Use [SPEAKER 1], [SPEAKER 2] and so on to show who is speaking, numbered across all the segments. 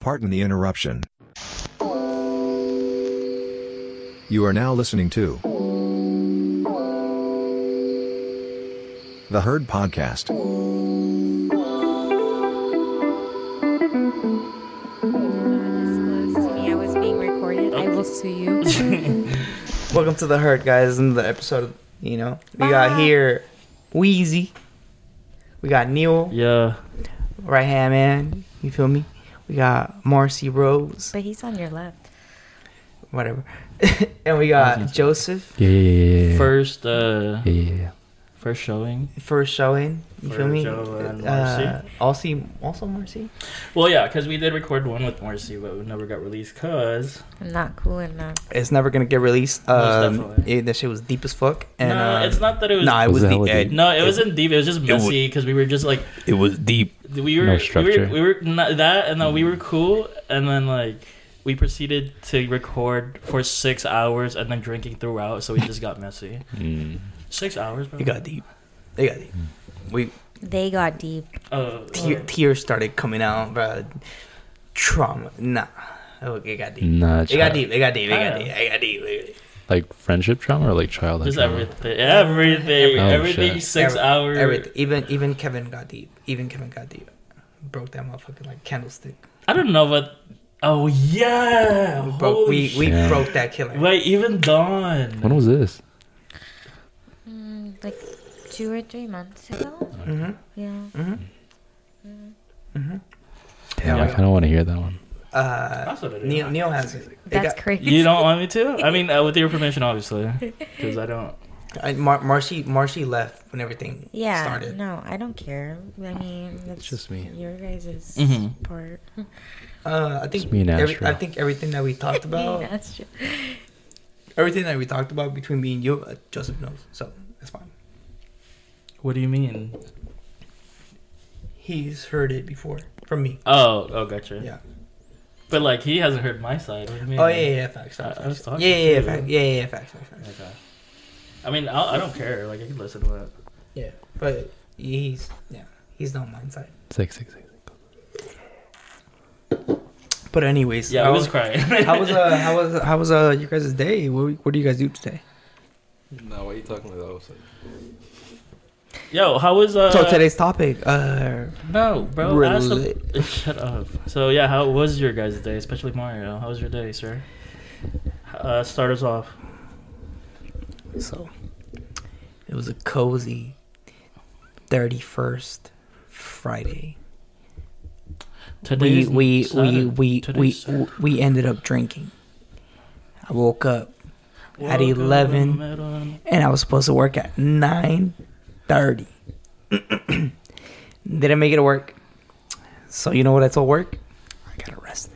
[SPEAKER 1] Pardon the interruption. You are now listening to The Herd Podcast.
[SPEAKER 2] disclose to me I was being recorded. I looked to you.
[SPEAKER 3] Welcome to the herd, guys. In the episode, you know, we got here Wheezy, we got Neil,
[SPEAKER 4] Yeah.
[SPEAKER 3] right hand man. You feel me? We got Marcy Rose,
[SPEAKER 2] but he's on your left.
[SPEAKER 3] whatever, and we got Joseph
[SPEAKER 5] Yeah, yeah, yeah, yeah, yeah.
[SPEAKER 4] First uh
[SPEAKER 5] yeah, yeah, yeah.
[SPEAKER 4] first showing.
[SPEAKER 3] first showing. You feel
[SPEAKER 4] For
[SPEAKER 3] me?
[SPEAKER 4] Joe and
[SPEAKER 3] Uh, also, also Marcy.
[SPEAKER 4] Well yeah, cuz we did record one with Morrissey but it never got released cuz
[SPEAKER 2] I'm not cool enough.
[SPEAKER 3] It's never gonna get released. Um,
[SPEAKER 4] definitely.
[SPEAKER 3] it, that shit was deep as fuck. And
[SPEAKER 4] No,
[SPEAKER 3] um,
[SPEAKER 4] it's not that it was
[SPEAKER 3] Nah, it
[SPEAKER 5] Was
[SPEAKER 3] was
[SPEAKER 5] it
[SPEAKER 3] deep.
[SPEAKER 5] hella
[SPEAKER 3] eh,
[SPEAKER 5] deep?
[SPEAKER 4] No, it wasn't deep. It was just
[SPEAKER 5] wa-
[SPEAKER 4] messy because we were just like
[SPEAKER 5] It was deep.
[SPEAKER 4] we were, we
[SPEAKER 5] No
[SPEAKER 4] were
[SPEAKER 5] structure.
[SPEAKER 4] we were not that, and then we were cool, and then like we proceeded to record for six hours, and then drinking throughout, so we just got messy.
[SPEAKER 5] Mm.
[SPEAKER 4] Six hours, bro.
[SPEAKER 3] It got deep. It got deep.
[SPEAKER 4] Hmm.
[SPEAKER 3] We
[SPEAKER 2] They got deep.
[SPEAKER 4] Uh,
[SPEAKER 3] tear, tears started coming out, bro. Trauma. Nah. Oh, it got deep.
[SPEAKER 5] Nah,
[SPEAKER 3] It got
[SPEAKER 5] child.
[SPEAKER 3] deep. It got deep. It got
[SPEAKER 4] Yeah.
[SPEAKER 3] deep. It got deep. It got deep.
[SPEAKER 5] Like friendship trauma or like childhood
[SPEAKER 4] just
[SPEAKER 5] trauma?
[SPEAKER 4] everything, everything,
[SPEAKER 5] Oh,
[SPEAKER 4] everything.
[SPEAKER 5] shit.
[SPEAKER 4] Six
[SPEAKER 3] Every-
[SPEAKER 4] hours.
[SPEAKER 3] Everything. Even even Kevin got deep. Even Kevin got deep. Broke that motherfucking like candlestick.
[SPEAKER 4] I don't know, but oh yeah,
[SPEAKER 3] We broke.
[SPEAKER 4] Holy
[SPEAKER 3] We, we
[SPEAKER 5] shit.
[SPEAKER 3] broke that killer.
[SPEAKER 4] Wait, even Dawn.
[SPEAKER 5] When was this?
[SPEAKER 2] Mm, like two or three months ago.
[SPEAKER 3] Mm-hmm.
[SPEAKER 2] Yeah.
[SPEAKER 5] Damn,
[SPEAKER 4] Yeah.
[SPEAKER 5] I kind of want to hear that one.
[SPEAKER 3] Uh,
[SPEAKER 4] That's what it is.
[SPEAKER 3] Neil Neil has it. It
[SPEAKER 2] That's
[SPEAKER 3] got,
[SPEAKER 2] crazy.
[SPEAKER 4] You don't want me to? I mean, uh, with your permission, obviously, because I don't.
[SPEAKER 3] I, Mar- Marcy Marcy left when everything
[SPEAKER 2] yeah.
[SPEAKER 3] started.
[SPEAKER 2] No, I don't care. I mean, that's
[SPEAKER 5] just me.
[SPEAKER 2] Your guys'
[SPEAKER 4] Mhm.
[SPEAKER 2] part.
[SPEAKER 3] Uh, I think
[SPEAKER 5] It's me and
[SPEAKER 3] every,
[SPEAKER 5] Astro.
[SPEAKER 3] I think everything that we talked about,
[SPEAKER 2] That's true.
[SPEAKER 3] everything that we talked about between me and you, uh, Joseph knows, so that's fine.
[SPEAKER 4] What do you mean?
[SPEAKER 3] He's heard it before from me.
[SPEAKER 4] Oh, oh, gotcha.
[SPEAKER 3] Yeah.
[SPEAKER 4] But like, he hasn't heard my side. What do you mean?
[SPEAKER 3] Oh yeah, yeah, yeah, facts.
[SPEAKER 4] I-
[SPEAKER 3] facts,
[SPEAKER 4] I was
[SPEAKER 3] facts.
[SPEAKER 4] talking
[SPEAKER 3] yeah, yeah, yeah,
[SPEAKER 4] to you.
[SPEAKER 3] fact, yeah, yeah, yeah, facts, facts, facts.
[SPEAKER 4] Okay. I mean, I'll, I don't care. Like, I can listen to it.
[SPEAKER 3] Yeah, but he's yeah, he's not mine side.
[SPEAKER 5] Six, six, six.
[SPEAKER 3] But anyways,
[SPEAKER 4] Yeah, I
[SPEAKER 3] how,
[SPEAKER 4] was crying.
[SPEAKER 3] how was uh how was how was uh you guys' day? What what do you guys do today?
[SPEAKER 5] No, why are you talking like that?
[SPEAKER 4] Yo, how was uh?
[SPEAKER 3] so today's topic, uh,
[SPEAKER 4] No, bro. ask the-
[SPEAKER 3] Relate.
[SPEAKER 4] Shut up. So yeah, how was your guys' day, especially Mario? How was your day, sir? Uh, start us off.
[SPEAKER 3] so it was a cozy thirty first Friday. we
[SPEAKER 4] Today's
[SPEAKER 3] we we we
[SPEAKER 4] Saturday.
[SPEAKER 3] we,
[SPEAKER 4] Today's
[SPEAKER 3] we we ended up drinking. I woke up at
[SPEAKER 4] Welcome to
[SPEAKER 3] 11.
[SPEAKER 4] Metal-
[SPEAKER 3] and I was supposed to work at nine thirty. Didn't make it to work. So you know what I told work? I got arrested.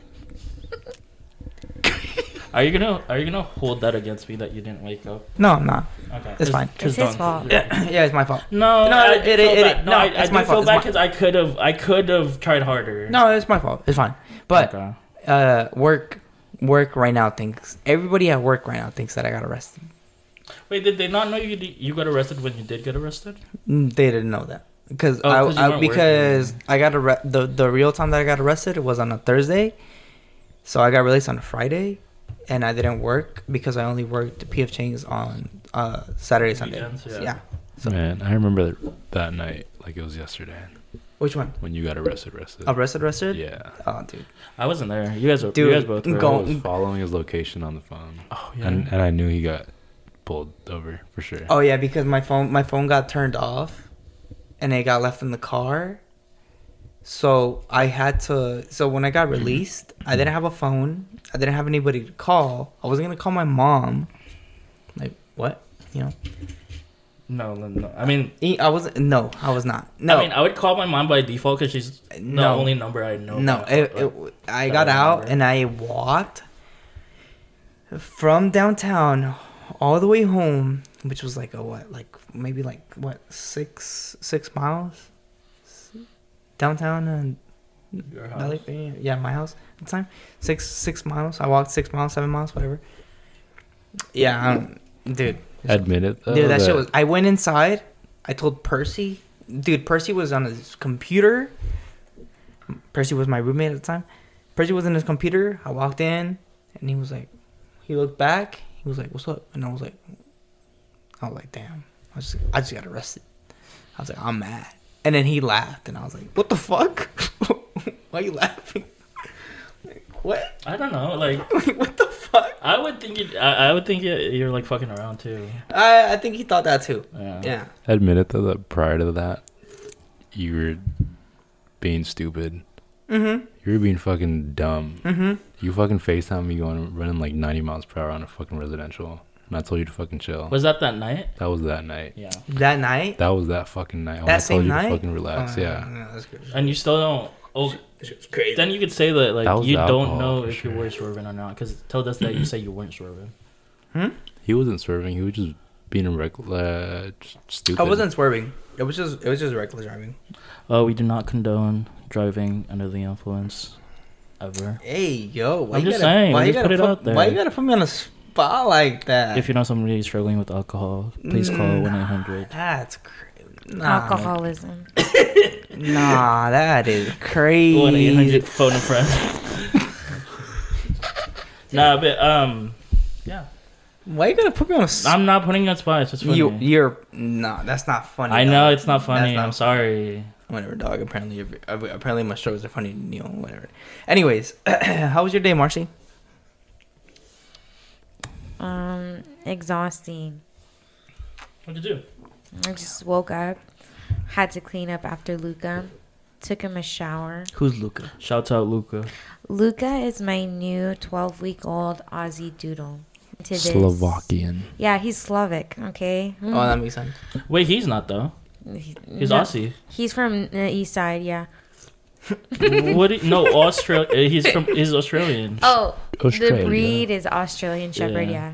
[SPEAKER 4] Are you gonna Are you gonna hold that against me that you didn't wake up?
[SPEAKER 3] No, I'm not.
[SPEAKER 4] Okay,
[SPEAKER 3] It's fine.
[SPEAKER 2] It's his fault.
[SPEAKER 3] yeah, it's my fault.
[SPEAKER 4] No,
[SPEAKER 3] No,
[SPEAKER 4] I
[SPEAKER 3] it- it-
[SPEAKER 4] feel
[SPEAKER 3] it-
[SPEAKER 4] bad. no,
[SPEAKER 3] no,
[SPEAKER 4] I, I
[SPEAKER 3] it's
[SPEAKER 4] do
[SPEAKER 3] my fault, it's
[SPEAKER 4] feel bad
[SPEAKER 3] my-
[SPEAKER 4] because I could have I could have tried harder.
[SPEAKER 3] No, it's my fault. It's fine. But
[SPEAKER 4] Okay.
[SPEAKER 3] uh, work, work right now thinks everybody at work right now thinks that I got arrested.
[SPEAKER 4] wait, did they not know you you got arrested when you did get arrested?
[SPEAKER 3] Mm, They didn't know that because
[SPEAKER 4] Oh, 'cause you
[SPEAKER 3] I, I
[SPEAKER 4] weren't working.
[SPEAKER 3] because I got arre- the the real time that I got arrested was on a Thursday, so I got released on a Friday, and I didn't work because I only worked PF Chang's on uh, Saturday Sunday.
[SPEAKER 4] Weekends, yeah.
[SPEAKER 3] yeah.
[SPEAKER 5] Man, I remember that night like it was yesterday
[SPEAKER 3] Which one?
[SPEAKER 5] when you got arrested. Arrested.
[SPEAKER 3] Arrested, arrested.
[SPEAKER 5] Yeah.
[SPEAKER 3] Oh, dude.
[SPEAKER 4] I wasn't there. You guys, were,
[SPEAKER 3] Dude,
[SPEAKER 4] you guys both were.
[SPEAKER 5] I
[SPEAKER 3] go-
[SPEAKER 5] was following his location on the phone,
[SPEAKER 4] Oh yeah.
[SPEAKER 5] and and I knew he got pulled over for sure.
[SPEAKER 3] Oh yeah, because my phone my phone got turned off, and it got left in the car. So I had to. So when I got released, I didn't have a phone. I didn't have anybody to call. I wasn't gonna call my mom. Like what? You know?
[SPEAKER 4] no, no, no. I mean,
[SPEAKER 3] E- I wasn't. No, I was not. No.
[SPEAKER 4] I mean, I would call my mom by default because she's
[SPEAKER 3] No.
[SPEAKER 4] the only number I know.
[SPEAKER 3] no.
[SPEAKER 4] about,
[SPEAKER 3] It,
[SPEAKER 4] but-
[SPEAKER 3] it, I
[SPEAKER 4] that
[SPEAKER 3] got
[SPEAKER 4] I
[SPEAKER 3] out
[SPEAKER 4] remember.
[SPEAKER 3] and I walked from downtown all the way home, which was like a what? Like maybe like what six six miles downtown and
[SPEAKER 4] Your house.
[SPEAKER 3] Valley, Fair, yeah, my house at the time. Six six miles. I walked six miles, seven miles, whatever. Yeah, I don't- dude,
[SPEAKER 5] Admit it. Though,
[SPEAKER 3] dude, that shit was. I went inside. I told Percy, dude. Percy was on his computer. Percy was my roommate at the time. Percy was in his computer. I walked in, and he was like, he looked back. He was like, "What's up?" And I was like, I was like, "Damn, I just, I just got arrested." I was like, "I'm mad." And then he laughed, and I was like, "What the fuck? Why you laughing? like, what?
[SPEAKER 4] I don't know. Like
[SPEAKER 3] Like, what the fuck?"
[SPEAKER 4] I would think it, I, I would think it, you're like fucking around too.
[SPEAKER 3] I, I think he thought that too.
[SPEAKER 4] Yeah.
[SPEAKER 3] Yeah.
[SPEAKER 5] Admit it though that prior to that, you were being stupid.
[SPEAKER 3] Mm-hmm.
[SPEAKER 5] You were being fucking dumb.
[SPEAKER 3] Mm-hmm.
[SPEAKER 5] You fucking FaceTime me going running like 90 miles per hour on a fucking residential, and I told you to fucking chill.
[SPEAKER 4] Was that that night?
[SPEAKER 5] that was that night.
[SPEAKER 4] Yeah.
[SPEAKER 3] That night.
[SPEAKER 5] That was that fucking night. when
[SPEAKER 3] that
[SPEAKER 5] I told
[SPEAKER 3] same
[SPEAKER 5] you
[SPEAKER 3] night.
[SPEAKER 5] to fucking relax.
[SPEAKER 3] Oh,
[SPEAKER 5] yeah.
[SPEAKER 3] that's crazy.
[SPEAKER 4] And you still don't. Oh, then you could say that like
[SPEAKER 5] That was
[SPEAKER 4] you
[SPEAKER 5] the
[SPEAKER 4] don't
[SPEAKER 5] alcohol,
[SPEAKER 4] know
[SPEAKER 5] for
[SPEAKER 4] if you
[SPEAKER 5] sure.
[SPEAKER 4] were swerving or not because told us that you said you weren't swerving.
[SPEAKER 5] He wasn't serving. He was just being a rec- uh, just stupid.
[SPEAKER 3] I wasn't swerving. It was just it was just reckless driving.
[SPEAKER 4] Oh, we do not condone driving under the influence, ever.
[SPEAKER 3] Hey yo, why
[SPEAKER 4] I'm
[SPEAKER 3] you
[SPEAKER 4] just
[SPEAKER 3] gotta,
[SPEAKER 4] saying,
[SPEAKER 3] why you
[SPEAKER 4] just
[SPEAKER 3] gotta
[SPEAKER 4] put it
[SPEAKER 3] put,
[SPEAKER 4] out there.
[SPEAKER 3] Why you gotta put me on a spot like that?
[SPEAKER 4] If you know somebody struggling with alcohol, please call
[SPEAKER 3] Mm.
[SPEAKER 4] one eight hundred.
[SPEAKER 3] that's crazy. Nah,
[SPEAKER 2] Alcoholism.
[SPEAKER 3] nah, that is crazy.
[SPEAKER 4] One eight hundred phone a friend. nah, but um, yeah,
[SPEAKER 3] Why you gotta put me on a spot?
[SPEAKER 4] I'm not putting you on spot. It's just funny.
[SPEAKER 3] You, you're nah. That's not funny.
[SPEAKER 4] I
[SPEAKER 3] dog.
[SPEAKER 4] know it's not funny.
[SPEAKER 3] That's not
[SPEAKER 4] I'm sorry.
[SPEAKER 3] Whatever, dog. Apparently, you're- uh, apparently my stories are funny. You know, whatever. Anyways, how was your day, Marcy?
[SPEAKER 2] Um, exhausting.
[SPEAKER 4] What'd you do?
[SPEAKER 2] I just woke up, had to clean up after Luca, took him a shower.
[SPEAKER 3] Who's Luca?
[SPEAKER 4] Shout out Luca.
[SPEAKER 2] Luca is my new 12 week old Aussie doodle. To this-
[SPEAKER 5] Slovakian.
[SPEAKER 2] Yeah, he's Slovak, okay? Hmm.
[SPEAKER 3] Oh, that makes sense.
[SPEAKER 4] Wait, he's not though.
[SPEAKER 2] He-
[SPEAKER 4] He's
[SPEAKER 2] no,
[SPEAKER 4] Aussie.
[SPEAKER 2] He's from the east side, yeah.
[SPEAKER 4] what? do you- no, Australia. uh, He's from. He's Australian.
[SPEAKER 2] Oh,
[SPEAKER 5] Australia.
[SPEAKER 2] the breed is Australian Shepherd, yeah.
[SPEAKER 4] Yeah.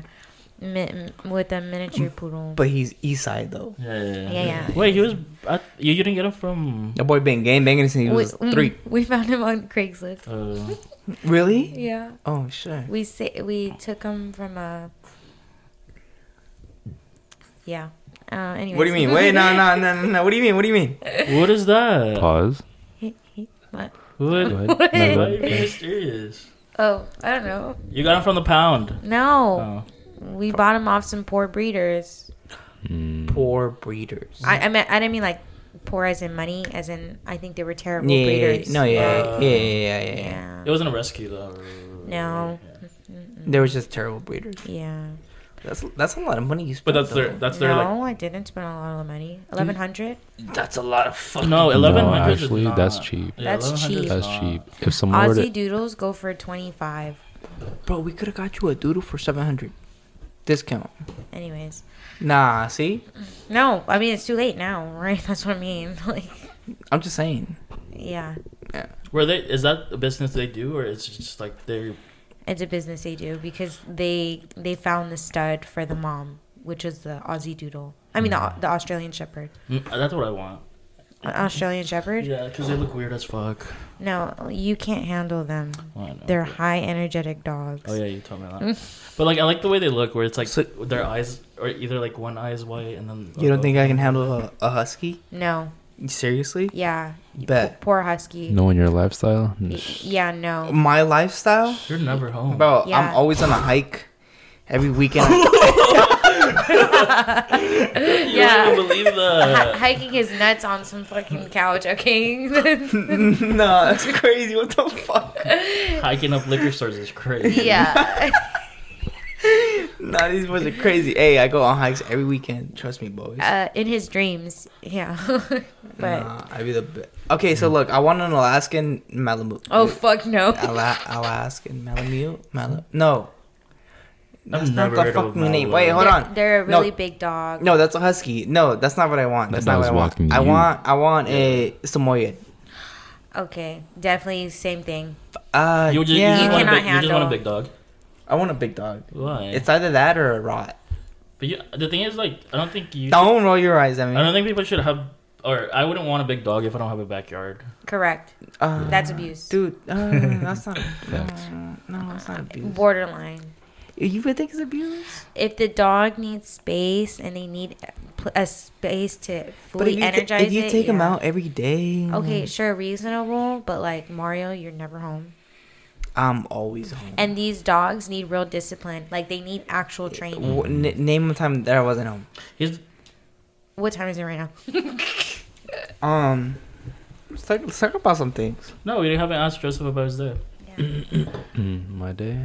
[SPEAKER 2] Mi- with a miniature poodle.
[SPEAKER 3] But he's East Side though.
[SPEAKER 4] Yeah, yeah,
[SPEAKER 2] Yeah, yeah.
[SPEAKER 4] Wait, he was. I, you didn't get him from.
[SPEAKER 3] That boy been game banging since he was
[SPEAKER 2] we, mm,
[SPEAKER 3] three.
[SPEAKER 2] We found him on Craigslist.
[SPEAKER 4] Uh,
[SPEAKER 3] Really?
[SPEAKER 2] Yeah.
[SPEAKER 3] Oh sure.
[SPEAKER 2] We say, we took him from a. Yeah. Uh, anyways.
[SPEAKER 3] What do you mean? Wait, no, no, no, no, no. What do you mean? What do you mean?
[SPEAKER 4] what is that?
[SPEAKER 5] Pause.
[SPEAKER 2] He- he- what?
[SPEAKER 4] What?
[SPEAKER 5] Go
[SPEAKER 4] Why
[SPEAKER 5] ahead.
[SPEAKER 2] What?
[SPEAKER 5] No, go
[SPEAKER 4] are you
[SPEAKER 5] ahead.
[SPEAKER 4] being mysterious?
[SPEAKER 2] Oh, I don't know.
[SPEAKER 4] You got him from the pound.
[SPEAKER 2] No,
[SPEAKER 4] Oh.
[SPEAKER 2] we bought him off some poor breeders.
[SPEAKER 5] Mm.
[SPEAKER 3] Poor breeders.
[SPEAKER 2] I I, mean, I didn't mean like poor as in money, as in I think they were terrible
[SPEAKER 3] yeah, yeah, yeah.
[SPEAKER 2] breeders.
[SPEAKER 3] no, yeah,
[SPEAKER 4] Uh,
[SPEAKER 3] yeah, yeah, yeah, yeah, yeah.
[SPEAKER 2] Yeah.
[SPEAKER 4] It wasn't a rescue though.
[SPEAKER 2] No.
[SPEAKER 4] Yeah.
[SPEAKER 3] They were just terrible breeders.
[SPEAKER 2] Yeah.
[SPEAKER 3] That's that's a lot of money you spend.
[SPEAKER 4] But that's their. That's their
[SPEAKER 2] no, I
[SPEAKER 4] like.
[SPEAKER 2] didn't spend a lot of money. Eleven hundred.
[SPEAKER 3] that's a lot of fucking.
[SPEAKER 4] No, eleven hundred.
[SPEAKER 5] actually, that's cheap.
[SPEAKER 2] That's cheap.
[SPEAKER 5] That's cheap. If someone were
[SPEAKER 2] Aussie
[SPEAKER 5] to,
[SPEAKER 2] doodles go for twenty five.
[SPEAKER 3] bro, we could have got you a doodle for seven hundred discount.
[SPEAKER 2] Anyways,
[SPEAKER 3] Nah, see,
[SPEAKER 2] no, I mean it's too late now, right? That's what I mean. Like,
[SPEAKER 3] I'm just saying.
[SPEAKER 2] yeah,
[SPEAKER 4] Were they? Is that a business they do, or it's just like they're?
[SPEAKER 2] it's a business they do because they they found the stud for the mom, which is the Aussie doodle. I mean the the Australian Shepherd.
[SPEAKER 4] Mm, That's what I want.
[SPEAKER 2] An Australian Shepherd.
[SPEAKER 4] Yeah, because they look weird as fuck.
[SPEAKER 2] No, you can't handle them.
[SPEAKER 4] I know.
[SPEAKER 2] They're Mm. high energetic dogs.
[SPEAKER 4] Oh yeah, you told me that. but like, I like the way they look, where it's like their eyes are either like one eye is white and then.
[SPEAKER 3] You don't think I can handle a, a husky?
[SPEAKER 2] No,
[SPEAKER 3] Seriously?
[SPEAKER 2] yeah,
[SPEAKER 3] Bet.
[SPEAKER 2] poor husky.
[SPEAKER 5] knowing your lifestyle,
[SPEAKER 2] Y- Yeah, no.
[SPEAKER 3] My lifestyle,
[SPEAKER 4] You're never home.
[SPEAKER 3] bro.
[SPEAKER 2] Yeah.
[SPEAKER 3] I'm always on a hike. Every weekend,
[SPEAKER 4] You wouldn't even believe
[SPEAKER 2] Hi-
[SPEAKER 4] that.
[SPEAKER 2] hiking his nuts on some fucking couch, okay?
[SPEAKER 3] nah, that's crazy. What the fuck?
[SPEAKER 4] Hiking up liquor stores is crazy.
[SPEAKER 2] yeah.
[SPEAKER 3] Nah, these boys are crazy. Hey, I go on hikes every weekend. Trust me, boys.
[SPEAKER 2] Uh, in his dreams, yeah. but
[SPEAKER 3] Nah, I'd be the best. Okay, so look, I want an Alaskan Malamute.
[SPEAKER 2] oh fuck no.
[SPEAKER 3] Ala- Alaskan Malamute? Malam? No. That's not
[SPEAKER 4] never
[SPEAKER 3] the
[SPEAKER 4] heard of a
[SPEAKER 3] fucking name.
[SPEAKER 4] Malamute.
[SPEAKER 3] Wait, hold
[SPEAKER 2] they're,
[SPEAKER 3] on.
[SPEAKER 2] they're a
[SPEAKER 3] No.
[SPEAKER 2] really big dog.
[SPEAKER 3] No, that's a husky. No, that's not what I want. That's
[SPEAKER 5] thought
[SPEAKER 3] not what I
[SPEAKER 5] it was
[SPEAKER 3] want.
[SPEAKER 5] walking
[SPEAKER 3] I
[SPEAKER 5] you.
[SPEAKER 3] want. I want a Samoyed.
[SPEAKER 2] Okay, definitely same thing.
[SPEAKER 3] Uh,
[SPEAKER 4] You just,
[SPEAKER 3] yeah.
[SPEAKER 4] you, just want a
[SPEAKER 2] cannot
[SPEAKER 4] big, you just want a
[SPEAKER 2] handle-
[SPEAKER 4] big dog.
[SPEAKER 3] I want a big dog.
[SPEAKER 4] Why?
[SPEAKER 3] It's either that or a rot.
[SPEAKER 4] but you, the thing is, like, I don't think you.
[SPEAKER 3] Don't roll your eyes at
[SPEAKER 4] I
[SPEAKER 3] me.
[SPEAKER 4] don't think people should have, or I wouldn't want a big dog if I don't have a backyard.
[SPEAKER 2] Correct.
[SPEAKER 3] Uh,
[SPEAKER 2] That's abuse.
[SPEAKER 3] dude. Uh, that's not.
[SPEAKER 5] Facts.
[SPEAKER 3] No, no, that's not abuse.
[SPEAKER 2] Borderline.
[SPEAKER 3] You would think it's abuse?
[SPEAKER 2] If the dog needs space and they need a pl- a space to
[SPEAKER 3] But if
[SPEAKER 2] fully
[SPEAKER 3] you, ta-
[SPEAKER 2] energize
[SPEAKER 3] if you
[SPEAKER 2] it,
[SPEAKER 3] take them
[SPEAKER 2] yeah.
[SPEAKER 3] out every day. mm,
[SPEAKER 2] Okay, sure, reasonable, but like Mario, you're never home.
[SPEAKER 3] I'm always home.
[SPEAKER 2] And these dogs need real discipline. Like they need actual training.
[SPEAKER 3] W- n- name a time that I wasn't home.
[SPEAKER 4] Here's
[SPEAKER 2] What time is it right now?
[SPEAKER 3] Um, let's talk, let's talk about some things.
[SPEAKER 4] no, we haven't asked Joseph about his day.
[SPEAKER 5] Mm, my day.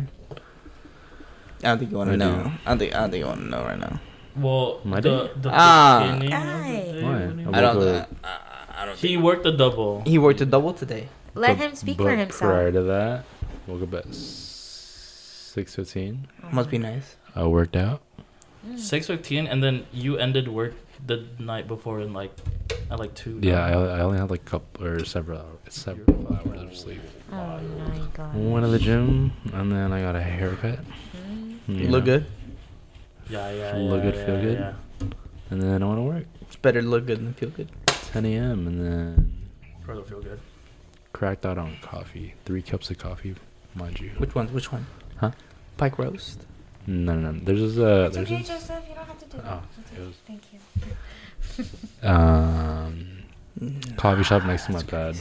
[SPEAKER 3] I don't think you want to
[SPEAKER 5] I do.
[SPEAKER 3] know. I don't think I don't think you want to know right now.
[SPEAKER 4] Well,
[SPEAKER 5] My
[SPEAKER 4] the,
[SPEAKER 5] day?
[SPEAKER 4] the
[SPEAKER 3] Ah.
[SPEAKER 4] beginning of the
[SPEAKER 2] Aye.
[SPEAKER 4] day,
[SPEAKER 5] Why?
[SPEAKER 4] what do you
[SPEAKER 5] I
[SPEAKER 4] mean?
[SPEAKER 3] I don't.
[SPEAKER 5] woke
[SPEAKER 3] I, I don't.
[SPEAKER 4] He
[SPEAKER 3] Think,
[SPEAKER 4] worked a double.
[SPEAKER 3] he worked a double today.
[SPEAKER 2] Let
[SPEAKER 5] But-
[SPEAKER 2] him speak
[SPEAKER 5] but
[SPEAKER 2] for himself.
[SPEAKER 5] Prior to that, woke up at six fifteen.
[SPEAKER 3] Must be nice.
[SPEAKER 5] I worked out.
[SPEAKER 4] Six fifteen, and then you ended work the night before in like at like two.
[SPEAKER 5] Yeah, I,
[SPEAKER 4] now.
[SPEAKER 5] I only had like a couple or several hours, several hours of sleep.
[SPEAKER 2] Oh my god.
[SPEAKER 5] Went to the gym and then I got a haircut.
[SPEAKER 2] Mm-hmm.
[SPEAKER 3] You look good.
[SPEAKER 4] yeah, yeah, yeah.
[SPEAKER 5] Look good,
[SPEAKER 4] yeah,
[SPEAKER 5] feel good.
[SPEAKER 4] yeah.
[SPEAKER 5] And then I went to work.
[SPEAKER 3] It's better to look good than feel good.
[SPEAKER 5] 10 a.m. and then
[SPEAKER 4] Brother, feel good.
[SPEAKER 5] cracked out on coffee. Three cups of coffee, mind you.
[SPEAKER 3] Which ones? Which one?
[SPEAKER 5] Huh?
[SPEAKER 3] Pike roast.
[SPEAKER 5] No, no, no. There's this, uh,
[SPEAKER 2] It's
[SPEAKER 5] there's
[SPEAKER 2] okay,
[SPEAKER 5] this,
[SPEAKER 2] Joseph. You don't have to do that.
[SPEAKER 5] Oh,
[SPEAKER 2] It's
[SPEAKER 5] it
[SPEAKER 2] okay.
[SPEAKER 5] was-
[SPEAKER 2] Thank you.
[SPEAKER 5] um,
[SPEAKER 3] Mm.
[SPEAKER 5] coffee shop next to my bed.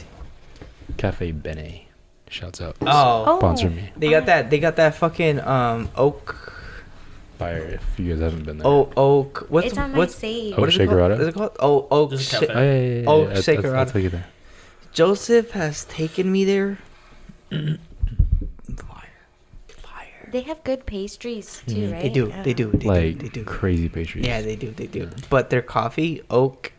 [SPEAKER 5] Cafe Bene. Shouts out.
[SPEAKER 3] Oh,
[SPEAKER 2] Oh.
[SPEAKER 5] Sponsor me.
[SPEAKER 3] they got that. They got that fucking um oak.
[SPEAKER 5] Fire if you guys haven't been there.
[SPEAKER 3] Oh, oak. What's
[SPEAKER 2] it's on my
[SPEAKER 3] what's
[SPEAKER 2] save.
[SPEAKER 5] Oh.
[SPEAKER 3] what is it called?
[SPEAKER 5] Shakerada?
[SPEAKER 3] Is it called? Oh, oak.
[SPEAKER 4] Just a
[SPEAKER 3] Sha-
[SPEAKER 4] cafe.
[SPEAKER 5] Oh, yeah, yeah, yeah, yeah,
[SPEAKER 3] Oh,
[SPEAKER 5] yeah, I'll-
[SPEAKER 3] shake
[SPEAKER 5] I'll-
[SPEAKER 3] her
[SPEAKER 5] I'll
[SPEAKER 3] out.
[SPEAKER 5] take you there.
[SPEAKER 3] Joseph has taken me there. Fire, fire.
[SPEAKER 2] They have good pastries too, right?
[SPEAKER 3] Mm-hmm.
[SPEAKER 2] Uh,
[SPEAKER 3] They do. They
[SPEAKER 2] Yeah.
[SPEAKER 3] do. They
[SPEAKER 5] like
[SPEAKER 3] do. They do.
[SPEAKER 5] crazy pastries.
[SPEAKER 3] Yeah, they do. They do. But their coffee, oak.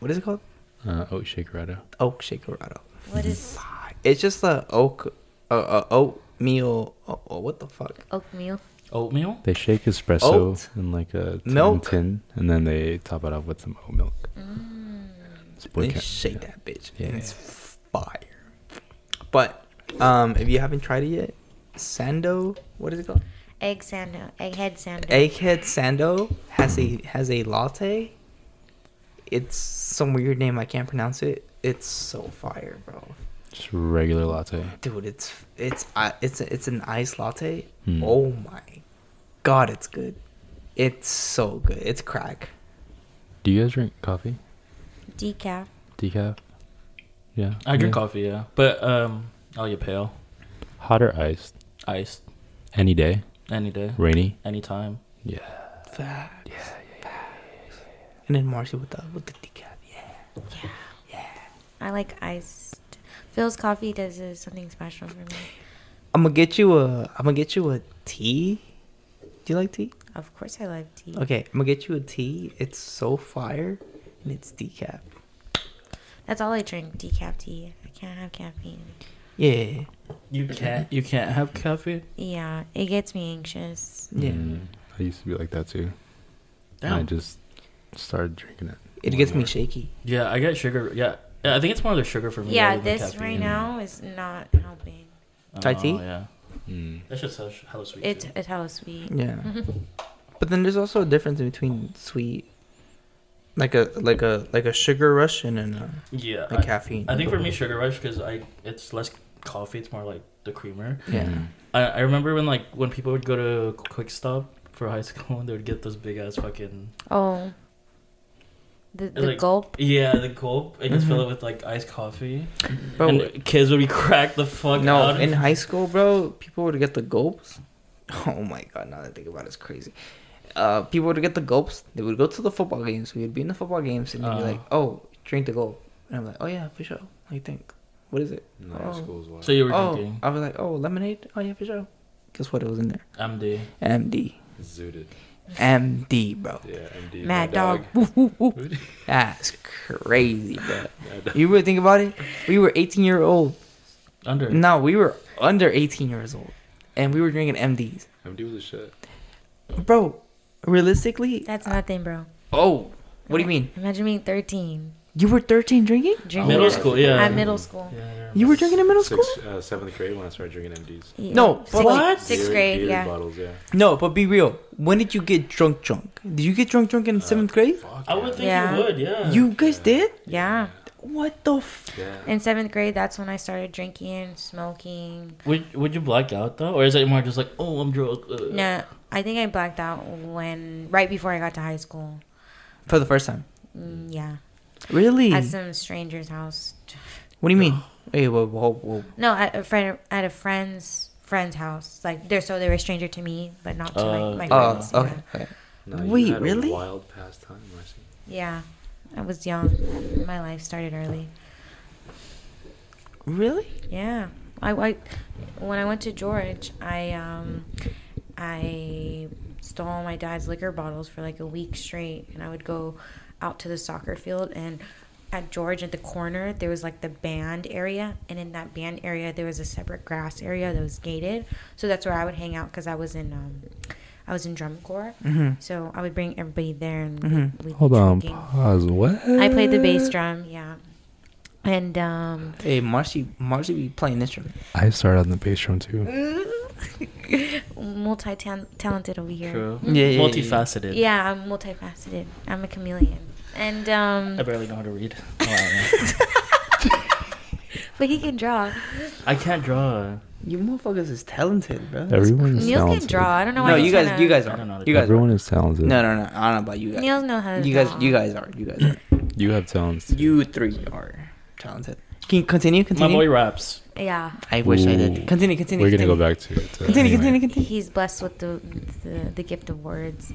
[SPEAKER 3] What is it called?
[SPEAKER 5] Uh, oat shakerado.
[SPEAKER 3] Oak shakerado.
[SPEAKER 2] What is
[SPEAKER 3] It's just a oak, a uh, oatmeal. Oh, oh, what the fuck?
[SPEAKER 2] oatmeal?
[SPEAKER 4] Oatmeal.
[SPEAKER 5] They shake espresso
[SPEAKER 3] Oat?
[SPEAKER 5] in like a tin
[SPEAKER 3] Oh. Milk?
[SPEAKER 5] tin, and then they top it off with some oat milk.
[SPEAKER 4] Mm.
[SPEAKER 5] It's boy
[SPEAKER 3] They
[SPEAKER 5] ca-
[SPEAKER 3] shake that bitch.
[SPEAKER 5] Yeah.
[SPEAKER 3] And it's fire. But um, if you haven't tried it yet, Sando. What is it called?
[SPEAKER 2] Egg sando. Egghead sando.
[SPEAKER 3] Egghead Sando has a has a latte. It's some weird name I can't pronounce it. It's so fire, bro.
[SPEAKER 5] Just regular latte.
[SPEAKER 3] Dude, it's it's I- it's it's an iced latte.
[SPEAKER 5] Hmm.
[SPEAKER 3] Oh my god, it's good. It's so good. It's crack.
[SPEAKER 5] Do you guys drink coffee?
[SPEAKER 2] Decaf.
[SPEAKER 5] Decaf? Yeah.
[SPEAKER 4] I drink
[SPEAKER 5] yeah.
[SPEAKER 4] coffee, yeah, but um, I'll get pale,
[SPEAKER 5] Hot or iced?
[SPEAKER 4] iced,
[SPEAKER 5] Any day.
[SPEAKER 4] any day,
[SPEAKER 5] Rainy?
[SPEAKER 4] anytime.
[SPEAKER 5] Yeah.
[SPEAKER 3] Facts. And then Marcy with the with the decaf. Yeah.
[SPEAKER 2] I like iced. Phil's coffee does uh, something special for me.
[SPEAKER 3] I'm gonna get you a I'm gonna get you a tea. Do you like tea?
[SPEAKER 2] Of course, I love tea.
[SPEAKER 3] Okay, I'm gonna get you a tea. It's so fire and it's decaf.
[SPEAKER 2] That's all I drink. Decaf tea. I can't have caffeine.
[SPEAKER 3] Yeah.
[SPEAKER 4] You can't. You can't have coffee.
[SPEAKER 2] Yeah, it gets me anxious.
[SPEAKER 3] Yeah.
[SPEAKER 5] Mm, I used to be like that too. And I
[SPEAKER 4] Damn.
[SPEAKER 5] just started drinking it.
[SPEAKER 3] It
[SPEAKER 5] more
[SPEAKER 3] gets
[SPEAKER 5] and
[SPEAKER 3] me
[SPEAKER 5] more.
[SPEAKER 3] shaky.
[SPEAKER 4] Yeah, I get sugar. Yeah, yeah I think it's more of the sugar for me.
[SPEAKER 2] yeah,
[SPEAKER 4] rather than
[SPEAKER 2] this
[SPEAKER 4] caffeine.
[SPEAKER 2] right now is not helping.
[SPEAKER 4] Oh,
[SPEAKER 3] Thai tea?
[SPEAKER 4] Yeah,
[SPEAKER 5] Mm.
[SPEAKER 4] that's just hella, hella sweet.
[SPEAKER 2] It's
[SPEAKER 4] too.
[SPEAKER 2] it's hella sweet.
[SPEAKER 3] Yeah. but then there's also a difference between sweet, like a like a like a sugar rush, and then uh,
[SPEAKER 4] yeah.
[SPEAKER 3] like
[SPEAKER 4] I,
[SPEAKER 3] caffeine.
[SPEAKER 4] I think for me, sugar rush because I it's less coffee. It's more like the creamer.
[SPEAKER 3] Yeah.
[SPEAKER 5] Mm.
[SPEAKER 4] I, I remember when like when people would go to Quick Stop for high school, they would get those big ass fucking
[SPEAKER 2] Oh. The, the
[SPEAKER 4] like-
[SPEAKER 2] gulp.
[SPEAKER 4] yeah the gulp and just fill it with like iced coffee.
[SPEAKER 3] Bro,
[SPEAKER 4] and kids would be cracked the fuck
[SPEAKER 3] no,
[SPEAKER 4] out.
[SPEAKER 3] in high school, bro, people would get the gulps. Oh my god! Now that I think about it, it's crazy. Uh, people would get the gulps. They would go to the football games. We would be in the football games, and they'd be
[SPEAKER 4] Oh.
[SPEAKER 3] like, "Oh, drink the gulp," and I'm like, "Oh yeah, for sure." I think, what is it? Oh.
[SPEAKER 4] so you were
[SPEAKER 3] oh,
[SPEAKER 4] drinking
[SPEAKER 3] I was like, "Oh, lemonade." Oh yeah, for sure. Guess what? It was in there.
[SPEAKER 4] MD.
[SPEAKER 3] MD,
[SPEAKER 5] Zooted.
[SPEAKER 3] MD, bro.
[SPEAKER 5] Yeah, MD.
[SPEAKER 2] Mad dog. Woof, woof, woof.
[SPEAKER 3] That's crazy, bro. You really think about it? We were 18 year old.
[SPEAKER 4] Under.
[SPEAKER 3] No, we were under 18 years old, and we were drinking MDs,
[SPEAKER 5] MD was a shit.
[SPEAKER 3] bro. Realistically,
[SPEAKER 2] That's nothing, bro.
[SPEAKER 3] oh, what do you mean?
[SPEAKER 2] Imagine being 13.
[SPEAKER 3] You were 13 drinking?
[SPEAKER 2] Drinking
[SPEAKER 4] Middle
[SPEAKER 2] it
[SPEAKER 4] school, yeah.
[SPEAKER 2] At middle school.
[SPEAKER 4] Yeah, yeah.
[SPEAKER 3] You were drinking in middle school?
[SPEAKER 5] uh, seventh grade when I started drinking MDs.
[SPEAKER 2] Yeah.
[SPEAKER 3] No,
[SPEAKER 2] Sixth-
[SPEAKER 3] what?
[SPEAKER 2] Sixth grade, yeah.
[SPEAKER 5] bottles, yeah.
[SPEAKER 3] No, but be real. When did you get drunk? Drunk? Did you get drunk? Drunk in seventh grade?
[SPEAKER 4] I would think
[SPEAKER 2] Yeah.
[SPEAKER 4] you would, yeah.
[SPEAKER 3] You guys did?
[SPEAKER 2] Yeah.
[SPEAKER 3] What the? F-
[SPEAKER 2] In seventh grade, that's when I started drinking, smoking.
[SPEAKER 4] would would you black out though, or is it more just like oh I'm drunk? uh,
[SPEAKER 2] No, I think I blacked out when right before I got to high school.
[SPEAKER 3] For the first time?
[SPEAKER 2] Mm, yeah,
[SPEAKER 3] Really?
[SPEAKER 2] at some stranger's house.
[SPEAKER 3] What do you mean? Wait, whoa, whoa, whoa.
[SPEAKER 2] No, at a friend at a friend's friend's house. Like they're so they were a stranger to me, but not to
[SPEAKER 6] Uh,
[SPEAKER 2] like my
[SPEAKER 3] Oh,
[SPEAKER 2] friends.
[SPEAKER 3] okay.
[SPEAKER 2] Yeah.
[SPEAKER 3] okay.
[SPEAKER 5] No,
[SPEAKER 3] you Wait, had a really?
[SPEAKER 5] wild pastime, Marcy.
[SPEAKER 2] Yeah. I was young. My life started early.
[SPEAKER 3] Really?
[SPEAKER 2] Yeah. I, I when I went to George, I um I stole my dad's liquor bottles for like a week straight and I would go out to the soccer field and at George at the corner there was like the band area and in that band area there was a separate grass area that was gated. So that's where I would hang out cuz I was in um I was in drum corps. So I would bring everybody there and
[SPEAKER 3] Mhm.
[SPEAKER 2] we'd
[SPEAKER 5] Mm-hmm. Hold
[SPEAKER 2] be
[SPEAKER 5] on,
[SPEAKER 2] drinking.
[SPEAKER 5] pause. What?
[SPEAKER 2] I played the bass drum, yeah. And um
[SPEAKER 3] Hey, Marcy, Marcy be playing instrument.
[SPEAKER 5] I started on the bass drum
[SPEAKER 2] Mm,
[SPEAKER 5] too.
[SPEAKER 2] multi talented over here.
[SPEAKER 4] True.
[SPEAKER 3] Yeah, yeah, yeah, yeah.
[SPEAKER 4] Multifaceted.
[SPEAKER 2] Yeah, I'm multifaceted. I'm a chameleon. And um
[SPEAKER 4] I barely know how to read. Oh, Come on, man.
[SPEAKER 2] but he can draw.
[SPEAKER 4] I can't draw.
[SPEAKER 3] You motherfuckers is talented, bro.
[SPEAKER 5] Everyone is
[SPEAKER 2] Neil
[SPEAKER 5] talented.
[SPEAKER 2] can draw. I don't know
[SPEAKER 3] No,
[SPEAKER 2] why. he's
[SPEAKER 3] you guys,
[SPEAKER 2] tryna-
[SPEAKER 3] you guys
[SPEAKER 4] I
[SPEAKER 3] are.
[SPEAKER 4] don't know how to
[SPEAKER 3] You guys.
[SPEAKER 5] Everyone is talented.
[SPEAKER 3] Are. No, no, no. I don't know about you guys.
[SPEAKER 2] Neil know how to
[SPEAKER 3] you guys,
[SPEAKER 2] draw.
[SPEAKER 3] you guys are. You guys are.
[SPEAKER 5] You have talents.
[SPEAKER 3] You three are talented. Can you continue?
[SPEAKER 4] My
[SPEAKER 3] Continue.
[SPEAKER 4] boy raps.
[SPEAKER 2] Yeah.
[SPEAKER 3] I wish I
[SPEAKER 5] Ooh.
[SPEAKER 3] did. Continue. Continue.
[SPEAKER 5] We're gonna
[SPEAKER 3] continue.
[SPEAKER 5] go back to it. uh,
[SPEAKER 3] Continue.
[SPEAKER 5] anyway.
[SPEAKER 3] Continue. Continue.
[SPEAKER 2] He's blessed with the the, the gift of words.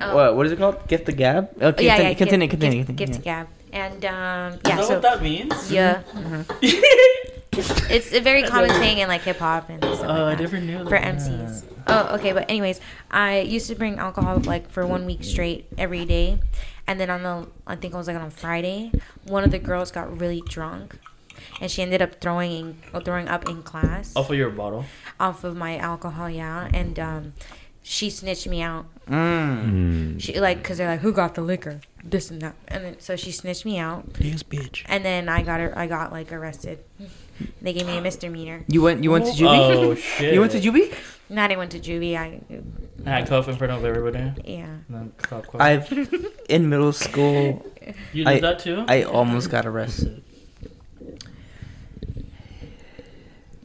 [SPEAKER 2] Um, Oh,
[SPEAKER 3] What, what is it called? Gift the gab? Okay,
[SPEAKER 2] yeah,
[SPEAKER 3] continue,
[SPEAKER 2] yeah,
[SPEAKER 3] continue,
[SPEAKER 2] gift,
[SPEAKER 3] continue,
[SPEAKER 2] gift,
[SPEAKER 3] continue.
[SPEAKER 2] gift to gab. And um
[SPEAKER 4] Is
[SPEAKER 2] yeah,
[SPEAKER 4] that
[SPEAKER 2] so
[SPEAKER 4] what that means?
[SPEAKER 2] yeah. it's a very common thing in like hip hop and stuff.
[SPEAKER 4] Oh, I
[SPEAKER 2] like that.
[SPEAKER 4] never knew
[SPEAKER 2] for
[SPEAKER 4] that.
[SPEAKER 2] MCs. Oh, okay. But anyways, I used to bring alcohol like for one week straight every day, and then on the I think it was like on Friday, one of the girls got really drunk, and she ended up throwing in, uh, throwing up in class
[SPEAKER 4] Off of your bottle.
[SPEAKER 2] off of my alcohol. Yeah, and um, she snitched me out.
[SPEAKER 3] Mm.
[SPEAKER 5] Hmm.
[SPEAKER 2] She like because they're like who got the liquor, this and that, and then, so she snitched me out,
[SPEAKER 4] Yes, bitch.
[SPEAKER 2] and then I got her. I got like arrested. They gave me a misdemeanor.
[SPEAKER 3] You went you went to Juvie?
[SPEAKER 4] Oh shit!
[SPEAKER 3] you went to Juvie?
[SPEAKER 2] Not I went to juvie. I
[SPEAKER 4] Handcuff in front of everybody. And
[SPEAKER 2] yeah.
[SPEAKER 4] then cop car.
[SPEAKER 3] I've in middle school
[SPEAKER 4] you did
[SPEAKER 3] I-
[SPEAKER 4] that too.
[SPEAKER 3] I almost got arrested.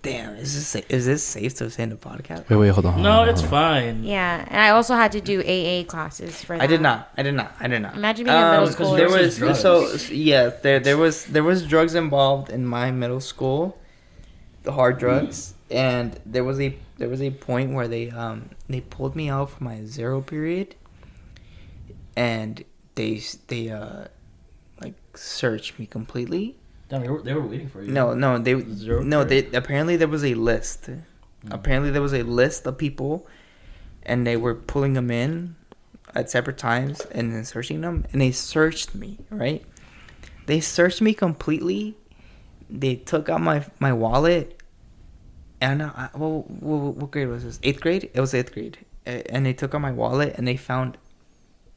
[SPEAKER 3] Damn, is this sa- is this safe to say in the podcast?
[SPEAKER 5] Wait, wait, hold on. hold
[SPEAKER 4] no,
[SPEAKER 5] on,
[SPEAKER 4] it's
[SPEAKER 5] hold
[SPEAKER 4] fine.
[SPEAKER 2] Yeah, and I also had to do AA classes for. That.
[SPEAKER 3] I did not. I did not. I did not. Um,
[SPEAKER 2] Imagine being in middle school.
[SPEAKER 3] There was
[SPEAKER 4] Versus
[SPEAKER 3] so
[SPEAKER 4] drugs.
[SPEAKER 3] yeah. There there was there was drugs involved in my middle school, the hard drugs, and there was a there was a point where they um they pulled me out for my zero period, and they s- they uh like searched me completely.
[SPEAKER 4] Damn, they were, they were waiting for you.
[SPEAKER 3] No, no, they
[SPEAKER 4] Zero
[SPEAKER 3] no, they
[SPEAKER 4] period.
[SPEAKER 3] apparently there was a list. Apparently there was a list of people, and they were pulling them in at separate times and then searching them. And they searched me, right? They searched me completely. They took out my my wallet, and I, well, what, what grade was this? Eighth grade. It was eighth grade, A- and they took out my wallet and they found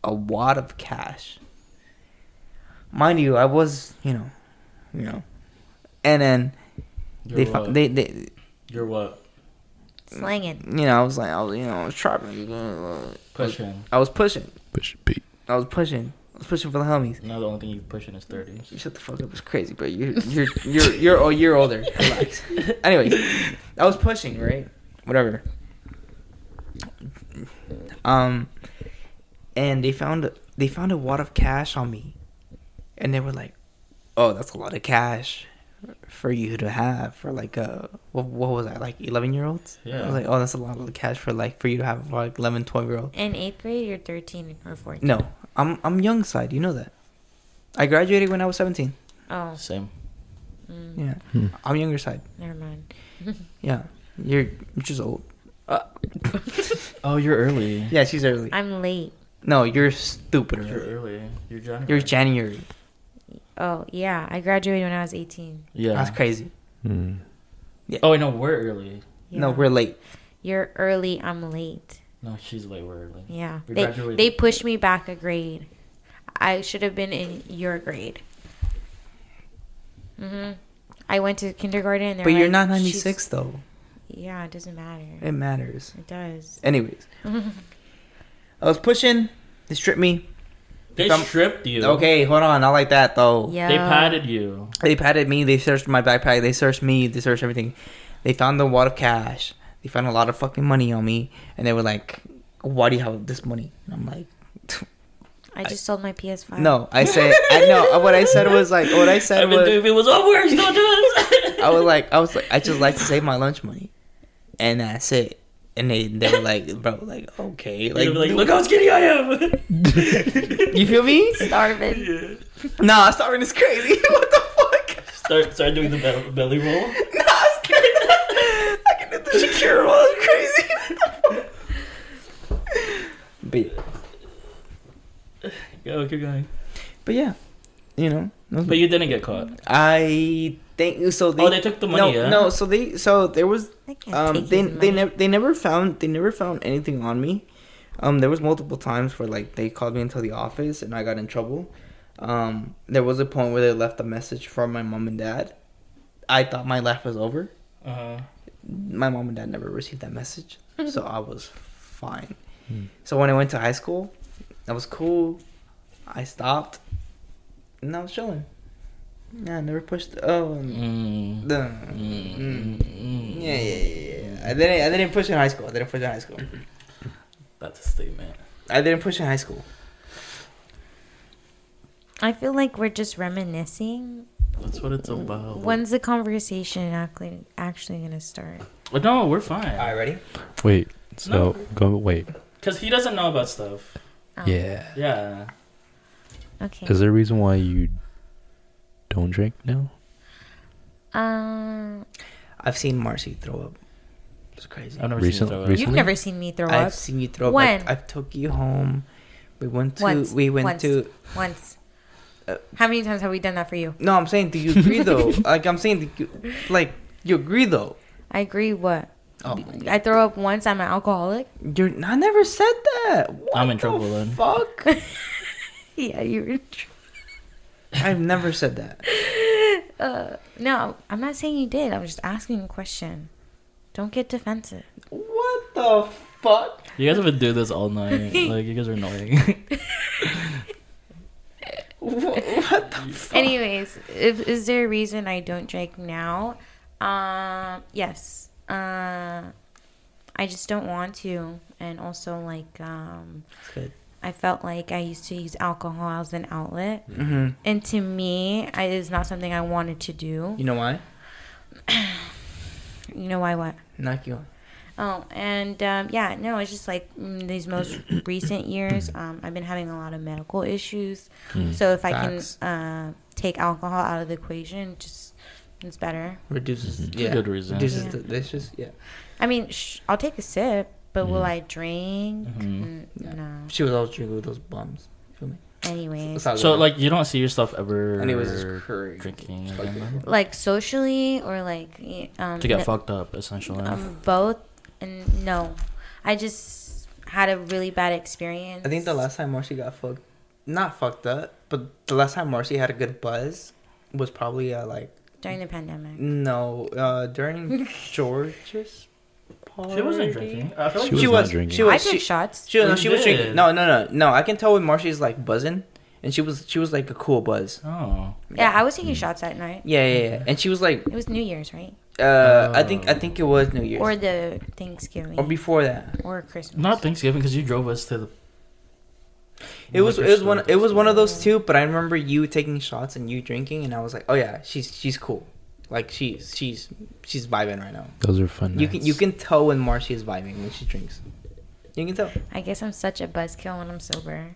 [SPEAKER 3] a wad of cash. Mind you, I was you know, you know, and then
[SPEAKER 4] You're
[SPEAKER 3] they
[SPEAKER 4] what?
[SPEAKER 3] found they they
[SPEAKER 4] You're what?
[SPEAKER 2] slanging.
[SPEAKER 3] you know I was like I was you know I was trapping.
[SPEAKER 4] Pushing.
[SPEAKER 3] I was pushing.
[SPEAKER 5] on. Push B.
[SPEAKER 3] I was pushing. I was pushing for the homies.
[SPEAKER 4] Now the only thing you pushing is thirties.
[SPEAKER 3] You shut the fuck up. It's crazy, bro. You're you're you're you're a year older. Relax. Anyways, I was pushing, right? Whatever. Um, and they found they found a wad of cash on me, and they were like, "Oh, that's a lot of cash for you to have for like uh what, what was that like eleven year olds?" I
[SPEAKER 4] Yeah.
[SPEAKER 3] was like, "Oh, that's a lot of cash for like for you to have for like 11, 12 year old."
[SPEAKER 2] In eighth grade, you're 13 or 14.
[SPEAKER 3] No, I'm I'm young side. You know that. I graduated when I was seventeen.
[SPEAKER 2] Oh,
[SPEAKER 4] Same.
[SPEAKER 2] mm,
[SPEAKER 3] Yeah,
[SPEAKER 5] Hmm.
[SPEAKER 3] I'm younger side.
[SPEAKER 2] never mind.
[SPEAKER 3] Yeah, you're you're just old.
[SPEAKER 4] Oh, you're early.
[SPEAKER 3] Yeah, she's early.
[SPEAKER 2] I'm late.
[SPEAKER 3] No, you're stupid
[SPEAKER 4] You're
[SPEAKER 3] early.
[SPEAKER 4] early. You're January.
[SPEAKER 3] You're January.
[SPEAKER 2] Oh yeah, I graduated when I was 18.
[SPEAKER 4] yeah.
[SPEAKER 3] That's crazy.
[SPEAKER 5] Hmm.
[SPEAKER 4] Oh, I know we're early.
[SPEAKER 2] Yeah.
[SPEAKER 3] No, we're late.
[SPEAKER 2] You're early. I'm late.
[SPEAKER 4] No, she's late. We're early.
[SPEAKER 2] Yeah.
[SPEAKER 4] We
[SPEAKER 2] they
[SPEAKER 4] graduated.
[SPEAKER 2] they pushed me back a grade. I should have been in your grade. Mhm. I went to kindergarten. And they
[SPEAKER 3] But
[SPEAKER 2] were
[SPEAKER 3] you're
[SPEAKER 2] like,
[SPEAKER 3] not
[SPEAKER 2] "She's-"
[SPEAKER 3] 96 though.
[SPEAKER 2] Yeah, it doesn't matter.
[SPEAKER 3] It matters.
[SPEAKER 2] It does.
[SPEAKER 3] Anyways, I was pushing. They stripped me.
[SPEAKER 4] They
[SPEAKER 3] Some-
[SPEAKER 4] stripped you.
[SPEAKER 3] Okay, hold on. Not like that though.
[SPEAKER 2] Yeah.
[SPEAKER 4] They patted you.
[SPEAKER 3] They patted me. They searched my backpack. They searched me. They searched everything. They found the wad of cash. They found a lot of fucking money on me, and they were like, "Why do you have this money?" And I'm like.
[SPEAKER 2] I just sold my PS5.
[SPEAKER 3] No, I said I know uh, what I said was like what I said
[SPEAKER 4] I've been
[SPEAKER 3] was
[SPEAKER 4] doing people's homework. Don't do this.
[SPEAKER 3] I was like, I was like, I just like to save my lunch money. and that's it. And they they were like, bro, like okay, like,
[SPEAKER 4] You're like,
[SPEAKER 3] dude,
[SPEAKER 4] look how skinny I am.
[SPEAKER 3] you feel me?
[SPEAKER 2] Starving.
[SPEAKER 4] Yeah.
[SPEAKER 3] Nah, starving is crazy. what the fuck?
[SPEAKER 4] Start start doing the bell- belly roll.
[SPEAKER 3] Nah, I can't- I can do the Shakira one. That's crazy. What the fuck? But
[SPEAKER 4] Go, keep going.
[SPEAKER 3] but yeah, you know. those-
[SPEAKER 4] But you didn't get caught.
[SPEAKER 3] I think so. They,
[SPEAKER 4] Oh, they took the money,
[SPEAKER 3] No,
[SPEAKER 4] yeah?
[SPEAKER 3] no. So they so there was
[SPEAKER 2] I can't
[SPEAKER 3] um
[SPEAKER 2] take
[SPEAKER 3] they
[SPEAKER 2] his money.
[SPEAKER 3] they never they never found they never found anything on me um there was multiple times where like they called me into the office and i got in trouble um there was a point where they left a message from my mom and dad i thought my life was over
[SPEAKER 4] Uh-huh.
[SPEAKER 3] my mom and dad never received that message so i was fine so when i went to high school that was cool i stopped and i was chilling yeah i never pushed oh and
[SPEAKER 4] Mm.
[SPEAKER 3] the, mm.
[SPEAKER 4] Mm.
[SPEAKER 3] Yeah, yeah, yeah. yeah. I didn't. I didn't push in high school. I didn't push in high school.
[SPEAKER 4] That's a statement.
[SPEAKER 3] I didn't push in high school.
[SPEAKER 2] I feel like we're just reminiscing.
[SPEAKER 4] That's what it's
[SPEAKER 5] Oh.
[SPEAKER 4] about.
[SPEAKER 2] When's the conversation actually actually gonna start?
[SPEAKER 4] But no, we're fine.
[SPEAKER 3] ready?
[SPEAKER 5] Wait. So go wait.
[SPEAKER 4] Cause he doesn't know about stuff.
[SPEAKER 2] Oh,
[SPEAKER 5] Yeah.
[SPEAKER 4] Yeah.
[SPEAKER 2] Okay.
[SPEAKER 5] Is there a reason why you don't drink now?
[SPEAKER 2] Um,
[SPEAKER 3] I've seen Marcy throw up. It's crazy.
[SPEAKER 4] I've never seen you
[SPEAKER 5] Recent-
[SPEAKER 4] throw
[SPEAKER 5] recent-
[SPEAKER 2] you've
[SPEAKER 5] Recently?
[SPEAKER 2] never seen me throw
[SPEAKER 3] I've
[SPEAKER 2] up
[SPEAKER 3] seen you throw up.
[SPEAKER 2] When?
[SPEAKER 3] I've, I've took you home. We went to.
[SPEAKER 2] Once.
[SPEAKER 3] We went
[SPEAKER 2] Once.
[SPEAKER 3] to.
[SPEAKER 2] once. How many times have we done that for you?
[SPEAKER 3] No, I'm saying. Do you agree though? like I'm saying. Do you, like you agree though?
[SPEAKER 2] I agree. What?
[SPEAKER 3] Oh,
[SPEAKER 2] I throw up once. I'm an alcoholic.
[SPEAKER 3] you're. I never said that. What
[SPEAKER 4] I'm in
[SPEAKER 3] the
[SPEAKER 4] trouble then.
[SPEAKER 3] Fuck.
[SPEAKER 2] Yeah, you were. tr-
[SPEAKER 3] I've never said that.
[SPEAKER 2] No, I'm not saying you did. I'm just asking a question. Don't get defensive.
[SPEAKER 3] What the fuck?
[SPEAKER 4] You guys have been doing this all night. Like you guys are annoying.
[SPEAKER 3] What, what the fuck?
[SPEAKER 2] Anyways, if, is there a reason I don't drink now? Um, yes. Uh, I just don't want to, and also like um,
[SPEAKER 3] That's good.
[SPEAKER 2] I felt like I used to use alcohol as an outlet,
[SPEAKER 3] hmm
[SPEAKER 2] and to me, I, it is not something I wanted to do.
[SPEAKER 3] You know why?
[SPEAKER 2] You know why? What?
[SPEAKER 3] Knock you.
[SPEAKER 2] Oh, and um, yeah, no, it's just like mm, these most recent years, um, I've been having a lot of medical issues. So if
[SPEAKER 3] Facts.
[SPEAKER 2] I can uh, take alcohol out of the equation, just it's better.
[SPEAKER 3] reduces
[SPEAKER 4] a
[SPEAKER 3] yeah
[SPEAKER 4] Mm-hmm. good reason.
[SPEAKER 3] reduces
[SPEAKER 2] Yeah.
[SPEAKER 3] the this just yeah
[SPEAKER 2] I mean, sh- I'll take a sip, but will I drink? Mm,
[SPEAKER 3] Mm-hmm. Yeah.
[SPEAKER 2] No.
[SPEAKER 3] she was always drinking with those bums feel me
[SPEAKER 2] Anyways,
[SPEAKER 4] so like you don't see yourself ever
[SPEAKER 3] Mm. Anyways, it's crazy.
[SPEAKER 4] drinking
[SPEAKER 3] It's
[SPEAKER 4] again,
[SPEAKER 3] like-
[SPEAKER 4] then?
[SPEAKER 2] like socially or like y- um,
[SPEAKER 4] to get
[SPEAKER 2] no-
[SPEAKER 4] fucked up essentially.
[SPEAKER 2] um, both, and no, I just had a really bad experience.
[SPEAKER 3] i think the last time marcy got fucked not fucked up but the last time marcy had a good buzz was probably uh, like
[SPEAKER 2] during the pandemic.
[SPEAKER 3] no uh during george's party
[SPEAKER 4] she wasn't drinking. I feel like
[SPEAKER 5] She was
[SPEAKER 3] she
[SPEAKER 5] not
[SPEAKER 3] was
[SPEAKER 5] drinking.
[SPEAKER 3] she
[SPEAKER 2] I
[SPEAKER 3] was
[SPEAKER 2] took
[SPEAKER 3] she,
[SPEAKER 2] shots.
[SPEAKER 3] she, no,
[SPEAKER 4] You
[SPEAKER 3] she was
[SPEAKER 4] did.
[SPEAKER 3] drinking no no no no i can tell when marcy's like buzzing and she was she was like a cool buzz
[SPEAKER 4] Oh.
[SPEAKER 2] Yeah, I was taking shots that night.
[SPEAKER 3] yeah yeah yeah and she was like
[SPEAKER 2] It was New Year's, right?
[SPEAKER 3] uh i think i think it was new year's
[SPEAKER 2] Or
[SPEAKER 3] or,
[SPEAKER 2] the Thanksgiving. Or,
[SPEAKER 3] before that
[SPEAKER 2] Christmas.
[SPEAKER 4] Not Thanksgiving because you drove us to the.
[SPEAKER 3] It was it
[SPEAKER 4] liquor
[SPEAKER 3] was
[SPEAKER 4] store
[SPEAKER 3] one it was one of those
[SPEAKER 2] Yeah.
[SPEAKER 3] two, but I remember you taking shots and you drinking, and I was like, oh yeah, she's she's cool, like she's she's she's vibing right now.
[SPEAKER 5] Those are fun.
[SPEAKER 3] You can you can tell when Marcy is vibing when she drinks. You can tell.
[SPEAKER 2] I guess I'm such a buzzkill when I'm sober.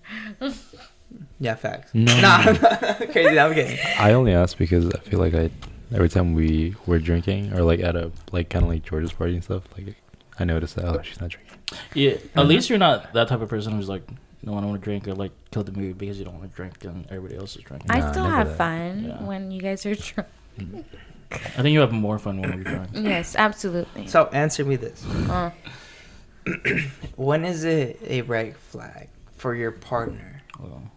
[SPEAKER 3] Yeah, facts.
[SPEAKER 5] No.
[SPEAKER 3] Nah, I'm not- crazy. I'm kidding.
[SPEAKER 5] I only ask because I feel like I every time we were drinking or like at a like kind of like George's party and stuff like I noticed that oh she's not drinking.
[SPEAKER 4] Yeah. At least you're not that type of person who's like, no, I don't want to drink or like kill the mood because you don't want to drink and everybody else is drinking. I,
[SPEAKER 2] I
[SPEAKER 5] Nah,
[SPEAKER 2] still
[SPEAKER 5] never
[SPEAKER 2] have
[SPEAKER 5] that.
[SPEAKER 2] fun
[SPEAKER 4] Yeah.
[SPEAKER 2] when you guys are drunk.
[SPEAKER 4] think you have more fun when you're drunk.
[SPEAKER 2] Yes, absolutely.
[SPEAKER 3] So answer me this:
[SPEAKER 2] Uh,
[SPEAKER 3] When is it a red flag for your partner
[SPEAKER 4] Well,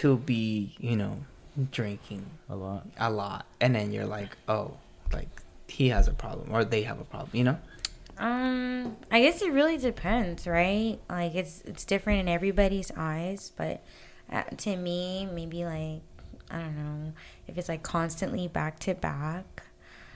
[SPEAKER 3] to be you know drinking
[SPEAKER 4] a lot.
[SPEAKER 3] a lot, and then you're like, oh, like he has a problem or they have a problem, you know?
[SPEAKER 2] um, I guess it really depends, right? Like it's it's different in everybody's eyes, but uh, to me, maybe like I don't know if it's like constantly back to back,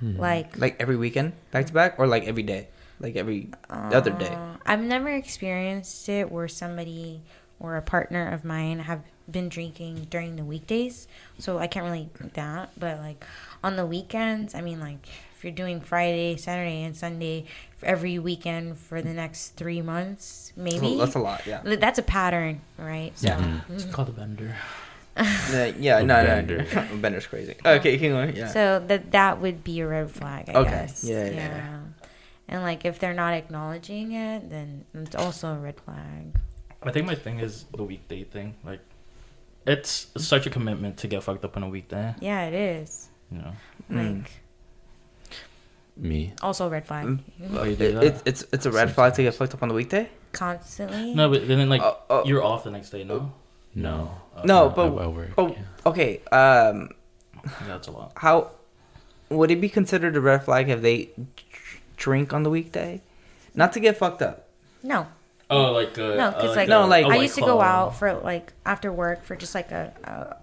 [SPEAKER 2] like
[SPEAKER 3] Like every weekend, back to back, or like every day, like every other day.
[SPEAKER 2] Uh, I've never experienced it where somebody or a partner of mine have been drinking during the weekdays, so I can't relate with that. But like on the weekends, I mean, like if you're doing Friday, Saturday, and Sunday for every weekend for the next three months, maybe
[SPEAKER 3] Oh, That's a lot, yeah.
[SPEAKER 2] Th- that's a pattern, right? So,
[SPEAKER 3] Yeah.
[SPEAKER 2] Mm.
[SPEAKER 4] It's called a bender.
[SPEAKER 3] Uh, yeah,
[SPEAKER 5] A
[SPEAKER 3] no, no,
[SPEAKER 5] bender.
[SPEAKER 3] no. Bender's crazy. Okay, keep going. Yeah.
[SPEAKER 2] so that that would be a red flag, I
[SPEAKER 3] Okay.
[SPEAKER 2] guess.
[SPEAKER 3] Yeah, yeah, yeah.
[SPEAKER 2] And like if they're not acknowledging it, then it's also a red flag.
[SPEAKER 4] I think my thing is the weekday thing. Like, it's such a commitment to get fucked up on a weekday.
[SPEAKER 2] Yeah, it is.
[SPEAKER 4] You know.
[SPEAKER 3] Mm.
[SPEAKER 2] Like
[SPEAKER 5] Me.
[SPEAKER 2] also a red flag.
[SPEAKER 4] Oh, you
[SPEAKER 3] It,
[SPEAKER 4] do that?
[SPEAKER 3] it's- it's it's a red flag to get fucked up on the weekday.
[SPEAKER 2] Constantly.
[SPEAKER 4] No, but then like
[SPEAKER 3] Uh,
[SPEAKER 2] Oh,
[SPEAKER 3] uh,
[SPEAKER 4] you're off the next day. No. Oh,
[SPEAKER 5] No.
[SPEAKER 3] No,
[SPEAKER 5] I-
[SPEAKER 3] but
[SPEAKER 5] I, I work.
[SPEAKER 3] but
[SPEAKER 5] yeah.
[SPEAKER 3] okay. Um,
[SPEAKER 4] Yeah, That's a lot.
[SPEAKER 3] how would it be considered a red flag if they dr- drink on the weekday? Not to get fucked up.
[SPEAKER 2] No.
[SPEAKER 4] Oh, like uh,
[SPEAKER 2] No, because
[SPEAKER 4] uh,
[SPEAKER 2] like,
[SPEAKER 4] a-
[SPEAKER 3] No, like-
[SPEAKER 4] a
[SPEAKER 2] I
[SPEAKER 4] White
[SPEAKER 2] used to go
[SPEAKER 4] Claw.
[SPEAKER 2] out for like after work for just like a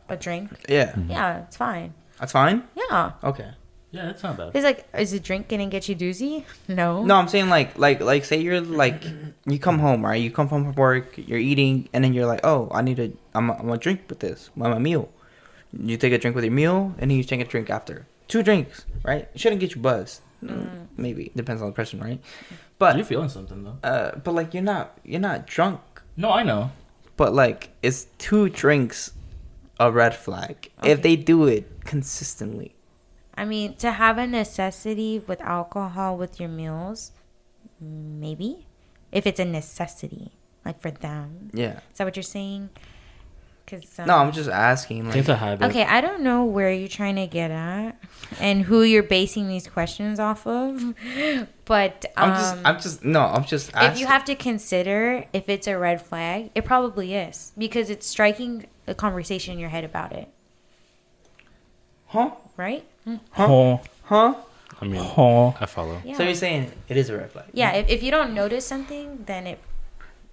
[SPEAKER 2] a, a drink.
[SPEAKER 3] Yeah,
[SPEAKER 2] Yeah, it's fine.
[SPEAKER 3] that's fine.
[SPEAKER 2] Yeah,
[SPEAKER 3] Okay.
[SPEAKER 4] Yeah, it's not bad.
[SPEAKER 2] it's like is a drink gonna get you doozy? No.
[SPEAKER 3] No, I'm saying like like like say you're
[SPEAKER 2] Mm-hmm,
[SPEAKER 3] like you come home right. You come home from work. You're eating, and then you're like, oh, I need a I'm a, I'm a drink with this. I'm a meal. You take a drink with your meal, and then you take a drink after. Two drinks, right? It shouldn't get you buzzed. Mm, Maybe depends on the person, right? But
[SPEAKER 4] You're feeling something though.
[SPEAKER 3] uh, but like you're not you're not drunk
[SPEAKER 4] No, I know.
[SPEAKER 3] but like it's two drinks a red flag if they do it consistently
[SPEAKER 2] I mean, to have a necessity with alcohol with your meals, maybe if it's a necessity, like for them.
[SPEAKER 3] yeah
[SPEAKER 2] Is that what you're saying? Cause um,
[SPEAKER 3] no i'm just asking
[SPEAKER 4] I
[SPEAKER 3] like
[SPEAKER 4] think it's a habit.
[SPEAKER 2] Okay, I don't know where you're trying to get at and who you're basing these questions off of, but um,
[SPEAKER 3] i'm just i'm just no i'm just asking
[SPEAKER 2] if you have to consider if it's a red flag, it probably is because it's striking a conversation in your head about it,
[SPEAKER 3] huh
[SPEAKER 2] right?
[SPEAKER 4] Huh.
[SPEAKER 3] huh
[SPEAKER 5] I mean,
[SPEAKER 4] Huh.
[SPEAKER 5] I follow.
[SPEAKER 2] Yeah.
[SPEAKER 3] so you're saying it is a red flag
[SPEAKER 2] yeah, if, if you don't notice something, then it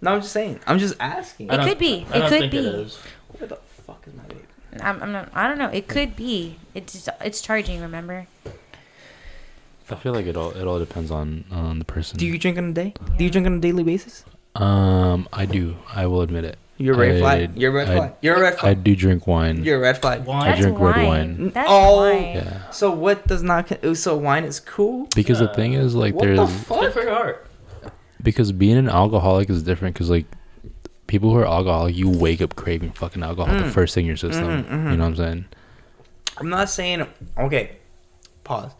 [SPEAKER 3] no i'm just saying i'm just asking
[SPEAKER 4] I don't-
[SPEAKER 2] could be.
[SPEAKER 4] I
[SPEAKER 2] It
[SPEAKER 4] don't
[SPEAKER 2] could
[SPEAKER 4] think
[SPEAKER 2] be.
[SPEAKER 4] is.
[SPEAKER 3] where the fuck is my baby
[SPEAKER 2] I'm, I'm not, I don't know. It could be. It's just, it's charging. Remember?
[SPEAKER 5] I feel like it all it all depends on on the person.
[SPEAKER 3] do you drink on a day do you drink on a daily basis
[SPEAKER 5] Um, I do. I will admit it.
[SPEAKER 3] you're a red
[SPEAKER 5] I-
[SPEAKER 3] flag you're a red
[SPEAKER 5] I-
[SPEAKER 3] flag you're a red
[SPEAKER 5] I
[SPEAKER 3] flag
[SPEAKER 5] do drink wine.
[SPEAKER 3] you're a red flag
[SPEAKER 5] I
[SPEAKER 4] Why?
[SPEAKER 5] drink red wine.
[SPEAKER 2] That's
[SPEAKER 3] Oh.
[SPEAKER 2] wine.
[SPEAKER 5] yeah.
[SPEAKER 3] so what does not con- oh, so wine is cool
[SPEAKER 5] Because the thing is, like,
[SPEAKER 3] what
[SPEAKER 5] there's
[SPEAKER 3] the fuck
[SPEAKER 4] for your heart.
[SPEAKER 5] because being an alcoholic is different. Because like, people who are alcoholic, you wake up craving fucking alcohol
[SPEAKER 3] Mm.
[SPEAKER 5] the first thing in your system.
[SPEAKER 3] Mm-hmm,
[SPEAKER 5] You know what I'm saying?
[SPEAKER 3] I'm not saying okay. Pause.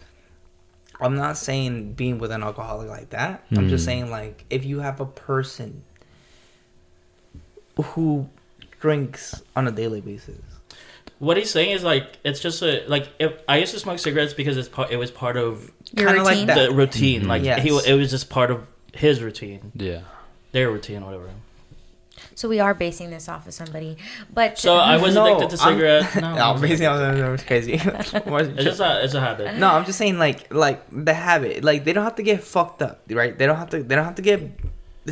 [SPEAKER 3] I'm not saying being with an alcoholic like that. I'm just saying like if you have a person who drinks on a daily basis.
[SPEAKER 4] What he's saying is like it's just a like if I used to smoke cigarettes because it's part it was part of
[SPEAKER 2] Your
[SPEAKER 3] Kinda like
[SPEAKER 2] routine?
[SPEAKER 3] that.
[SPEAKER 4] the routine. Like
[SPEAKER 3] Yes.
[SPEAKER 4] he it was just part of his routine,
[SPEAKER 5] Yeah.
[SPEAKER 4] their routine, whatever.
[SPEAKER 2] So we are basing this off of somebody, but
[SPEAKER 4] So I was
[SPEAKER 3] No,
[SPEAKER 4] addicted to
[SPEAKER 3] I'm-
[SPEAKER 4] cigarettes. No,
[SPEAKER 3] No,
[SPEAKER 4] I'm
[SPEAKER 3] basically,
[SPEAKER 4] just-
[SPEAKER 3] I was crazy.
[SPEAKER 4] it's just a it's a habit.
[SPEAKER 3] no, I'm just saying like like the habit. Like they don't have to get fucked up, right? They don't have to. They don't have to get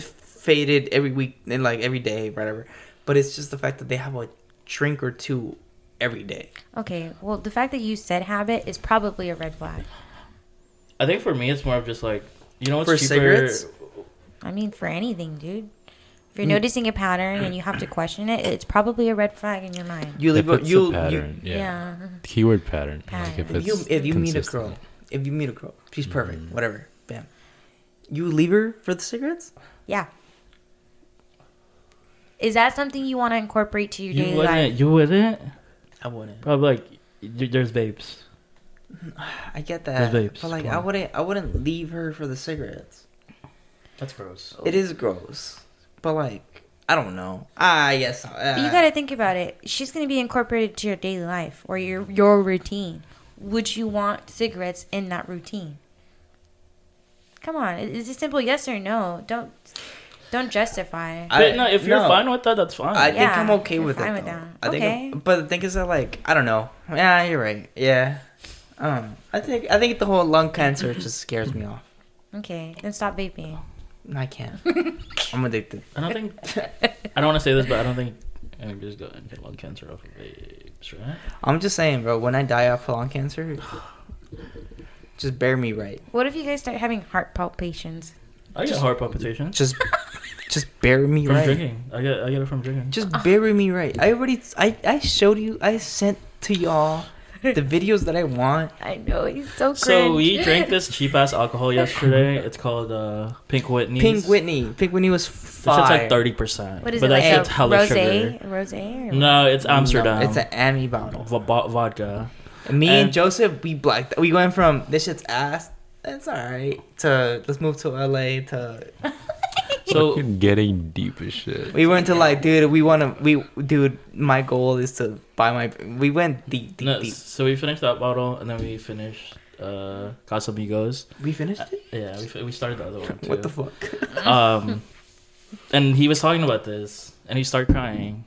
[SPEAKER 3] faded every week and like every day, whatever. But it's just the fact that they have a drink or two every day.
[SPEAKER 2] okay. Well, the fact that you said habit is probably a red flag.
[SPEAKER 4] I think for me, it's more of just like you know what's
[SPEAKER 3] For
[SPEAKER 4] cheaper.
[SPEAKER 3] cigarettes?
[SPEAKER 2] I mean, for anything, dude. If you're noticing a pattern and you have to question it, it's probably a red flag in your mind.
[SPEAKER 3] You
[SPEAKER 5] If
[SPEAKER 3] leave. A,
[SPEAKER 5] it's
[SPEAKER 3] you,
[SPEAKER 5] a
[SPEAKER 3] you
[SPEAKER 5] pattern. yeah.
[SPEAKER 2] Yeah.
[SPEAKER 5] Keyword pattern. Like if
[SPEAKER 2] Pattern.
[SPEAKER 3] If
[SPEAKER 5] it's
[SPEAKER 3] you if you meet a
[SPEAKER 5] consistent.
[SPEAKER 3] girl, if you meet a girl, she's perfect, whatever, bam. You leave her for the cigarettes?
[SPEAKER 2] Yeah. Is that something you want to incorporate to your
[SPEAKER 4] You
[SPEAKER 2] daily
[SPEAKER 4] wouldn't.
[SPEAKER 2] life?
[SPEAKER 4] You wouldn't.
[SPEAKER 3] I wouldn't.
[SPEAKER 4] Probably like y- there's babes.
[SPEAKER 3] I get that,
[SPEAKER 4] There's vapes,
[SPEAKER 3] but like
[SPEAKER 4] come
[SPEAKER 3] I
[SPEAKER 4] on.
[SPEAKER 3] wouldn't. I wouldn't leave her for the cigarettes.
[SPEAKER 4] That's gross.
[SPEAKER 3] It is gross, but like I don't know. Ah, yes. Uh,
[SPEAKER 2] But you got to think about it. She's going to be incorporated to your daily life or your your routine. Would you want cigarettes in that routine? Come on, it- it's a simple yes or no. Don't don't justify.
[SPEAKER 4] But no, if you're
[SPEAKER 3] no.
[SPEAKER 4] fine with that, that's fine.
[SPEAKER 3] I think
[SPEAKER 2] Yeah,
[SPEAKER 3] I'm okay
[SPEAKER 2] you're
[SPEAKER 3] with it.
[SPEAKER 2] fine with
[SPEAKER 3] though.
[SPEAKER 2] that.
[SPEAKER 3] I think I'm-
[SPEAKER 2] Okay.
[SPEAKER 3] but the thing is that like I don't know. Yeah, you're right. Yeah. Um, I think I think the whole lung cancer just scares me off.
[SPEAKER 2] Okay, then stop vaping.
[SPEAKER 3] I can't. I'm addicted.
[SPEAKER 4] I don't think. I don't want to say this, but I don't think. I just got and get lung cancer off of babes, right?
[SPEAKER 3] I'm just saying, bro. When I die off of lung cancer, just bear me right.
[SPEAKER 2] What if you guys start having heart palpitations?
[SPEAKER 4] I get heart palpitations
[SPEAKER 3] Just, just bury me
[SPEAKER 4] from
[SPEAKER 3] right.
[SPEAKER 4] drinking. I get I get it from drinking.
[SPEAKER 3] Just bury me right. I already, I, I showed you. I sent to y'all the videos that I want.
[SPEAKER 2] I know he's so cringe.
[SPEAKER 4] So we drank this cheap ass alcohol yesterday. It's called uh, Pink Whitney.
[SPEAKER 3] Pink Whitney. Pink Whitney was
[SPEAKER 4] This
[SPEAKER 3] five.
[SPEAKER 4] shit's like thirty percent.
[SPEAKER 2] What is it
[SPEAKER 4] but that
[SPEAKER 2] like?
[SPEAKER 4] shit's
[SPEAKER 2] A
[SPEAKER 4] hella
[SPEAKER 2] rose,
[SPEAKER 4] sugar.
[SPEAKER 2] rose. or-
[SPEAKER 4] No, it's Amsterdam.
[SPEAKER 3] No, it's an Ami
[SPEAKER 4] V-
[SPEAKER 3] bottle.
[SPEAKER 4] vo- vodka.
[SPEAKER 3] Me and,
[SPEAKER 4] And-
[SPEAKER 3] Joseph, we blacked. We went from this shit's ass. That's all right. To let's move to LA. To
[SPEAKER 4] So
[SPEAKER 5] Fucking getting deep as shit.
[SPEAKER 3] we went to like, dude, we want to. We dude, my goal is to buy my. We went deep, deep,
[SPEAKER 4] no,
[SPEAKER 3] deep.
[SPEAKER 4] so we finished that bottle, and then we finished uh, Casamigos.
[SPEAKER 3] We finished it.
[SPEAKER 4] Yeah, we, fi- we started the other one too.
[SPEAKER 3] What the fuck?
[SPEAKER 4] um, and he was talking about this, and he started crying.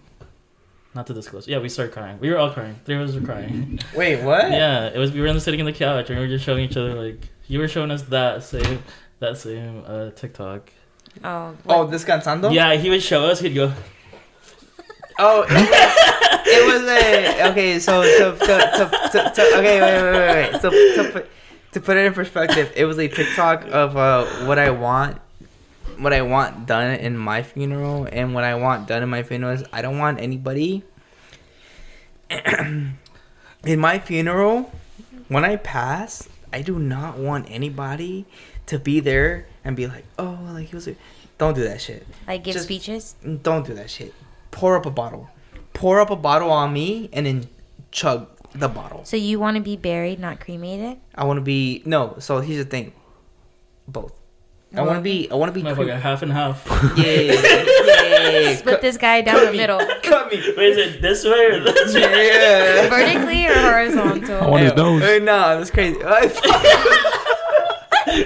[SPEAKER 4] Not to disclose. Yeah, we started crying. We were all crying. Three of us were crying.
[SPEAKER 3] Wait, what?
[SPEAKER 4] yeah, it was. We were in the- sitting in the couch, and we were just showing each other like you were showing us that same that same uh, TikTok.
[SPEAKER 2] Oh,
[SPEAKER 3] Oh,
[SPEAKER 2] what-
[SPEAKER 3] descansando.
[SPEAKER 4] Yeah, he would show us. He'd go.
[SPEAKER 3] Oh, it was, it was a okay. So to, to, to, to, to okay, wait, wait, wait, wait. So to, put- to put it in perspective, it was a TikTok of uh, what I want, what I want done in my funeral, and what I want done in my funeral is I don't want anybody in my funeral when I pass. I do not want anybody to be there and be like, oh, like he was. A, don't do that shit
[SPEAKER 2] like give
[SPEAKER 3] just-
[SPEAKER 2] speeches.
[SPEAKER 3] don't do that shit. Pour up a bottle. Pour up a bottle on me and then chug the bottle.
[SPEAKER 2] So you want to be buried, not cremated?
[SPEAKER 3] I want to be no. So here's the thing, both. I want to be. I want to be. Cre-
[SPEAKER 4] Motherfucker,
[SPEAKER 3] yeah,
[SPEAKER 4] half and half.
[SPEAKER 3] yeah, yeah, yeah, yeah, yeah.
[SPEAKER 2] Split this guy down the middle,
[SPEAKER 3] Cut me.
[SPEAKER 4] Wait, is it this way or this way?
[SPEAKER 3] Yeah.
[SPEAKER 2] vertically or horizontal.
[SPEAKER 5] I On wanna- his
[SPEAKER 3] Ew.
[SPEAKER 5] nose.
[SPEAKER 3] Uh, No, that's crazy.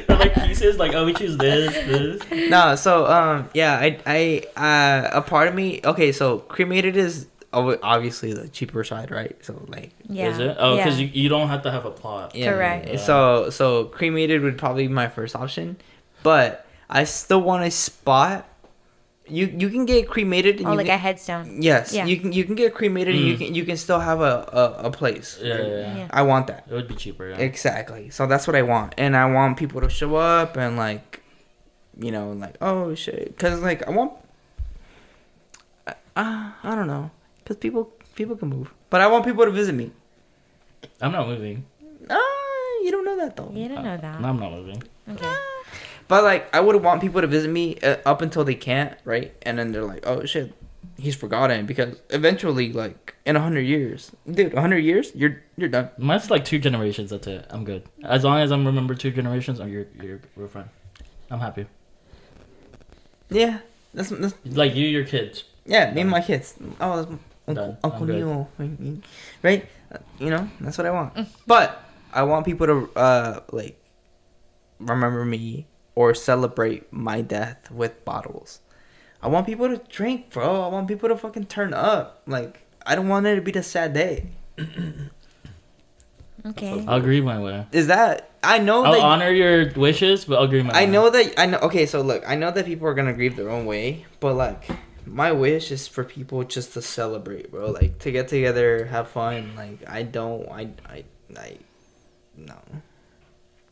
[SPEAKER 4] Or like pieces? Like, oh, we choose this, this.
[SPEAKER 3] no, so um, yeah, I, I, uh, a part of me. Okay, so cremated is ob- obviously the cheaper side, right? So like,
[SPEAKER 2] yeah.
[SPEAKER 4] Is it? Oh, because
[SPEAKER 2] yeah.
[SPEAKER 4] you, you don't have to have a plot.
[SPEAKER 3] Yeah.
[SPEAKER 2] Correct.
[SPEAKER 4] Yeah.
[SPEAKER 3] So so cremated would probably be my first option, but I still want a spot. You you can get cremated. And
[SPEAKER 2] Oh,
[SPEAKER 3] you
[SPEAKER 2] like
[SPEAKER 3] can,
[SPEAKER 2] a headstone.
[SPEAKER 3] yes,
[SPEAKER 2] Yeah.
[SPEAKER 3] you can you can get cremated and you
[SPEAKER 4] Mm.
[SPEAKER 3] can you can still have a a, a place.
[SPEAKER 4] Yeah, yeah, yeah.
[SPEAKER 2] Yeah.
[SPEAKER 3] I want that
[SPEAKER 4] It would be cheaper. Yeah.
[SPEAKER 3] exactly. So that's what I want, and I want people to show up and like, you know, like oh shit, because like I want. Uh, I don't know, because people people can move, but I want people to visit me.
[SPEAKER 4] I'm not moving.
[SPEAKER 3] Ah, you don't know that though.
[SPEAKER 2] You don't know that.
[SPEAKER 4] Uh, No, I'm not moving.
[SPEAKER 2] Okay.
[SPEAKER 3] But like, I would want people to visit me uh, up until they can't, right? And then they're like, "Oh shit, he's forgotten." Because eventually, like in a hundred years, dude, a hundred years, you're you're done.
[SPEAKER 4] Mine's like two generations. That's it. I'm good. As long as I'm remembered two generations, I'm your your we're fine. I'm happy.
[SPEAKER 3] Yeah, that's, that's
[SPEAKER 4] Like you, your kids.
[SPEAKER 3] yeah. Me and my kids. Oh, that's
[SPEAKER 4] Done.
[SPEAKER 3] Uncle, Uncle
[SPEAKER 4] I'm good.
[SPEAKER 3] Neil, right? Uh, You know, that's what I want. But I want people to uh like remember me or celebrate my death with bottles. I want people to drink, bro. I want people to fucking turn up. Like, I don't want it to be the sad day.
[SPEAKER 2] Okay.
[SPEAKER 3] Mm.
[SPEAKER 4] I'll agree my way.
[SPEAKER 3] Is that I know
[SPEAKER 4] I'll
[SPEAKER 3] that
[SPEAKER 4] honor your wishes, but I'll agree my way.
[SPEAKER 3] I know that I know okay, so look, I know that people are gonna grieve their own way, but like my wish is for people just to celebrate, bro. Like to get together, have fun. Like I don't I I I no.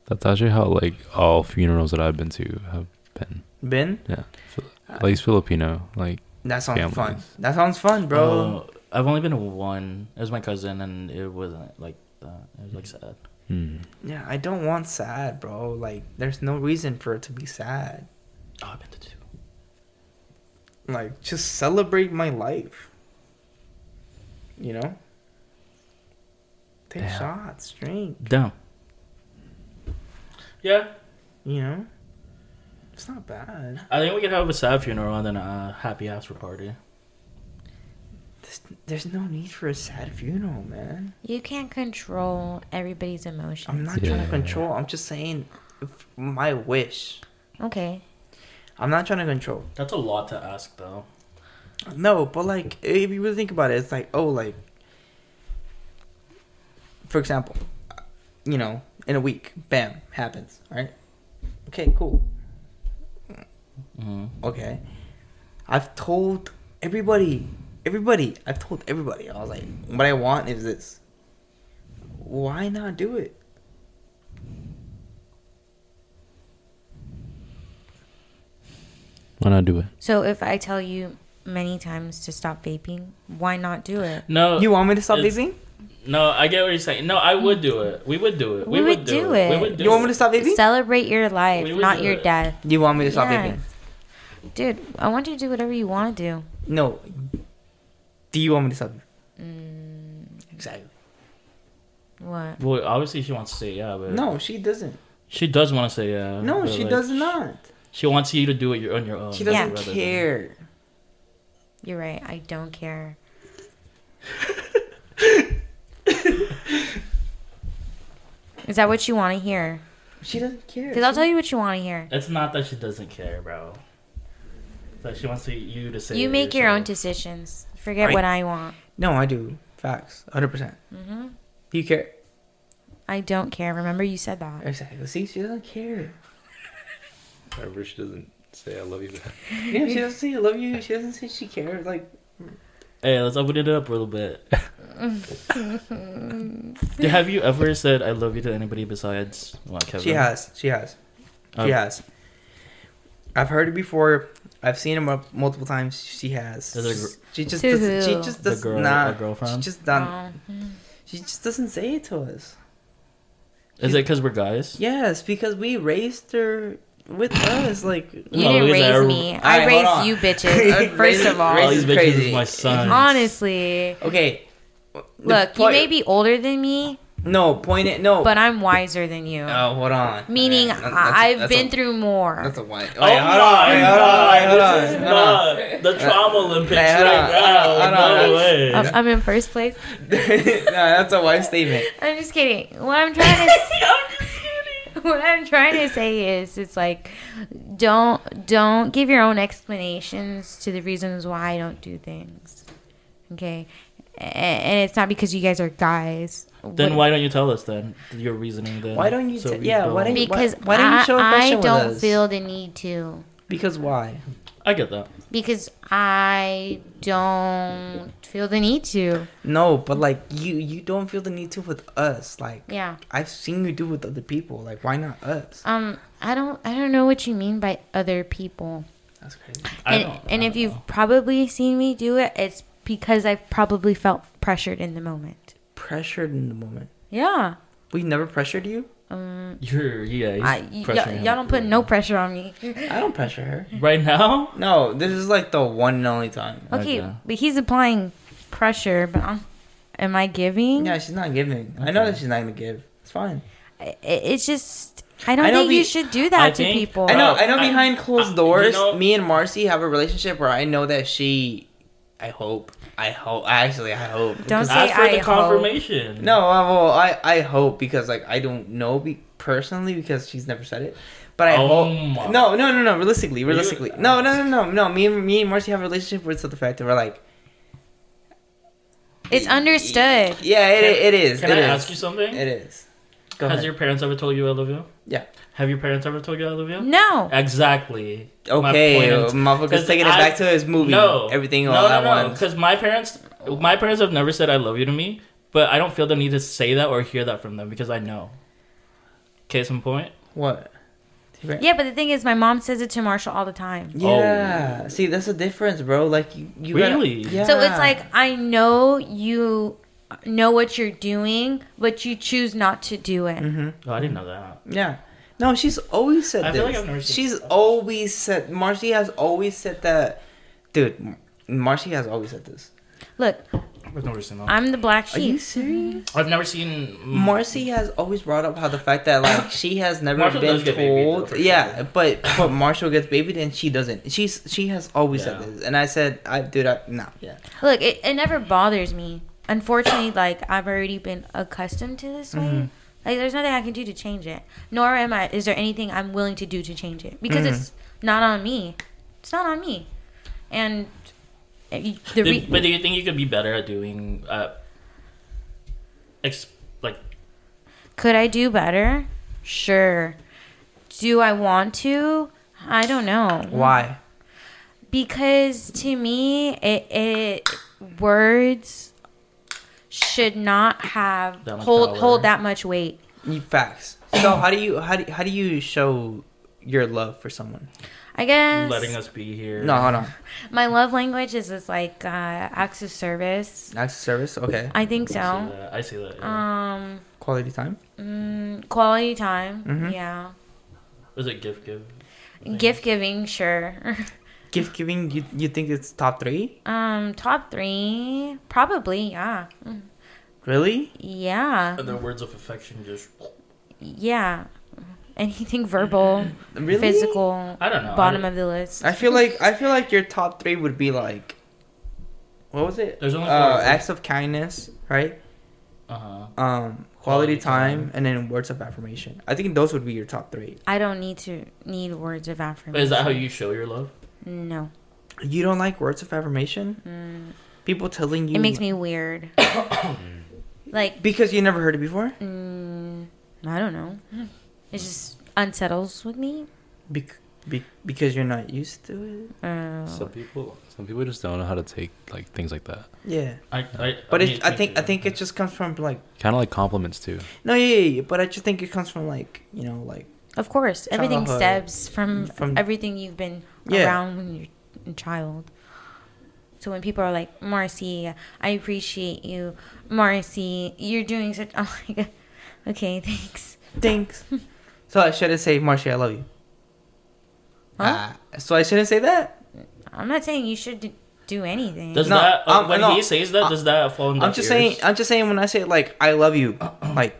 [SPEAKER 5] That's actually how like all funerals that I've been to have been.
[SPEAKER 3] Ben?
[SPEAKER 5] Yeah, Fi- at least Filipino. Like
[SPEAKER 3] That sounds
[SPEAKER 5] Families.
[SPEAKER 3] fun. That sounds fun, bro.
[SPEAKER 4] Oh, I've only been to one. It was my cousin, and it wasn't like that. It was like sad.
[SPEAKER 5] hmm.
[SPEAKER 3] Yeah, I don't want sad, bro. Like there's no reason for it to be sad.
[SPEAKER 4] Oh, I've been to two.
[SPEAKER 3] Like just celebrate my life. You know? Take
[SPEAKER 5] Damn.
[SPEAKER 3] shots, drink.
[SPEAKER 4] Damn. Yeah,
[SPEAKER 3] You know? It's not bad.
[SPEAKER 4] I think we could have a sad funeral and then a happy after party.
[SPEAKER 3] There's, there's no need for a sad funeral, man.
[SPEAKER 2] You can't control everybody's emotions.
[SPEAKER 3] I'm not trying
[SPEAKER 5] Yeah.
[SPEAKER 3] to control. I'm just saying if my wish.
[SPEAKER 2] Okay.
[SPEAKER 3] I'm not trying to control.
[SPEAKER 4] That's a lot to ask, though.
[SPEAKER 3] No, but like, if you really think about it, it's like, oh, like, for example, you know, in a week, bam, happens, right? Okay, cool.
[SPEAKER 4] Mm-hmm.
[SPEAKER 3] Okay. I've told everybody, everybody, I've told everybody. I was like, what I want is this. Why not do it?
[SPEAKER 5] why not do it?
[SPEAKER 2] So if I tell you many times to stop vaping, why not do it?
[SPEAKER 4] No,
[SPEAKER 3] You want me to stop
[SPEAKER 4] it's-
[SPEAKER 3] vaping?
[SPEAKER 4] No, I get what you're saying. No, I would do it. We would do it. We, would, do it. We would do
[SPEAKER 3] You want me
[SPEAKER 4] it.
[SPEAKER 3] to stop vaping?
[SPEAKER 2] Celebrate your life,
[SPEAKER 4] We would
[SPEAKER 2] not
[SPEAKER 4] do
[SPEAKER 2] your
[SPEAKER 4] it.
[SPEAKER 2] death.
[SPEAKER 3] you want me to stop
[SPEAKER 2] Yeah.
[SPEAKER 3] vaping?
[SPEAKER 2] Dude, I want you to do whatever you want to do.
[SPEAKER 3] No. Do you want me to stop? Exactly.
[SPEAKER 2] What?
[SPEAKER 4] Well, obviously she wants to say yeah, but
[SPEAKER 3] No, she doesn't.
[SPEAKER 4] she does want to say yeah.
[SPEAKER 3] No,
[SPEAKER 4] but,
[SPEAKER 3] she
[SPEAKER 4] like,
[SPEAKER 3] does not.
[SPEAKER 4] She wants you to do it your, on your own.
[SPEAKER 3] She
[SPEAKER 2] Yeah.
[SPEAKER 3] doesn't
[SPEAKER 4] rather than-
[SPEAKER 3] care.
[SPEAKER 2] You're right. I don't care. Is that what you want to hear?
[SPEAKER 3] She doesn't care.
[SPEAKER 2] Because I'll tell you what you want to hear.
[SPEAKER 4] It's not that she doesn't care, bro. It's that she wants to, you to say.
[SPEAKER 2] You
[SPEAKER 4] it
[SPEAKER 2] make your own
[SPEAKER 4] yourself.
[SPEAKER 2] decisions. Forget
[SPEAKER 3] I-
[SPEAKER 2] what I want.
[SPEAKER 3] No, I do. Facts. 100%.
[SPEAKER 2] hmm
[SPEAKER 3] Do you care?
[SPEAKER 2] I don't care. Remember, you said that.
[SPEAKER 3] Exactly. See, she doesn't care.
[SPEAKER 5] Remember, she doesn't say I love you.
[SPEAKER 3] Yeah, she doesn't say I love you. She doesn't say she cares. Like,
[SPEAKER 4] Hey, let's open it up a little bit. Have you ever said "I love you" to anybody besides well, Kevin?
[SPEAKER 3] she has. She has.
[SPEAKER 4] Um,
[SPEAKER 3] she has. I've heard it before. I've seen it mu- multiple times. She has.
[SPEAKER 4] Is it a
[SPEAKER 3] she just.
[SPEAKER 2] To
[SPEAKER 3] Does,
[SPEAKER 2] who?
[SPEAKER 3] she just
[SPEAKER 4] The
[SPEAKER 3] does
[SPEAKER 4] girl-
[SPEAKER 3] not.
[SPEAKER 4] a girlfriend?
[SPEAKER 3] She just done.
[SPEAKER 2] Oh.
[SPEAKER 3] She just doesn't say it to us.
[SPEAKER 4] Is it because we're guys?
[SPEAKER 3] Yes, because we raised her with us. Like,
[SPEAKER 2] You
[SPEAKER 4] No,
[SPEAKER 2] didn't
[SPEAKER 4] because I-
[SPEAKER 2] raise me.
[SPEAKER 3] All right,
[SPEAKER 2] I
[SPEAKER 3] hold
[SPEAKER 2] raised
[SPEAKER 3] on.
[SPEAKER 2] you bitches, first of
[SPEAKER 4] All
[SPEAKER 2] all.
[SPEAKER 3] Raise-
[SPEAKER 4] these
[SPEAKER 3] is
[SPEAKER 4] bitches
[SPEAKER 3] crazy.
[SPEAKER 4] is my son.
[SPEAKER 2] Honestly.
[SPEAKER 3] okay.
[SPEAKER 2] Look, you
[SPEAKER 3] point-
[SPEAKER 2] may be older than me,
[SPEAKER 3] No, point it. No.
[SPEAKER 2] but I'm wiser than you.
[SPEAKER 3] Oh, hold on.
[SPEAKER 2] Meaning,
[SPEAKER 3] Alright, that- that's a-
[SPEAKER 2] I- I've
[SPEAKER 3] that's
[SPEAKER 2] been
[SPEAKER 3] a-
[SPEAKER 2] through more.
[SPEAKER 3] That's a white.
[SPEAKER 4] Oh my God!
[SPEAKER 3] hold
[SPEAKER 4] this
[SPEAKER 3] on,
[SPEAKER 4] is
[SPEAKER 3] hold on.
[SPEAKER 4] not the trauma Olympics
[SPEAKER 3] Hey, hold
[SPEAKER 4] right
[SPEAKER 3] on,
[SPEAKER 4] now.
[SPEAKER 3] hold on, hold
[SPEAKER 4] no
[SPEAKER 3] on.
[SPEAKER 4] way.
[SPEAKER 2] I'm, I'm in first place.
[SPEAKER 3] no, that's a white statement.
[SPEAKER 2] I'm just kidding. What I'm trying to what I'm trying to say is, it's like, don't don't give your own explanations to the reasons why I don't do things. Okay, A- and it's not because you guys are guys.
[SPEAKER 4] Then
[SPEAKER 2] What-
[SPEAKER 4] why don't you tell us then your reasoning? Then
[SPEAKER 3] Why don't you
[SPEAKER 4] So
[SPEAKER 3] t-
[SPEAKER 4] we
[SPEAKER 3] yeah, why don't you-
[SPEAKER 2] Because
[SPEAKER 3] why don't you show
[SPEAKER 2] I, I
[SPEAKER 3] affection with
[SPEAKER 2] don't
[SPEAKER 3] us?
[SPEAKER 2] feel the need to.
[SPEAKER 3] Because why?
[SPEAKER 4] I get that.
[SPEAKER 2] Because I don't feel the need to.
[SPEAKER 3] No, but like you, you don't feel the need to with us. Like
[SPEAKER 2] Yeah.
[SPEAKER 3] I've seen you do with other people. Like why not us?
[SPEAKER 2] Um. I don't. I don't know what you mean by other people.
[SPEAKER 3] That's crazy.
[SPEAKER 4] I
[SPEAKER 2] and
[SPEAKER 4] don't-
[SPEAKER 2] and
[SPEAKER 4] I
[SPEAKER 2] if
[SPEAKER 4] don't
[SPEAKER 2] you've
[SPEAKER 4] know.
[SPEAKER 2] probably seen me do it, it's because I've probably felt pressured in the moment.
[SPEAKER 3] Pressured in the moment.
[SPEAKER 2] Yeah.
[SPEAKER 3] We never pressured you.
[SPEAKER 2] Um,
[SPEAKER 4] you're yeah, he's
[SPEAKER 2] I, y- y'all-
[SPEAKER 4] pressuring
[SPEAKER 2] y'all
[SPEAKER 4] him.
[SPEAKER 2] don't put no pressure on me. Okay,
[SPEAKER 3] I don't pressure her.
[SPEAKER 4] right now.
[SPEAKER 3] No, this is like the one and only time.
[SPEAKER 4] Okay.
[SPEAKER 2] but he's applying pressure, but I'm, am I giving?
[SPEAKER 3] Yeah, she's not giving. I know that she's not gonna give. It's fine.
[SPEAKER 2] I- it's just I don't
[SPEAKER 3] I know
[SPEAKER 2] think you
[SPEAKER 3] be-
[SPEAKER 2] should do that
[SPEAKER 4] I
[SPEAKER 2] to
[SPEAKER 4] think-
[SPEAKER 2] people.
[SPEAKER 3] I know.
[SPEAKER 4] Bro,
[SPEAKER 3] I know.
[SPEAKER 4] I-
[SPEAKER 3] behind closed
[SPEAKER 4] I- you
[SPEAKER 3] doors,
[SPEAKER 4] know-
[SPEAKER 3] me and Marcy have a relationship where I know that she. I hope. I hope. Actually, I hope.
[SPEAKER 2] Don't
[SPEAKER 3] because-
[SPEAKER 2] say
[SPEAKER 4] Ask for
[SPEAKER 2] I
[SPEAKER 4] the
[SPEAKER 2] hope.
[SPEAKER 4] confirmation.
[SPEAKER 3] No, I- well, I I hope because like I don't know be- personally because she's never said it, but I
[SPEAKER 4] Oh my-
[SPEAKER 3] hope. No, no, no, no. Realistically, realistically,
[SPEAKER 4] You-
[SPEAKER 3] no, no, no, no, no. Me and me and Marcy have a relationship where it's the fact that we're like,
[SPEAKER 2] It's understood.
[SPEAKER 3] yeah, it,
[SPEAKER 4] Can-
[SPEAKER 3] it is.
[SPEAKER 4] Can
[SPEAKER 3] it
[SPEAKER 4] I
[SPEAKER 3] is.
[SPEAKER 4] ask you something?
[SPEAKER 3] It is. Go
[SPEAKER 4] Has
[SPEAKER 3] ahead.
[SPEAKER 4] your parents ever told you I love you?
[SPEAKER 3] Yeah. Mm.
[SPEAKER 4] Have your parents ever told you I love you?
[SPEAKER 2] No.
[SPEAKER 4] Exactly.
[SPEAKER 3] Okay, uh,
[SPEAKER 4] My point is-
[SPEAKER 3] motherfucker's
[SPEAKER 4] 'cause
[SPEAKER 3] taking it
[SPEAKER 4] I-
[SPEAKER 3] back to his movie.
[SPEAKER 4] No,
[SPEAKER 3] everything
[SPEAKER 4] no,
[SPEAKER 3] all
[SPEAKER 4] no,
[SPEAKER 3] at
[SPEAKER 4] no.
[SPEAKER 3] once.
[SPEAKER 4] Because my parents, my parents have never said I love you to me, but I don't feel the need to say that or hear that from them because I know. Case in point.
[SPEAKER 3] What?
[SPEAKER 2] Yeah, but the thing is, my mom says it to Marshall all the time.
[SPEAKER 4] Oh.
[SPEAKER 3] Yeah. See, that's the difference, bro. Like you, you gotta-
[SPEAKER 4] Really?
[SPEAKER 3] yeah.
[SPEAKER 2] So it's like I know you know what you're doing, but you choose not to do it.
[SPEAKER 3] Mm-hmm.
[SPEAKER 4] Oh, I didn't know that.
[SPEAKER 3] Yeah. No, she's always said
[SPEAKER 4] I
[SPEAKER 3] this.
[SPEAKER 4] feel like I've never seen
[SPEAKER 3] she's
[SPEAKER 4] this.
[SPEAKER 3] always said Marcy has always said that dude M- Marcy has always said this.
[SPEAKER 2] Look,
[SPEAKER 4] I've never seen that.
[SPEAKER 2] I'm the black
[SPEAKER 3] Are you
[SPEAKER 2] sheep.
[SPEAKER 3] serious?
[SPEAKER 4] I've never seen mm,
[SPEAKER 3] Marcy has always brought up how the fact that like she has never
[SPEAKER 4] Marshall does
[SPEAKER 3] been
[SPEAKER 4] get babied, though,
[SPEAKER 3] told
[SPEAKER 4] for
[SPEAKER 3] Yeah,
[SPEAKER 4] sure.
[SPEAKER 3] but but Marshall gets babied and she doesn't. She's she has always
[SPEAKER 4] Yeah.
[SPEAKER 3] said this. And I said I dude I no. Yeah.
[SPEAKER 2] Look, it, it never bothers me. Unfortunately, like I've already been accustomed to this way.
[SPEAKER 3] Mm-hmm.
[SPEAKER 2] Like there's nothing I can do to change it. Nor am I is there anything I'm willing to do to change it because
[SPEAKER 3] Mm-hmm.
[SPEAKER 2] it's not on me. It's not on me. And uh, you- the
[SPEAKER 4] Do-
[SPEAKER 2] re-
[SPEAKER 4] but do you think you could be better at doing, uh, ex- like,
[SPEAKER 2] could I do better? Sure. Do I want to? I don't know.
[SPEAKER 3] Why?
[SPEAKER 2] because to me it, it words should not have
[SPEAKER 4] That much
[SPEAKER 2] hold
[SPEAKER 4] power.
[SPEAKER 2] hold that much weight
[SPEAKER 3] You facts. So how do you how do, how do you show your love for someone?
[SPEAKER 2] I guess
[SPEAKER 4] letting us be here.
[SPEAKER 3] No, hold on.
[SPEAKER 2] my love language is this like uh, acts of service.
[SPEAKER 3] Acts of service, okay.
[SPEAKER 2] I think
[SPEAKER 4] I see
[SPEAKER 2] so.
[SPEAKER 4] that. I see that. yeah.
[SPEAKER 2] Um,
[SPEAKER 3] Quality time.
[SPEAKER 2] mm, quality time.
[SPEAKER 4] Mm-hmm.
[SPEAKER 3] Mhm.
[SPEAKER 2] Yeah.
[SPEAKER 4] Is it gift give?
[SPEAKER 2] Gift giving, sure.
[SPEAKER 3] Gift giving. You you think it's top three?
[SPEAKER 2] um, top three, probably. Yeah. Mm.
[SPEAKER 3] Really?
[SPEAKER 2] Yeah.
[SPEAKER 4] And the words of affection just.
[SPEAKER 2] Yeah. Anything verbal,
[SPEAKER 3] Really?
[SPEAKER 2] physical,
[SPEAKER 4] I don't know.
[SPEAKER 2] bottom
[SPEAKER 4] I,
[SPEAKER 2] of the list.
[SPEAKER 3] I feel like I feel like your top three would be like, what was it?
[SPEAKER 4] There's only
[SPEAKER 3] uh,
[SPEAKER 4] four.
[SPEAKER 3] acts of kindness, right?
[SPEAKER 4] Uh huh.
[SPEAKER 3] Um, quality,
[SPEAKER 4] Quality
[SPEAKER 3] time,
[SPEAKER 4] time.
[SPEAKER 3] and then words of affirmation. I think those would be your top three.
[SPEAKER 2] I don't need to need words of affirmation.
[SPEAKER 4] Is that how you show your love?
[SPEAKER 2] No. Mm.
[SPEAKER 3] You don't like words of affirmation? People telling you
[SPEAKER 2] It makes me weird. like,
[SPEAKER 3] because you never heard it before.
[SPEAKER 2] mm, I don't know. It just unsettles with me.
[SPEAKER 3] Bec- be- because you're not used to it.
[SPEAKER 2] Uh,
[SPEAKER 5] Some people, Oh. some people just don't know how to take like things like that.
[SPEAKER 3] Yeah,
[SPEAKER 4] I. I
[SPEAKER 3] but
[SPEAKER 4] mean,
[SPEAKER 3] it, I
[SPEAKER 4] me
[SPEAKER 3] think
[SPEAKER 4] too.
[SPEAKER 3] I think it just comes from like
[SPEAKER 5] Kind of like compliments too.
[SPEAKER 3] no, yeah, yeah, yeah, but I just think it comes from like you know like
[SPEAKER 2] of course, everything
[SPEAKER 3] Childhood.
[SPEAKER 2] stems from,
[SPEAKER 3] From-
[SPEAKER 2] everything you've been
[SPEAKER 3] Yeah.
[SPEAKER 2] around when you're a child. So when people are like, Marcy, I appreciate you. Marcy, you're doing such. Oh my God. Okay, thanks.
[SPEAKER 3] thanks. so I shouldn't say Marcy, I love you.
[SPEAKER 2] Huh?
[SPEAKER 3] Ah, so I shouldn't say that.
[SPEAKER 2] I'm not saying you should d- do anything.
[SPEAKER 4] Does
[SPEAKER 3] No,
[SPEAKER 4] that uh,
[SPEAKER 3] um,
[SPEAKER 4] when
[SPEAKER 3] no,
[SPEAKER 4] he says that?
[SPEAKER 3] I-
[SPEAKER 4] does that fall in
[SPEAKER 3] I'm
[SPEAKER 4] deaf
[SPEAKER 3] just
[SPEAKER 4] ears?
[SPEAKER 3] saying. I'm just saying when I say like I love you, like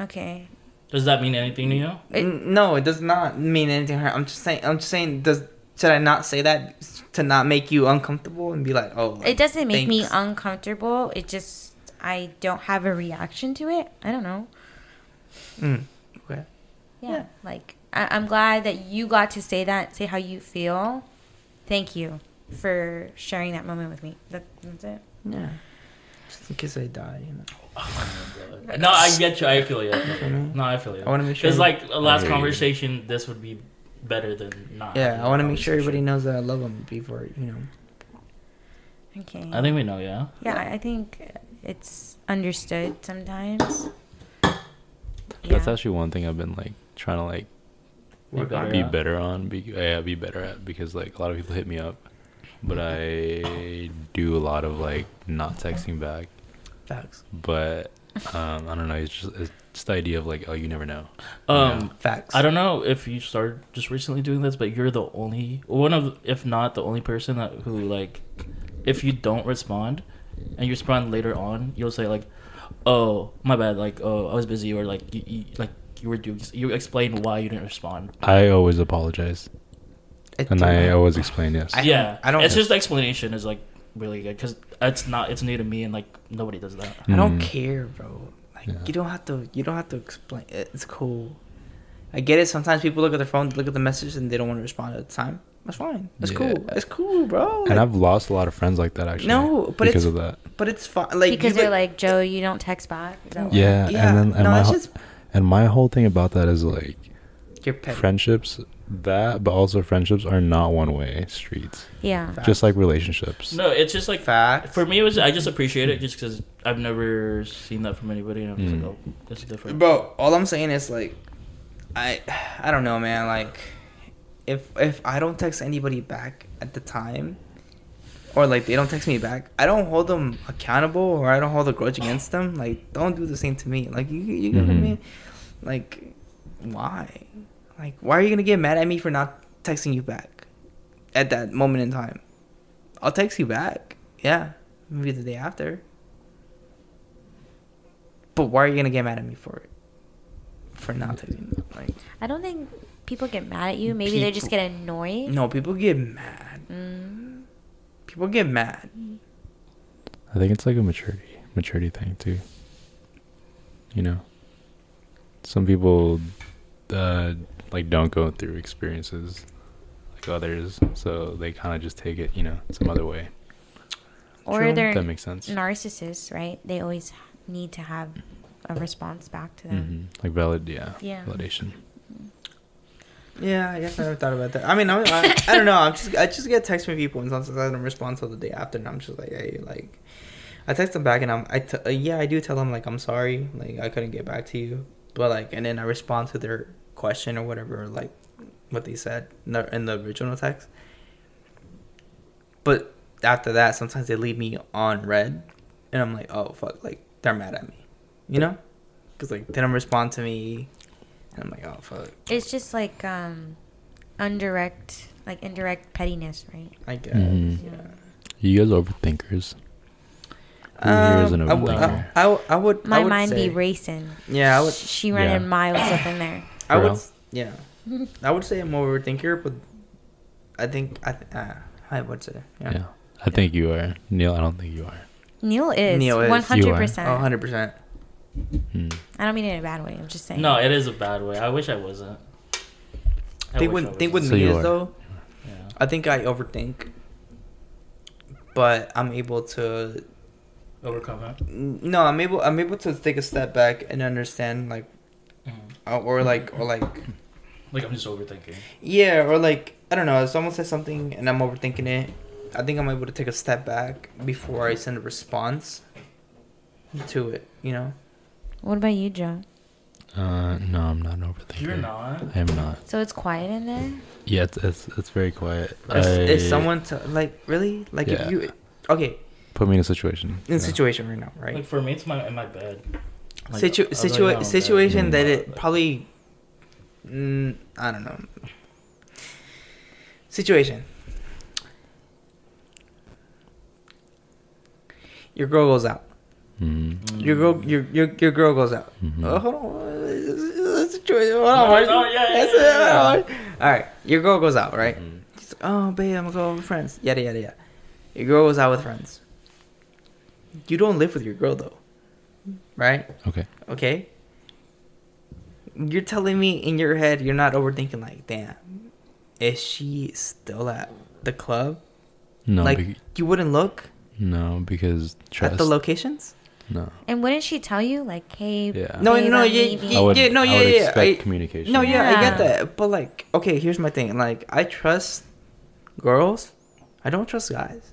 [SPEAKER 2] Okay.
[SPEAKER 4] Does that mean anything to you?
[SPEAKER 2] It-
[SPEAKER 3] N- no, it does not mean anything. to her. I'm just saying. I'm just saying. Does should I not say that s- to not make you uncomfortable and be like, oh, like,
[SPEAKER 2] It doesn't make me
[SPEAKER 3] thanks.
[SPEAKER 2] uncomfortable. It just I don't have a reaction to it. I don't know.
[SPEAKER 3] Mm, okay.
[SPEAKER 2] Yeah.
[SPEAKER 3] Yeah.
[SPEAKER 2] Like I- I'm glad that you got to say that, say how you feel. Thank you for sharing that moment with me. That, that's it.
[SPEAKER 3] Yeah. Just in case I die, you know.
[SPEAKER 4] No, I get you. I feel you. I feel you.
[SPEAKER 3] Mhm.
[SPEAKER 4] No, I feel you.
[SPEAKER 3] I wanna make sure-
[SPEAKER 4] Because like a
[SPEAKER 5] I
[SPEAKER 4] last
[SPEAKER 5] hear you.
[SPEAKER 4] conversation, this would be better than not. having
[SPEAKER 3] Yeah,
[SPEAKER 4] a
[SPEAKER 3] I want to make sure everybody
[SPEAKER 4] conversation.
[SPEAKER 3] knows that I love them before you know.
[SPEAKER 2] Okay.
[SPEAKER 4] I think we know. Yeah.
[SPEAKER 2] yeah, I I think it's understood sometimes. Yeah.
[SPEAKER 5] That's actually one thing I've been like trying to like
[SPEAKER 4] Work on
[SPEAKER 5] be
[SPEAKER 4] it.
[SPEAKER 5] better on. Be, yeah, be better at because like a lot of people hit me up, but I do a lot of like not texting back.
[SPEAKER 3] Facts.
[SPEAKER 5] But um, I don't know. It's just it's just the idea of like oh you never know.
[SPEAKER 4] Um,
[SPEAKER 3] Facts.
[SPEAKER 4] I don't know if you started just recently doing this, but you're the only one of, if not the only person that who like, if you don't respond, and you respond later on, you'll say like, "Oh, my bad," like, "Oh, I was busy," or like, you, you, like you were doing, you explain why you didn't respond.
[SPEAKER 5] I always apologize
[SPEAKER 3] It-
[SPEAKER 5] and I always explain yes.
[SPEAKER 3] I-
[SPEAKER 4] yeah,
[SPEAKER 3] don't-
[SPEAKER 4] It's just the explanation is like really good because it's not, it's new to me, and like nobody does that.
[SPEAKER 3] I don't
[SPEAKER 5] Mm.
[SPEAKER 3] care, bro. Like
[SPEAKER 5] Yeah.
[SPEAKER 3] you don't have to. You don't have to explain. It's cool. I get it. Sometimes people look at their phone, look at the message, and they don't want to respond at the time. That's fine. That's
[SPEAKER 5] Yeah.
[SPEAKER 3] cool. It's cool, bro.
[SPEAKER 5] And
[SPEAKER 3] Like,
[SPEAKER 5] I've lost a lot of friends like that actually.
[SPEAKER 3] No, but
[SPEAKER 5] because
[SPEAKER 3] it's-
[SPEAKER 5] of that.
[SPEAKER 3] but it's fine. Like
[SPEAKER 2] because
[SPEAKER 3] you-
[SPEAKER 2] they're like, Joe, you don't text back. Is that what-
[SPEAKER 5] Yeah,
[SPEAKER 3] yeah.
[SPEAKER 5] and then and
[SPEAKER 3] no,
[SPEAKER 5] my
[SPEAKER 3] it's
[SPEAKER 5] whole-
[SPEAKER 3] just
[SPEAKER 5] and my whole thing about that is like
[SPEAKER 3] your pet.
[SPEAKER 5] friendships that but also friendships are not one way streets.
[SPEAKER 2] Yeah.
[SPEAKER 5] Just like relationships.
[SPEAKER 4] No, it's just like
[SPEAKER 3] Facts.
[SPEAKER 4] for me, it was I just appreciate it just because I've never seen that from anybody, and I'm just
[SPEAKER 5] Mm.
[SPEAKER 4] like, "Oh, that's different."
[SPEAKER 3] bro all i'm saying is like i i don't know man like if if i don't text anybody back at the time or like they don't text me back i don't hold them accountable or i don't hold a grudge against them like don't do the same to me like you you know what i
[SPEAKER 5] Mhm.
[SPEAKER 3] mean like why like why are you gonna get mad at me for not texting you back at that moment in time i'll text you back yeah maybe the day after but why are you gonna get mad at me for it? For not texting? me? Like,
[SPEAKER 2] I don't think people get mad at you. Maybe they just
[SPEAKER 3] People-
[SPEAKER 2] get annoyed.
[SPEAKER 3] no, people get mad.
[SPEAKER 2] Mm.
[SPEAKER 3] People get mad.
[SPEAKER 5] I think it's like a maturity maturity thing too. You know, some people uh, like don't go through experiences like others, so they kind of just take it, you know, some other way.
[SPEAKER 2] Or
[SPEAKER 3] True.
[SPEAKER 2] they're
[SPEAKER 5] That makes sense.
[SPEAKER 2] narcissists, right? They always need to have a response back to them.
[SPEAKER 5] hmm Like valid, yeah,
[SPEAKER 2] Yeah.
[SPEAKER 5] validation.
[SPEAKER 3] Yeah, I guess I never thought about that. I mean, I, I, I don't know. I'm just I just get texts from people and sometimes I don't respond till the day after, and I'm just like, hey, like, I text them back and I'm I t- uh, yeah I do tell them like I'm sorry, like I couldn't get back to you, but like and then I respond to their question or whatever, like what they said in the, in the original text. But after that, sometimes they leave me on red, and I'm like, oh fuck, like they're mad at me, you know? Because like they don't respond to me, and I'm like, oh fuck,
[SPEAKER 2] It's just like um, indirect, like indirect pettiness, right?
[SPEAKER 3] I guess.
[SPEAKER 5] Mhm.
[SPEAKER 3] Yeah.
[SPEAKER 5] You guys are overthinkers. Who here is an
[SPEAKER 3] Um, I w-
[SPEAKER 5] overthinker?
[SPEAKER 3] I- I w- I would. I
[SPEAKER 2] My
[SPEAKER 3] would
[SPEAKER 2] mind
[SPEAKER 3] say-
[SPEAKER 2] be racing.
[SPEAKER 3] Yeah, I would.
[SPEAKER 2] She running
[SPEAKER 5] Yeah.
[SPEAKER 2] miles up in there.
[SPEAKER 3] I
[SPEAKER 5] For
[SPEAKER 3] would.
[SPEAKER 5] real?
[SPEAKER 3] s- Yeah, I would say I'm more overthinker, but I think I. Th- uh, I would say.
[SPEAKER 5] yeah.
[SPEAKER 3] Yeah.
[SPEAKER 5] I think you are. Neil, I don't think you are.
[SPEAKER 2] Neil is
[SPEAKER 3] Neil is.
[SPEAKER 2] one
[SPEAKER 5] You
[SPEAKER 2] hundred
[SPEAKER 5] are.
[SPEAKER 3] Oh,
[SPEAKER 2] percent.
[SPEAKER 3] 100 percent.
[SPEAKER 5] Hmm.
[SPEAKER 2] I don't mean it in a bad way. I'm just saying.
[SPEAKER 4] No, it is a bad way. I wish I wasn't. I
[SPEAKER 3] Think
[SPEAKER 4] wish
[SPEAKER 3] with
[SPEAKER 4] I
[SPEAKER 3] think with
[SPEAKER 4] wasn't.
[SPEAKER 5] So
[SPEAKER 3] me
[SPEAKER 5] you
[SPEAKER 3] is
[SPEAKER 5] are.
[SPEAKER 3] though.
[SPEAKER 4] Yeah.
[SPEAKER 3] I think I overthink, but I'm able to.
[SPEAKER 4] Overcome it.
[SPEAKER 3] No, I'm able. I'm able to take a step back and understand, like,
[SPEAKER 4] Mhm.
[SPEAKER 3] uh, or like, or like,
[SPEAKER 4] Like I'm just overthinking.
[SPEAKER 3] yeah, or like, I don't know. If someone says something and I'm overthinking it, I think I'm able to take a step back before I send a response to it. You know.
[SPEAKER 2] What about you, Joe?
[SPEAKER 5] Uh, no, I'm not an overthinker.
[SPEAKER 4] You're not.
[SPEAKER 5] I am not.
[SPEAKER 2] So it's quiet in there.
[SPEAKER 5] Yeah, it's, it's, it's very quiet.
[SPEAKER 3] Is,
[SPEAKER 5] I-
[SPEAKER 3] is someone to, like really like
[SPEAKER 5] Yeah.
[SPEAKER 3] if you okay
[SPEAKER 5] put me in a situation?
[SPEAKER 3] in
[SPEAKER 5] yeah.
[SPEAKER 3] situation right now right
[SPEAKER 4] Like for me, it's my in my bed. Like, oh,
[SPEAKER 3] situ
[SPEAKER 4] I was
[SPEAKER 3] situa-
[SPEAKER 4] laying on my bed.
[SPEAKER 3] situation
[SPEAKER 5] Mm.
[SPEAKER 3] that it probably mm, I don't know situation. Your girl goes out.
[SPEAKER 5] Mhm.
[SPEAKER 3] Your girl, your your, your girl goes out.
[SPEAKER 5] Mhm.
[SPEAKER 3] Oh, hold on, situation. Hold
[SPEAKER 4] No,
[SPEAKER 3] on,
[SPEAKER 4] no, yeah, yeah,
[SPEAKER 3] That's-
[SPEAKER 4] yeah, yeah.
[SPEAKER 3] All right, your girl goes out, right?
[SPEAKER 5] Mhm.
[SPEAKER 3] She's like, oh, babe, I'm gonna go out with friends. Yada yada yada. Your girl goes out with friends. You don't live with your girl though, right?
[SPEAKER 5] Okay.
[SPEAKER 3] okay? You're telling me in your head you're not overthinking like, damn, is she still at the club?
[SPEAKER 5] No,
[SPEAKER 3] like
[SPEAKER 5] bec-
[SPEAKER 3] you wouldn't look
[SPEAKER 5] no, because trust.
[SPEAKER 3] at the locations?
[SPEAKER 5] no.
[SPEAKER 2] And wouldn't she tell you like, hey?
[SPEAKER 5] Yeah.
[SPEAKER 3] No,
[SPEAKER 2] babe,
[SPEAKER 3] no, no,
[SPEAKER 2] I'm
[SPEAKER 3] yeah,
[SPEAKER 2] leaving?
[SPEAKER 5] I would,
[SPEAKER 3] yeah, no,
[SPEAKER 5] I
[SPEAKER 3] yeah,
[SPEAKER 5] would
[SPEAKER 3] yeah,
[SPEAKER 5] expect
[SPEAKER 3] I-
[SPEAKER 5] communication.
[SPEAKER 3] No, yeah, I get
[SPEAKER 2] Yeah.
[SPEAKER 3] that. But like, okay, here's my thing. Like, I trust girls. I don't trust guys.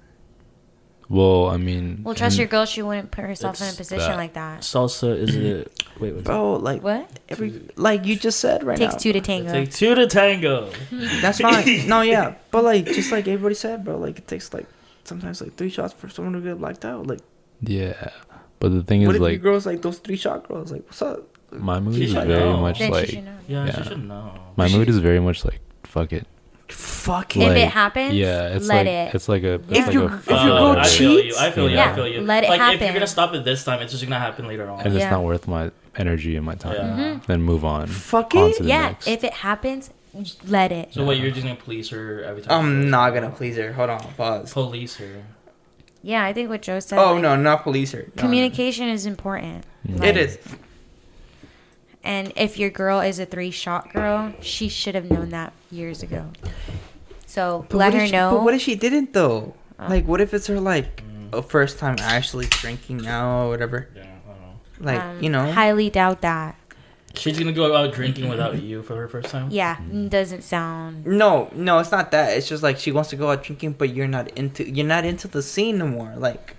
[SPEAKER 5] Well, I mean.
[SPEAKER 2] Well, trust
[SPEAKER 5] and-
[SPEAKER 2] your girl. She wouldn't put herself in a
[SPEAKER 4] It's
[SPEAKER 2] position
[SPEAKER 5] Mm. that
[SPEAKER 2] like that.
[SPEAKER 4] Salsa is it? Wait, what's
[SPEAKER 3] Bro, like
[SPEAKER 2] What?
[SPEAKER 3] every like you just said right
[SPEAKER 2] Takes
[SPEAKER 3] now.
[SPEAKER 2] two to
[SPEAKER 4] it?
[SPEAKER 2] tango.
[SPEAKER 4] Take two to tango.
[SPEAKER 3] That's fine. no, yeah. But like just like everybody said, bro, like it takes like sometimes like three shots for someone to get blacked out. Like
[SPEAKER 5] Yeah. But the thing
[SPEAKER 3] what
[SPEAKER 5] is,
[SPEAKER 3] if you
[SPEAKER 5] like,
[SPEAKER 3] girls like those three shot girls? Like, what's up?
[SPEAKER 5] my mood is
[SPEAKER 4] should
[SPEAKER 5] very
[SPEAKER 4] know.
[SPEAKER 5] much
[SPEAKER 2] then
[SPEAKER 5] like.
[SPEAKER 2] she should know.
[SPEAKER 4] Yeah,
[SPEAKER 5] Yeah.
[SPEAKER 4] she should know.
[SPEAKER 5] My mood is very much like, fuck it.
[SPEAKER 3] Fuck
[SPEAKER 2] If
[SPEAKER 5] Like,
[SPEAKER 2] it happens,
[SPEAKER 5] yeah, it's
[SPEAKER 2] let
[SPEAKER 5] like
[SPEAKER 2] it.
[SPEAKER 5] it's like a it's
[SPEAKER 3] If
[SPEAKER 5] like
[SPEAKER 3] you-
[SPEAKER 5] a
[SPEAKER 3] if
[SPEAKER 5] fucking
[SPEAKER 3] you
[SPEAKER 4] Uh,
[SPEAKER 3] go
[SPEAKER 5] rat
[SPEAKER 4] I feel you.
[SPEAKER 3] cheats,
[SPEAKER 4] I feel you.
[SPEAKER 5] Yeah.
[SPEAKER 4] I feel you.
[SPEAKER 2] Let it
[SPEAKER 4] like, If
[SPEAKER 2] happen.
[SPEAKER 4] you're gonna stop it this time, it's just gonna happen later on.
[SPEAKER 5] and it's
[SPEAKER 2] Yeah. Mm-hmm.
[SPEAKER 5] not worth my energy and my time.
[SPEAKER 4] Yeah.
[SPEAKER 5] Then move on.
[SPEAKER 3] Fuck
[SPEAKER 5] on
[SPEAKER 3] it.
[SPEAKER 5] to the
[SPEAKER 2] yeah,
[SPEAKER 5] next.
[SPEAKER 2] if it happens, let it.
[SPEAKER 4] so what? You're just gonna police her every time? she
[SPEAKER 3] I'm
[SPEAKER 4] goes
[SPEAKER 3] not
[SPEAKER 4] out?
[SPEAKER 3] gonna please her. Hold on, pause.
[SPEAKER 4] police her.
[SPEAKER 2] yeah, I think what Joe said.
[SPEAKER 3] Oh
[SPEAKER 2] like,
[SPEAKER 3] no, not police her. No, no.
[SPEAKER 2] Communication is important.
[SPEAKER 3] It
[SPEAKER 5] Mm.
[SPEAKER 2] Like,
[SPEAKER 3] is.
[SPEAKER 2] And if your girl is a three shot girl, she should have known that years ago. So
[SPEAKER 3] But
[SPEAKER 2] let
[SPEAKER 3] what if
[SPEAKER 2] her
[SPEAKER 3] she-
[SPEAKER 2] know.
[SPEAKER 3] But what if she didn't though?
[SPEAKER 2] Oh.
[SPEAKER 3] Like, what if it's her like a first time actually drinking out or whatever?
[SPEAKER 4] Mm. Yeah, I don't know.
[SPEAKER 3] Like,
[SPEAKER 2] um,
[SPEAKER 3] you know.
[SPEAKER 2] Highly doubt that.
[SPEAKER 4] She's gonna go out drinking without you for her first time.
[SPEAKER 2] Yeah, doesn't sound.
[SPEAKER 3] No, no, it's not that. It's just like she wants to go out drinking, but you're not into you're not into the scene no more. Like,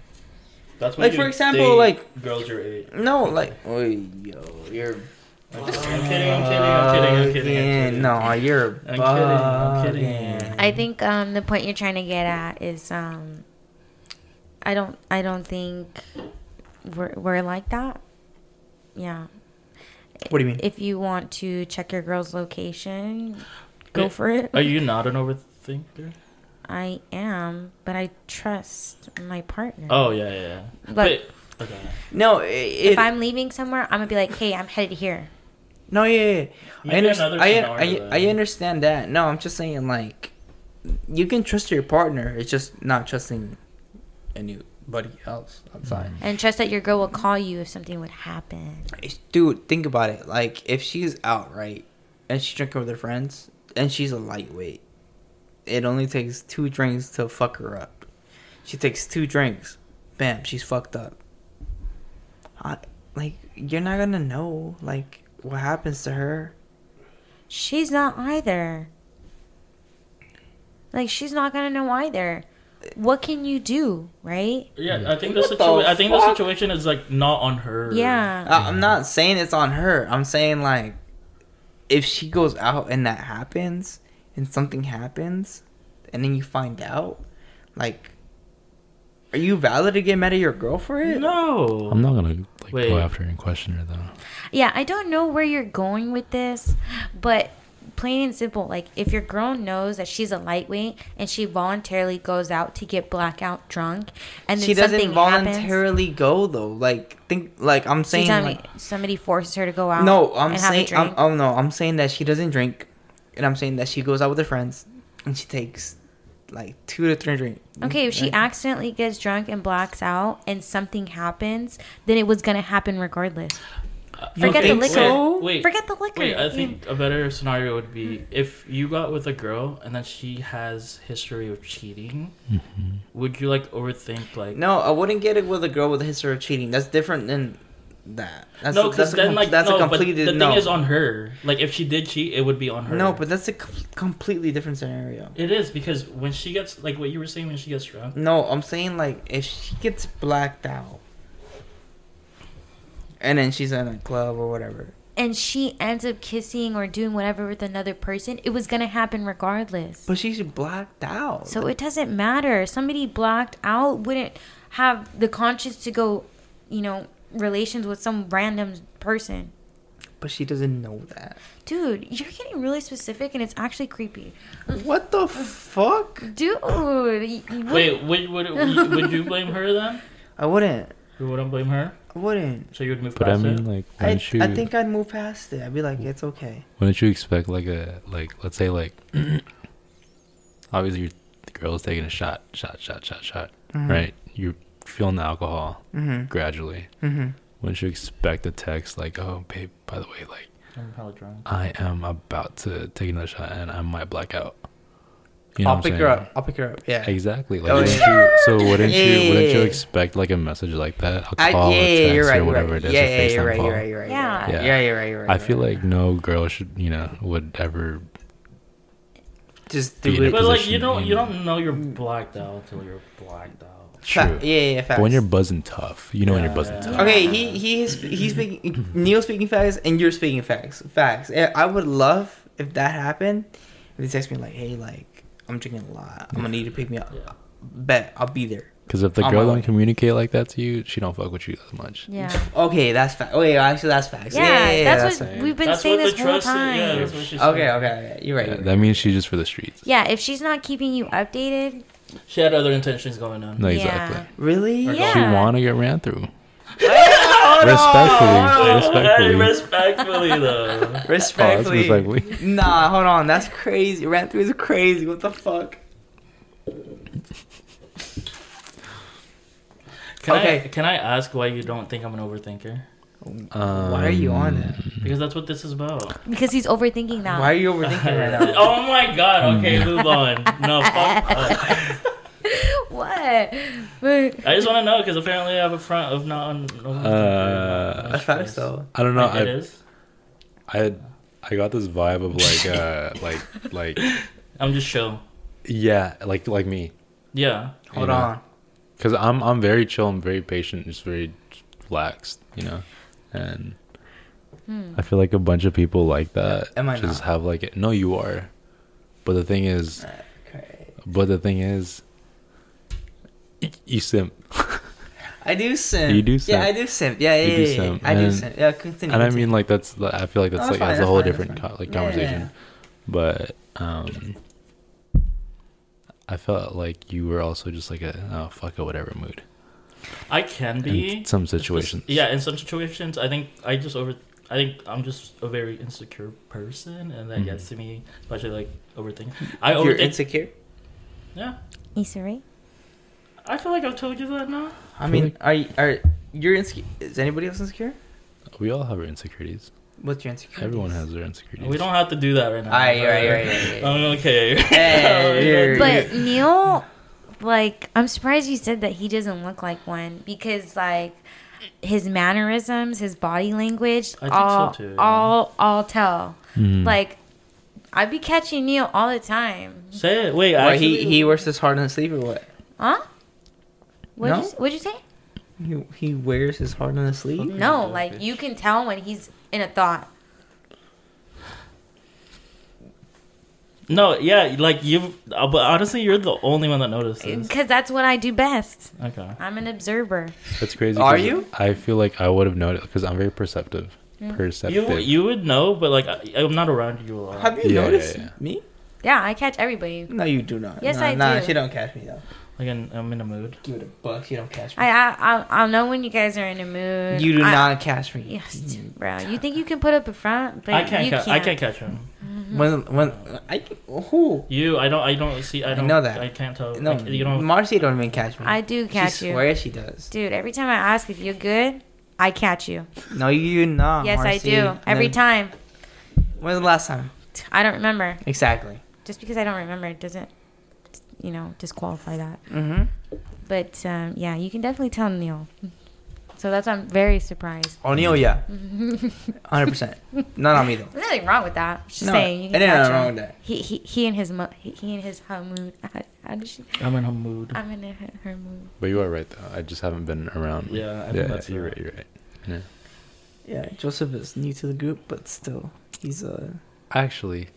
[SPEAKER 4] That's
[SPEAKER 3] Like,
[SPEAKER 4] you
[SPEAKER 3] for example,
[SPEAKER 4] date
[SPEAKER 3] like-
[SPEAKER 4] girls your age.
[SPEAKER 3] no, like, oh, yo, you're.
[SPEAKER 4] I'm kidding. I'm kidding. I'm kidding. I'm kidding. I'm kidding, I'm kidding.
[SPEAKER 3] No, you're.
[SPEAKER 4] I'm kidding, I'm kidding.
[SPEAKER 3] bugging.
[SPEAKER 2] I think um, the point you're trying to get at is um, I don't I don't think we're we're like that. Yeah.
[SPEAKER 3] What do you mean?
[SPEAKER 2] If you want to check your girl's location, go
[SPEAKER 4] Yeah.
[SPEAKER 2] for it.
[SPEAKER 4] Are you not an overthinker?
[SPEAKER 2] I am, but I trust my partner.
[SPEAKER 4] Oh yeah, yeah. yeah.
[SPEAKER 2] But-
[SPEAKER 4] But- okay.
[SPEAKER 3] No, it,
[SPEAKER 2] if I'm leaving somewhere, I'm gonna be like, "Hey, I'm headed here."
[SPEAKER 3] No, yeah, yeah. yeah. I,
[SPEAKER 4] Maybe
[SPEAKER 3] underst-
[SPEAKER 4] another
[SPEAKER 3] I,
[SPEAKER 4] scenario,
[SPEAKER 3] I, I
[SPEAKER 4] then.
[SPEAKER 3] understand that. No, I'm just saying, like, you can trust your partner. It's just not trusting anybody else outside.
[SPEAKER 2] And trust that your girl will call you if something would happen.
[SPEAKER 3] It's- Dude, think about it. Like, if she's out, right, and she's drinking with her friends, and she's a lightweight, it only takes two drinks to fuck her up. She takes two drinks. Bam, she's fucked up. I, like, you're not gonna know, like, what happens to her.
[SPEAKER 2] She's not either. Like she's not gonna know either. What can you do, right?
[SPEAKER 4] Yeah, I think the
[SPEAKER 3] What the
[SPEAKER 4] situation. I think the
[SPEAKER 3] fuck?
[SPEAKER 4] situation is like not on her.
[SPEAKER 2] Yeah.
[SPEAKER 3] I- I'm not saying it's on her. I'm saying like if she goes out and that happens, and something happens and then you find out, like, are you valid to get mad at your girl for it?
[SPEAKER 4] No.
[SPEAKER 5] I'm not gonna like
[SPEAKER 4] Wait.
[SPEAKER 5] go after her and question her though.
[SPEAKER 2] Yeah, I don't know where you're going with this, but plain and simple, like if your girl knows that she's a lightweight and she voluntarily goes out to get blackout drunk, and then
[SPEAKER 3] she doesn't
[SPEAKER 2] something happens,
[SPEAKER 3] voluntarily go though. Like think like I'm
[SPEAKER 2] so you're
[SPEAKER 3] saying
[SPEAKER 2] telling
[SPEAKER 3] like
[SPEAKER 2] me somebody forces her to go out.
[SPEAKER 3] no, I'm
[SPEAKER 2] and have a
[SPEAKER 3] saying I'm,
[SPEAKER 2] drink?
[SPEAKER 3] oh no, I'm saying that she doesn't drink, and I'm saying that she goes out with her friends and she takes like two to three drinks.
[SPEAKER 2] Okay, if she accidentally gets drunk and blacks out and something happens, then it was gonna happen regardless. Forget the
[SPEAKER 3] think
[SPEAKER 2] liquor.
[SPEAKER 3] so?
[SPEAKER 4] Wait,
[SPEAKER 2] Forget the liquor.
[SPEAKER 4] Wait, I
[SPEAKER 2] You-
[SPEAKER 4] think a better scenario would
[SPEAKER 3] Mm-hmm.
[SPEAKER 4] be if you got with a girl and then she has history of cheating. Would you like overthink like
[SPEAKER 3] No, I wouldn't get it with a girl with a history of cheating. That's different than that. That's
[SPEAKER 4] no?
[SPEAKER 3] a-
[SPEAKER 4] Because
[SPEAKER 3] that's a
[SPEAKER 4] then
[SPEAKER 3] com-
[SPEAKER 4] like
[SPEAKER 3] that's
[SPEAKER 4] no,
[SPEAKER 3] a completely
[SPEAKER 4] but the
[SPEAKER 3] no.
[SPEAKER 4] thing is on her. Like if she did cheat, it would be on her.
[SPEAKER 3] No, but that's a com- completely different scenario.
[SPEAKER 4] it is because when she gets like what you were saying when she gets drunk.
[SPEAKER 3] No, I'm saying like if she gets blacked out, and then she's in a club or whatever.
[SPEAKER 2] and she ends up kissing or doing whatever with another person, it was gonna happen regardless.
[SPEAKER 3] But she's blacked out.
[SPEAKER 2] So it doesn't matter. Somebody blacked out wouldn't have the conscience to go, you know, relations with some random person.
[SPEAKER 3] but she doesn't know that.
[SPEAKER 2] Dude, you're getting really specific and it's actually creepy.
[SPEAKER 3] What the fuck?
[SPEAKER 2] Dude, y- you would-
[SPEAKER 4] Wait, would would would, would you blame her then?
[SPEAKER 3] I wouldn't.
[SPEAKER 4] You wouldn't blame her,
[SPEAKER 3] I wouldn't.
[SPEAKER 4] so you would move
[SPEAKER 5] But I
[SPEAKER 4] past
[SPEAKER 5] mean,
[SPEAKER 4] it.
[SPEAKER 5] like,
[SPEAKER 3] I,
[SPEAKER 5] wouldn't you?
[SPEAKER 3] I think I'd move past it. I'd be like, it's okay.
[SPEAKER 5] Wouldn't you expect like a like let's say like obviously your the girl is taking a shot, shot, shot, shot, shot,
[SPEAKER 3] Mm-hmm.
[SPEAKER 5] right? You're feeling the alcohol gradually.
[SPEAKER 3] Mhm.
[SPEAKER 5] Wouldn't you expect a text like, "Oh, babe, by the way, like
[SPEAKER 4] I'm probably drunk.
[SPEAKER 5] I am about to take another shot and I might black out."
[SPEAKER 3] I'll
[SPEAKER 5] what I'm
[SPEAKER 3] pick her
[SPEAKER 5] saying?
[SPEAKER 3] up. I'll pick her up. Yeah.
[SPEAKER 5] Exactly. Like,
[SPEAKER 3] Oh,
[SPEAKER 5] wouldn't
[SPEAKER 3] yeah.
[SPEAKER 5] you, so wouldn't you wouldn't you
[SPEAKER 3] Yeah.
[SPEAKER 5] expect like a message like that? A
[SPEAKER 3] I,
[SPEAKER 5] call,
[SPEAKER 3] yeah,
[SPEAKER 5] a
[SPEAKER 3] yeah,
[SPEAKER 5] text,
[SPEAKER 3] you're right.
[SPEAKER 5] or
[SPEAKER 3] You're
[SPEAKER 5] whatever
[SPEAKER 3] right.
[SPEAKER 5] it is.
[SPEAKER 3] Yeah,
[SPEAKER 5] a
[SPEAKER 3] yeah, you're
[SPEAKER 5] FaceTime
[SPEAKER 3] right.
[SPEAKER 5] call.
[SPEAKER 3] You're right. You're right.
[SPEAKER 2] Yeah.
[SPEAKER 5] Yeah.
[SPEAKER 3] Yeah, you're right. You're right.
[SPEAKER 5] I feel like no girl should, you know, would ever.
[SPEAKER 3] just
[SPEAKER 5] be
[SPEAKER 3] do
[SPEAKER 5] in a
[SPEAKER 3] it.
[SPEAKER 4] But like you
[SPEAKER 5] position
[SPEAKER 4] don't you
[SPEAKER 5] in-
[SPEAKER 4] don't know you're blacked out until you're blacked out.
[SPEAKER 5] True.
[SPEAKER 3] Fa- Yeah, yeah, yeah. Facts.
[SPEAKER 5] But when you're buzzing tough, you know when you're
[SPEAKER 4] Yeah,
[SPEAKER 5] buzzing
[SPEAKER 4] yeah.
[SPEAKER 5] tough.
[SPEAKER 3] Okay, he he is he's speaking Neil's speaking facts and you're speaking facts. Facts. Eh, I would love if that happened. If they text me like, hey, like I'm drinking a lot. I'm gonna need you to pick me up.
[SPEAKER 4] Yeah.
[SPEAKER 3] Bet I'll be there.
[SPEAKER 5] Because if the
[SPEAKER 3] Oh,
[SPEAKER 5] girl
[SPEAKER 3] my
[SPEAKER 5] don't
[SPEAKER 3] God.
[SPEAKER 5] communicate like that to you, she don't fuck with you that much.
[SPEAKER 2] yeah.
[SPEAKER 3] Okay, that's fact. Oh yeah, actually that's facts.
[SPEAKER 2] Yeah, that's, what
[SPEAKER 3] right.
[SPEAKER 2] we've been
[SPEAKER 4] That's
[SPEAKER 2] saying this
[SPEAKER 4] what the
[SPEAKER 2] whole
[SPEAKER 4] trust is-
[SPEAKER 2] time.
[SPEAKER 4] Yeah, that's what she said.
[SPEAKER 3] Okay, okay, okay. You're right.
[SPEAKER 5] Yeah,
[SPEAKER 3] you're
[SPEAKER 5] that means she's just for the streets.
[SPEAKER 2] yeah, if she's not keeping you updated,
[SPEAKER 4] She had other intentions going on.
[SPEAKER 5] No,
[SPEAKER 2] Yeah.
[SPEAKER 5] exactly.
[SPEAKER 3] right. Really?
[SPEAKER 2] Yeah.
[SPEAKER 5] She wanna get ran through.
[SPEAKER 4] Oh, Hey,
[SPEAKER 5] respectfully,
[SPEAKER 4] respectfully
[SPEAKER 5] respectfully.
[SPEAKER 4] though.
[SPEAKER 5] Oh, that's
[SPEAKER 3] Respectfully.
[SPEAKER 5] respectfully.
[SPEAKER 3] Nah, hold on. That's crazy. Ran through is crazy. What the fuck?
[SPEAKER 4] Can I
[SPEAKER 3] Okay.
[SPEAKER 4] can I ask why you don't think I'm an overthinker?
[SPEAKER 5] Um,
[SPEAKER 3] Why are you on it?
[SPEAKER 4] Because that's what this is about.
[SPEAKER 2] because he's overthinking now.
[SPEAKER 3] Why are you overthinking right now?
[SPEAKER 4] oh my
[SPEAKER 5] Mm.
[SPEAKER 4] god, okay, move on. No, fuck. that.
[SPEAKER 2] What? But
[SPEAKER 4] I just want to know because apparently I have a front of not on. no overthinker.
[SPEAKER 5] Uh,
[SPEAKER 3] Oh, That's facts though.
[SPEAKER 5] I don't know.
[SPEAKER 4] Like, it
[SPEAKER 5] I,
[SPEAKER 4] is?
[SPEAKER 5] I I got this vibe of like uh like like
[SPEAKER 4] I'm just chill.
[SPEAKER 5] yeah like like me
[SPEAKER 4] Yeah.
[SPEAKER 3] Hold
[SPEAKER 5] know.
[SPEAKER 3] on.
[SPEAKER 5] because I'm I'm very chill. I'm very patient. Just very relaxed. You know, and I feel like a bunch of people like that
[SPEAKER 3] Am I
[SPEAKER 5] just
[SPEAKER 3] not?
[SPEAKER 5] have like it. No, you are. But the thing is,
[SPEAKER 3] Okay.
[SPEAKER 5] But the thing is, y- you simp,
[SPEAKER 3] I do simp.
[SPEAKER 5] You do
[SPEAKER 3] Yeah,
[SPEAKER 5] simp.
[SPEAKER 3] I do simp. Yeah, yeah,
[SPEAKER 5] You do
[SPEAKER 3] yeah, yeah.
[SPEAKER 5] simp.
[SPEAKER 3] I do
[SPEAKER 5] And-
[SPEAKER 3] simp. Yeah, continue.
[SPEAKER 5] and I
[SPEAKER 3] continue.
[SPEAKER 5] mean like that's. the- I feel like that's
[SPEAKER 3] No, that's fine,
[SPEAKER 5] like that's a
[SPEAKER 3] that's
[SPEAKER 5] whole
[SPEAKER 3] fine,
[SPEAKER 5] different
[SPEAKER 3] that's
[SPEAKER 5] co- like
[SPEAKER 3] Yeah, yeah,
[SPEAKER 5] conversation.
[SPEAKER 3] yeah.
[SPEAKER 5] But um, I felt like you were also just like a oh fuck it whatever mood
[SPEAKER 4] I can be.
[SPEAKER 5] in some situations.
[SPEAKER 4] Yeah, in some situations, I think I just over. I think I'm just a very insecure person, and
[SPEAKER 5] Mm-hmm.
[SPEAKER 4] that gets to me, especially like overthinking. I
[SPEAKER 3] you're
[SPEAKER 4] overthink.
[SPEAKER 3] insecure.
[SPEAKER 4] yeah,
[SPEAKER 2] Issa Rae?
[SPEAKER 4] I feel like I've told you that now.
[SPEAKER 3] I mean, are you, are you're insecure? Is anybody else insecure?
[SPEAKER 5] we all have our insecurities.
[SPEAKER 3] What's your insecure?
[SPEAKER 5] Everyone has their insecurities.
[SPEAKER 4] We don't have to do that right now.
[SPEAKER 3] Alright, right, right, right, right.
[SPEAKER 4] I'm okay.
[SPEAKER 3] Hey,
[SPEAKER 2] But Neil, like, I'm surprised you said that he doesn't look like one because, like, his mannerisms, his body language,
[SPEAKER 4] I think so,
[SPEAKER 2] all,
[SPEAKER 4] too.
[SPEAKER 2] all, all tell.
[SPEAKER 5] Mhm.
[SPEAKER 2] Like, I be catching Neil all the time.
[SPEAKER 4] Say it. Wait,
[SPEAKER 3] Why
[SPEAKER 4] actually,
[SPEAKER 3] he he wears his heart on his sleeve or what?
[SPEAKER 2] Huh? What'd,
[SPEAKER 3] No?
[SPEAKER 2] you, what'd you say?
[SPEAKER 3] He, he wears his heart on his sleeve.
[SPEAKER 2] No, like, you can tell when he's in a thought.
[SPEAKER 4] No, yeah, like you've, uh, but honestly, you're the only one that noticed this.
[SPEAKER 2] because that's what I do best.
[SPEAKER 4] Okay.
[SPEAKER 2] I'm an observer.
[SPEAKER 5] That's crazy.
[SPEAKER 3] Are
[SPEAKER 5] 'cause
[SPEAKER 3] you?
[SPEAKER 5] I feel like I would have noticed because I'm very perceptive. Perceptive.
[SPEAKER 4] You you would know, but like I, I'm not around you a lot.
[SPEAKER 3] Have you
[SPEAKER 5] Yeah, yeah,
[SPEAKER 3] noticed
[SPEAKER 5] yeah.
[SPEAKER 3] me?
[SPEAKER 2] Yeah, I catch everybody.
[SPEAKER 3] No, you do not.
[SPEAKER 2] Yes,
[SPEAKER 3] nah,
[SPEAKER 2] I
[SPEAKER 3] Nah,
[SPEAKER 2] do.
[SPEAKER 3] she don't catch me though.
[SPEAKER 4] like in, I'm in a mood.
[SPEAKER 3] Give it a buck. She don't catch me.
[SPEAKER 2] I I I'll, I'll know when you guys are in a mood.
[SPEAKER 3] you do
[SPEAKER 2] I-
[SPEAKER 3] not catch me.
[SPEAKER 2] Yes, bro. You think you can put up a front, but
[SPEAKER 4] I can't,
[SPEAKER 2] you
[SPEAKER 4] ca-
[SPEAKER 2] can't.
[SPEAKER 4] I can't catch him.
[SPEAKER 3] When when I who
[SPEAKER 4] You, I don't, I don't see. I
[SPEAKER 3] I
[SPEAKER 4] don't
[SPEAKER 3] know that.
[SPEAKER 4] I can't tell.
[SPEAKER 3] no
[SPEAKER 4] No, you don't.
[SPEAKER 3] Marcy don't even catch me.
[SPEAKER 2] I do catch
[SPEAKER 3] she
[SPEAKER 2] you,
[SPEAKER 3] swears she does.
[SPEAKER 2] dude. Every time I ask if you're good, I catch you.
[SPEAKER 3] No, you not.
[SPEAKER 2] yes, I
[SPEAKER 3] Marcy.
[SPEAKER 2] do.
[SPEAKER 3] And
[SPEAKER 2] Every time.
[SPEAKER 3] then- When's the last time?
[SPEAKER 2] I don't remember.
[SPEAKER 3] Exactly.
[SPEAKER 2] Just because I don't remember doesn't, you know, disqualify that.
[SPEAKER 3] Mm-hmm.
[SPEAKER 2] But um, yeah, you can definitely tell Neil. So that's why I'm very surprised.
[SPEAKER 3] O'Neal, yeah,
[SPEAKER 2] Mm-hmm.
[SPEAKER 3] hundred percent. Not on me though.
[SPEAKER 2] There's nothing wrong with that. I'm just
[SPEAKER 3] No,
[SPEAKER 2] saying. You can
[SPEAKER 3] it ain't
[SPEAKER 2] catch
[SPEAKER 3] nothing wrong
[SPEAKER 2] him.
[SPEAKER 3] with that.
[SPEAKER 2] He he he and his mo- he, he and his her mood. How, how does she?
[SPEAKER 4] I'm in a mood.
[SPEAKER 2] I'm in her, her mood.
[SPEAKER 5] But you are right though. I just haven't been around.
[SPEAKER 4] Yeah, I think
[SPEAKER 5] yeah.
[SPEAKER 4] that's
[SPEAKER 5] You're
[SPEAKER 4] it.
[SPEAKER 5] right. You're right.
[SPEAKER 3] Yeah, Joseph is new to the group, but still, he's uh,
[SPEAKER 5] Actually,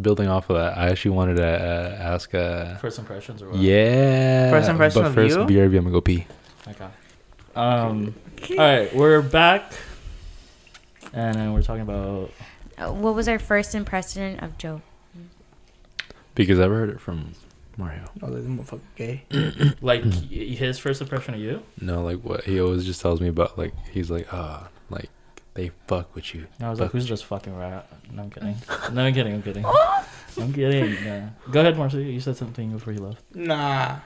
[SPEAKER 5] building off of that, I actually wanted to uh, ask. Uh,
[SPEAKER 4] First impressions or what?
[SPEAKER 5] yeah.
[SPEAKER 3] First impression
[SPEAKER 5] But
[SPEAKER 3] of
[SPEAKER 5] first,
[SPEAKER 3] you?
[SPEAKER 5] BRB. I'm gonna go pee.
[SPEAKER 4] Okay. Um. All right, we're back, and uh, we're talking about
[SPEAKER 2] Uh, What was our first impression of Joe?
[SPEAKER 5] Because I've heard it from Mario.
[SPEAKER 3] oh, this motherfucker gay.
[SPEAKER 4] like y- his first impression of you.
[SPEAKER 5] No, like what he always just tells me about. Like he's like, ah, like they fuck with you.
[SPEAKER 4] And I was like, who's just fucking rat? No, I'm kidding. No, I'm kidding. I'm kidding. I'm kidding. No. Go ahead, Marcy. You said something before you left.
[SPEAKER 3] Nah,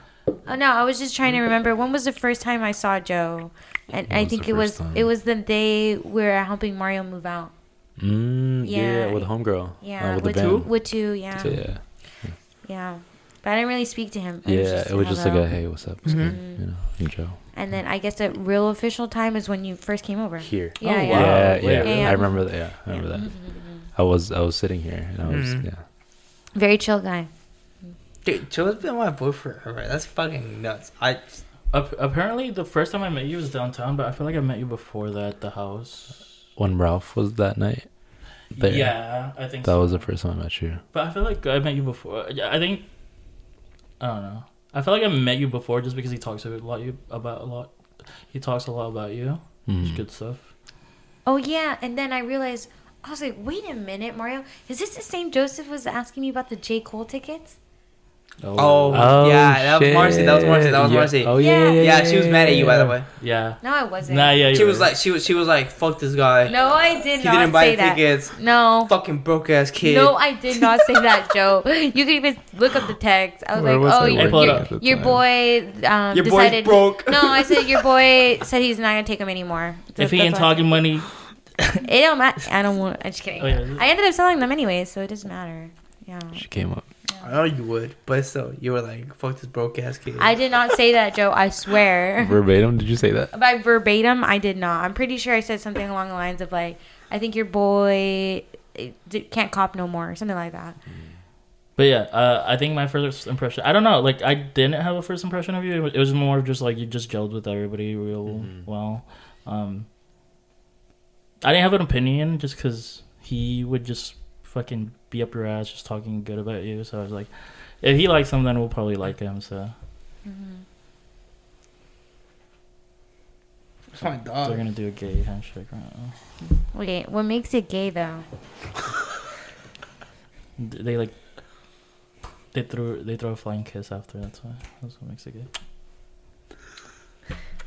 [SPEAKER 2] Oh no, I was just trying to remember when was the first time I saw Joe, and
[SPEAKER 5] When
[SPEAKER 2] I
[SPEAKER 5] was the
[SPEAKER 2] think it
[SPEAKER 5] first
[SPEAKER 2] was
[SPEAKER 5] time?
[SPEAKER 2] it was the day we were helping Mario move out.
[SPEAKER 5] Mm, yeah,
[SPEAKER 2] Yeah.
[SPEAKER 5] with homegirl.
[SPEAKER 2] Yeah,
[SPEAKER 5] uh, with,
[SPEAKER 2] with
[SPEAKER 5] the band.
[SPEAKER 2] with two, yeah,
[SPEAKER 5] So, yeah,
[SPEAKER 2] yeah. But I didn't really speak to him.
[SPEAKER 5] yeah. It was just like
[SPEAKER 2] hello.
[SPEAKER 5] a hey, what's up?
[SPEAKER 4] Mm-hmm.
[SPEAKER 5] What's good? You know, I'm Joe.
[SPEAKER 2] And then I guess the real official time is when you first came over.
[SPEAKER 5] Here.
[SPEAKER 2] Yeah, yeah.
[SPEAKER 4] Oh, wow.
[SPEAKER 5] Yeah, yeah,
[SPEAKER 4] Wait,
[SPEAKER 2] really?
[SPEAKER 5] I remember that. Yeah, I remember that.
[SPEAKER 3] Mm-hmm.
[SPEAKER 5] I was I was sitting here and I was
[SPEAKER 4] Mm-hmm.
[SPEAKER 3] Mhm.
[SPEAKER 5] yeah.
[SPEAKER 2] Very chill guy.
[SPEAKER 3] dude, Joe's been my boy forever. That's fucking nuts. I
[SPEAKER 4] Ap- apparently, the first time I met you was downtown, but I feel like I met you before that at the house.
[SPEAKER 5] When Ralph was that night, There.
[SPEAKER 4] Yeah, I think
[SPEAKER 5] that
[SPEAKER 4] so.
[SPEAKER 5] was the first time I met you.
[SPEAKER 4] But I feel like I met you before. Yeah, I think. I don't know. I feel like I met you before just because he talks a lot you about a lot. He talks a lot about you. It's
[SPEAKER 5] Mm.
[SPEAKER 4] good stuff.
[SPEAKER 2] Oh yeah, and then I realized I was like, wait a minute, Mario, is this the same Joseph was asking me about the J Cole tickets?
[SPEAKER 3] oh, yeah, that was Marcy. That was Marcy. That was
[SPEAKER 5] Yeah.
[SPEAKER 3] Marcy.
[SPEAKER 5] Oh
[SPEAKER 2] Yeah.
[SPEAKER 5] yeah, yeah,
[SPEAKER 3] yeah, she was mad at you by the way.
[SPEAKER 4] Yeah.
[SPEAKER 2] No, I wasn't.
[SPEAKER 4] Nah, yeah.
[SPEAKER 3] She
[SPEAKER 4] you're
[SPEAKER 3] was
[SPEAKER 4] right.
[SPEAKER 3] like, she was, she was like, fuck this guy.
[SPEAKER 2] No, I did
[SPEAKER 3] he
[SPEAKER 2] not
[SPEAKER 3] didn't
[SPEAKER 2] say
[SPEAKER 3] buy
[SPEAKER 2] that.
[SPEAKER 3] tickets.
[SPEAKER 2] No.
[SPEAKER 3] Fucking broke ass kid.
[SPEAKER 2] No, I did not say that, Joe. You can even look up the text. I was
[SPEAKER 5] Where
[SPEAKER 2] like,
[SPEAKER 5] was
[SPEAKER 2] "Oh,
[SPEAKER 5] I
[SPEAKER 2] your,
[SPEAKER 4] working
[SPEAKER 2] your,
[SPEAKER 4] at
[SPEAKER 5] the
[SPEAKER 2] your
[SPEAKER 5] time?
[SPEAKER 2] boy um,
[SPEAKER 3] Your boy's
[SPEAKER 2] decided."
[SPEAKER 3] broke.
[SPEAKER 2] No, I said your boy said he's not gonna take him anymore.
[SPEAKER 4] if
[SPEAKER 2] That's-
[SPEAKER 4] he ain't
[SPEAKER 2] that's why-
[SPEAKER 4] talking money,
[SPEAKER 2] it don't matter. I don't want. I'm just kidding.
[SPEAKER 4] Oh, yeah.
[SPEAKER 2] I ended up selling them anyway, so it doesn't matter. Yeah,
[SPEAKER 5] She came up.
[SPEAKER 3] I know you would, but still, you were like, fuck this broke ass kid.
[SPEAKER 2] I did not say that, Joe. I swear.
[SPEAKER 5] Verbatim, did you say that?
[SPEAKER 2] By verbatim, I did not. I'm pretty sure I said something along the lines of like, "I think your boy eh, d- can't cop no more," or something like that.
[SPEAKER 4] But yeah, uh, I think my first impression. I don't know. Like I didn't have a first impression of you. It was- It was more of just like you just gelled with everybody real well. Um, I didn't have an opinion just because he would just fucking be up your ass just talking good about you. So I was like, if he likes him, then we'll probably like him. So
[SPEAKER 3] It's my
[SPEAKER 4] they're
[SPEAKER 3] dog.
[SPEAKER 4] gonna do a gay handshake right now.
[SPEAKER 2] Wait, what makes it gay though?
[SPEAKER 4] Th- They like they threw they throw a flying kiss after. That's why that's what makes it gay.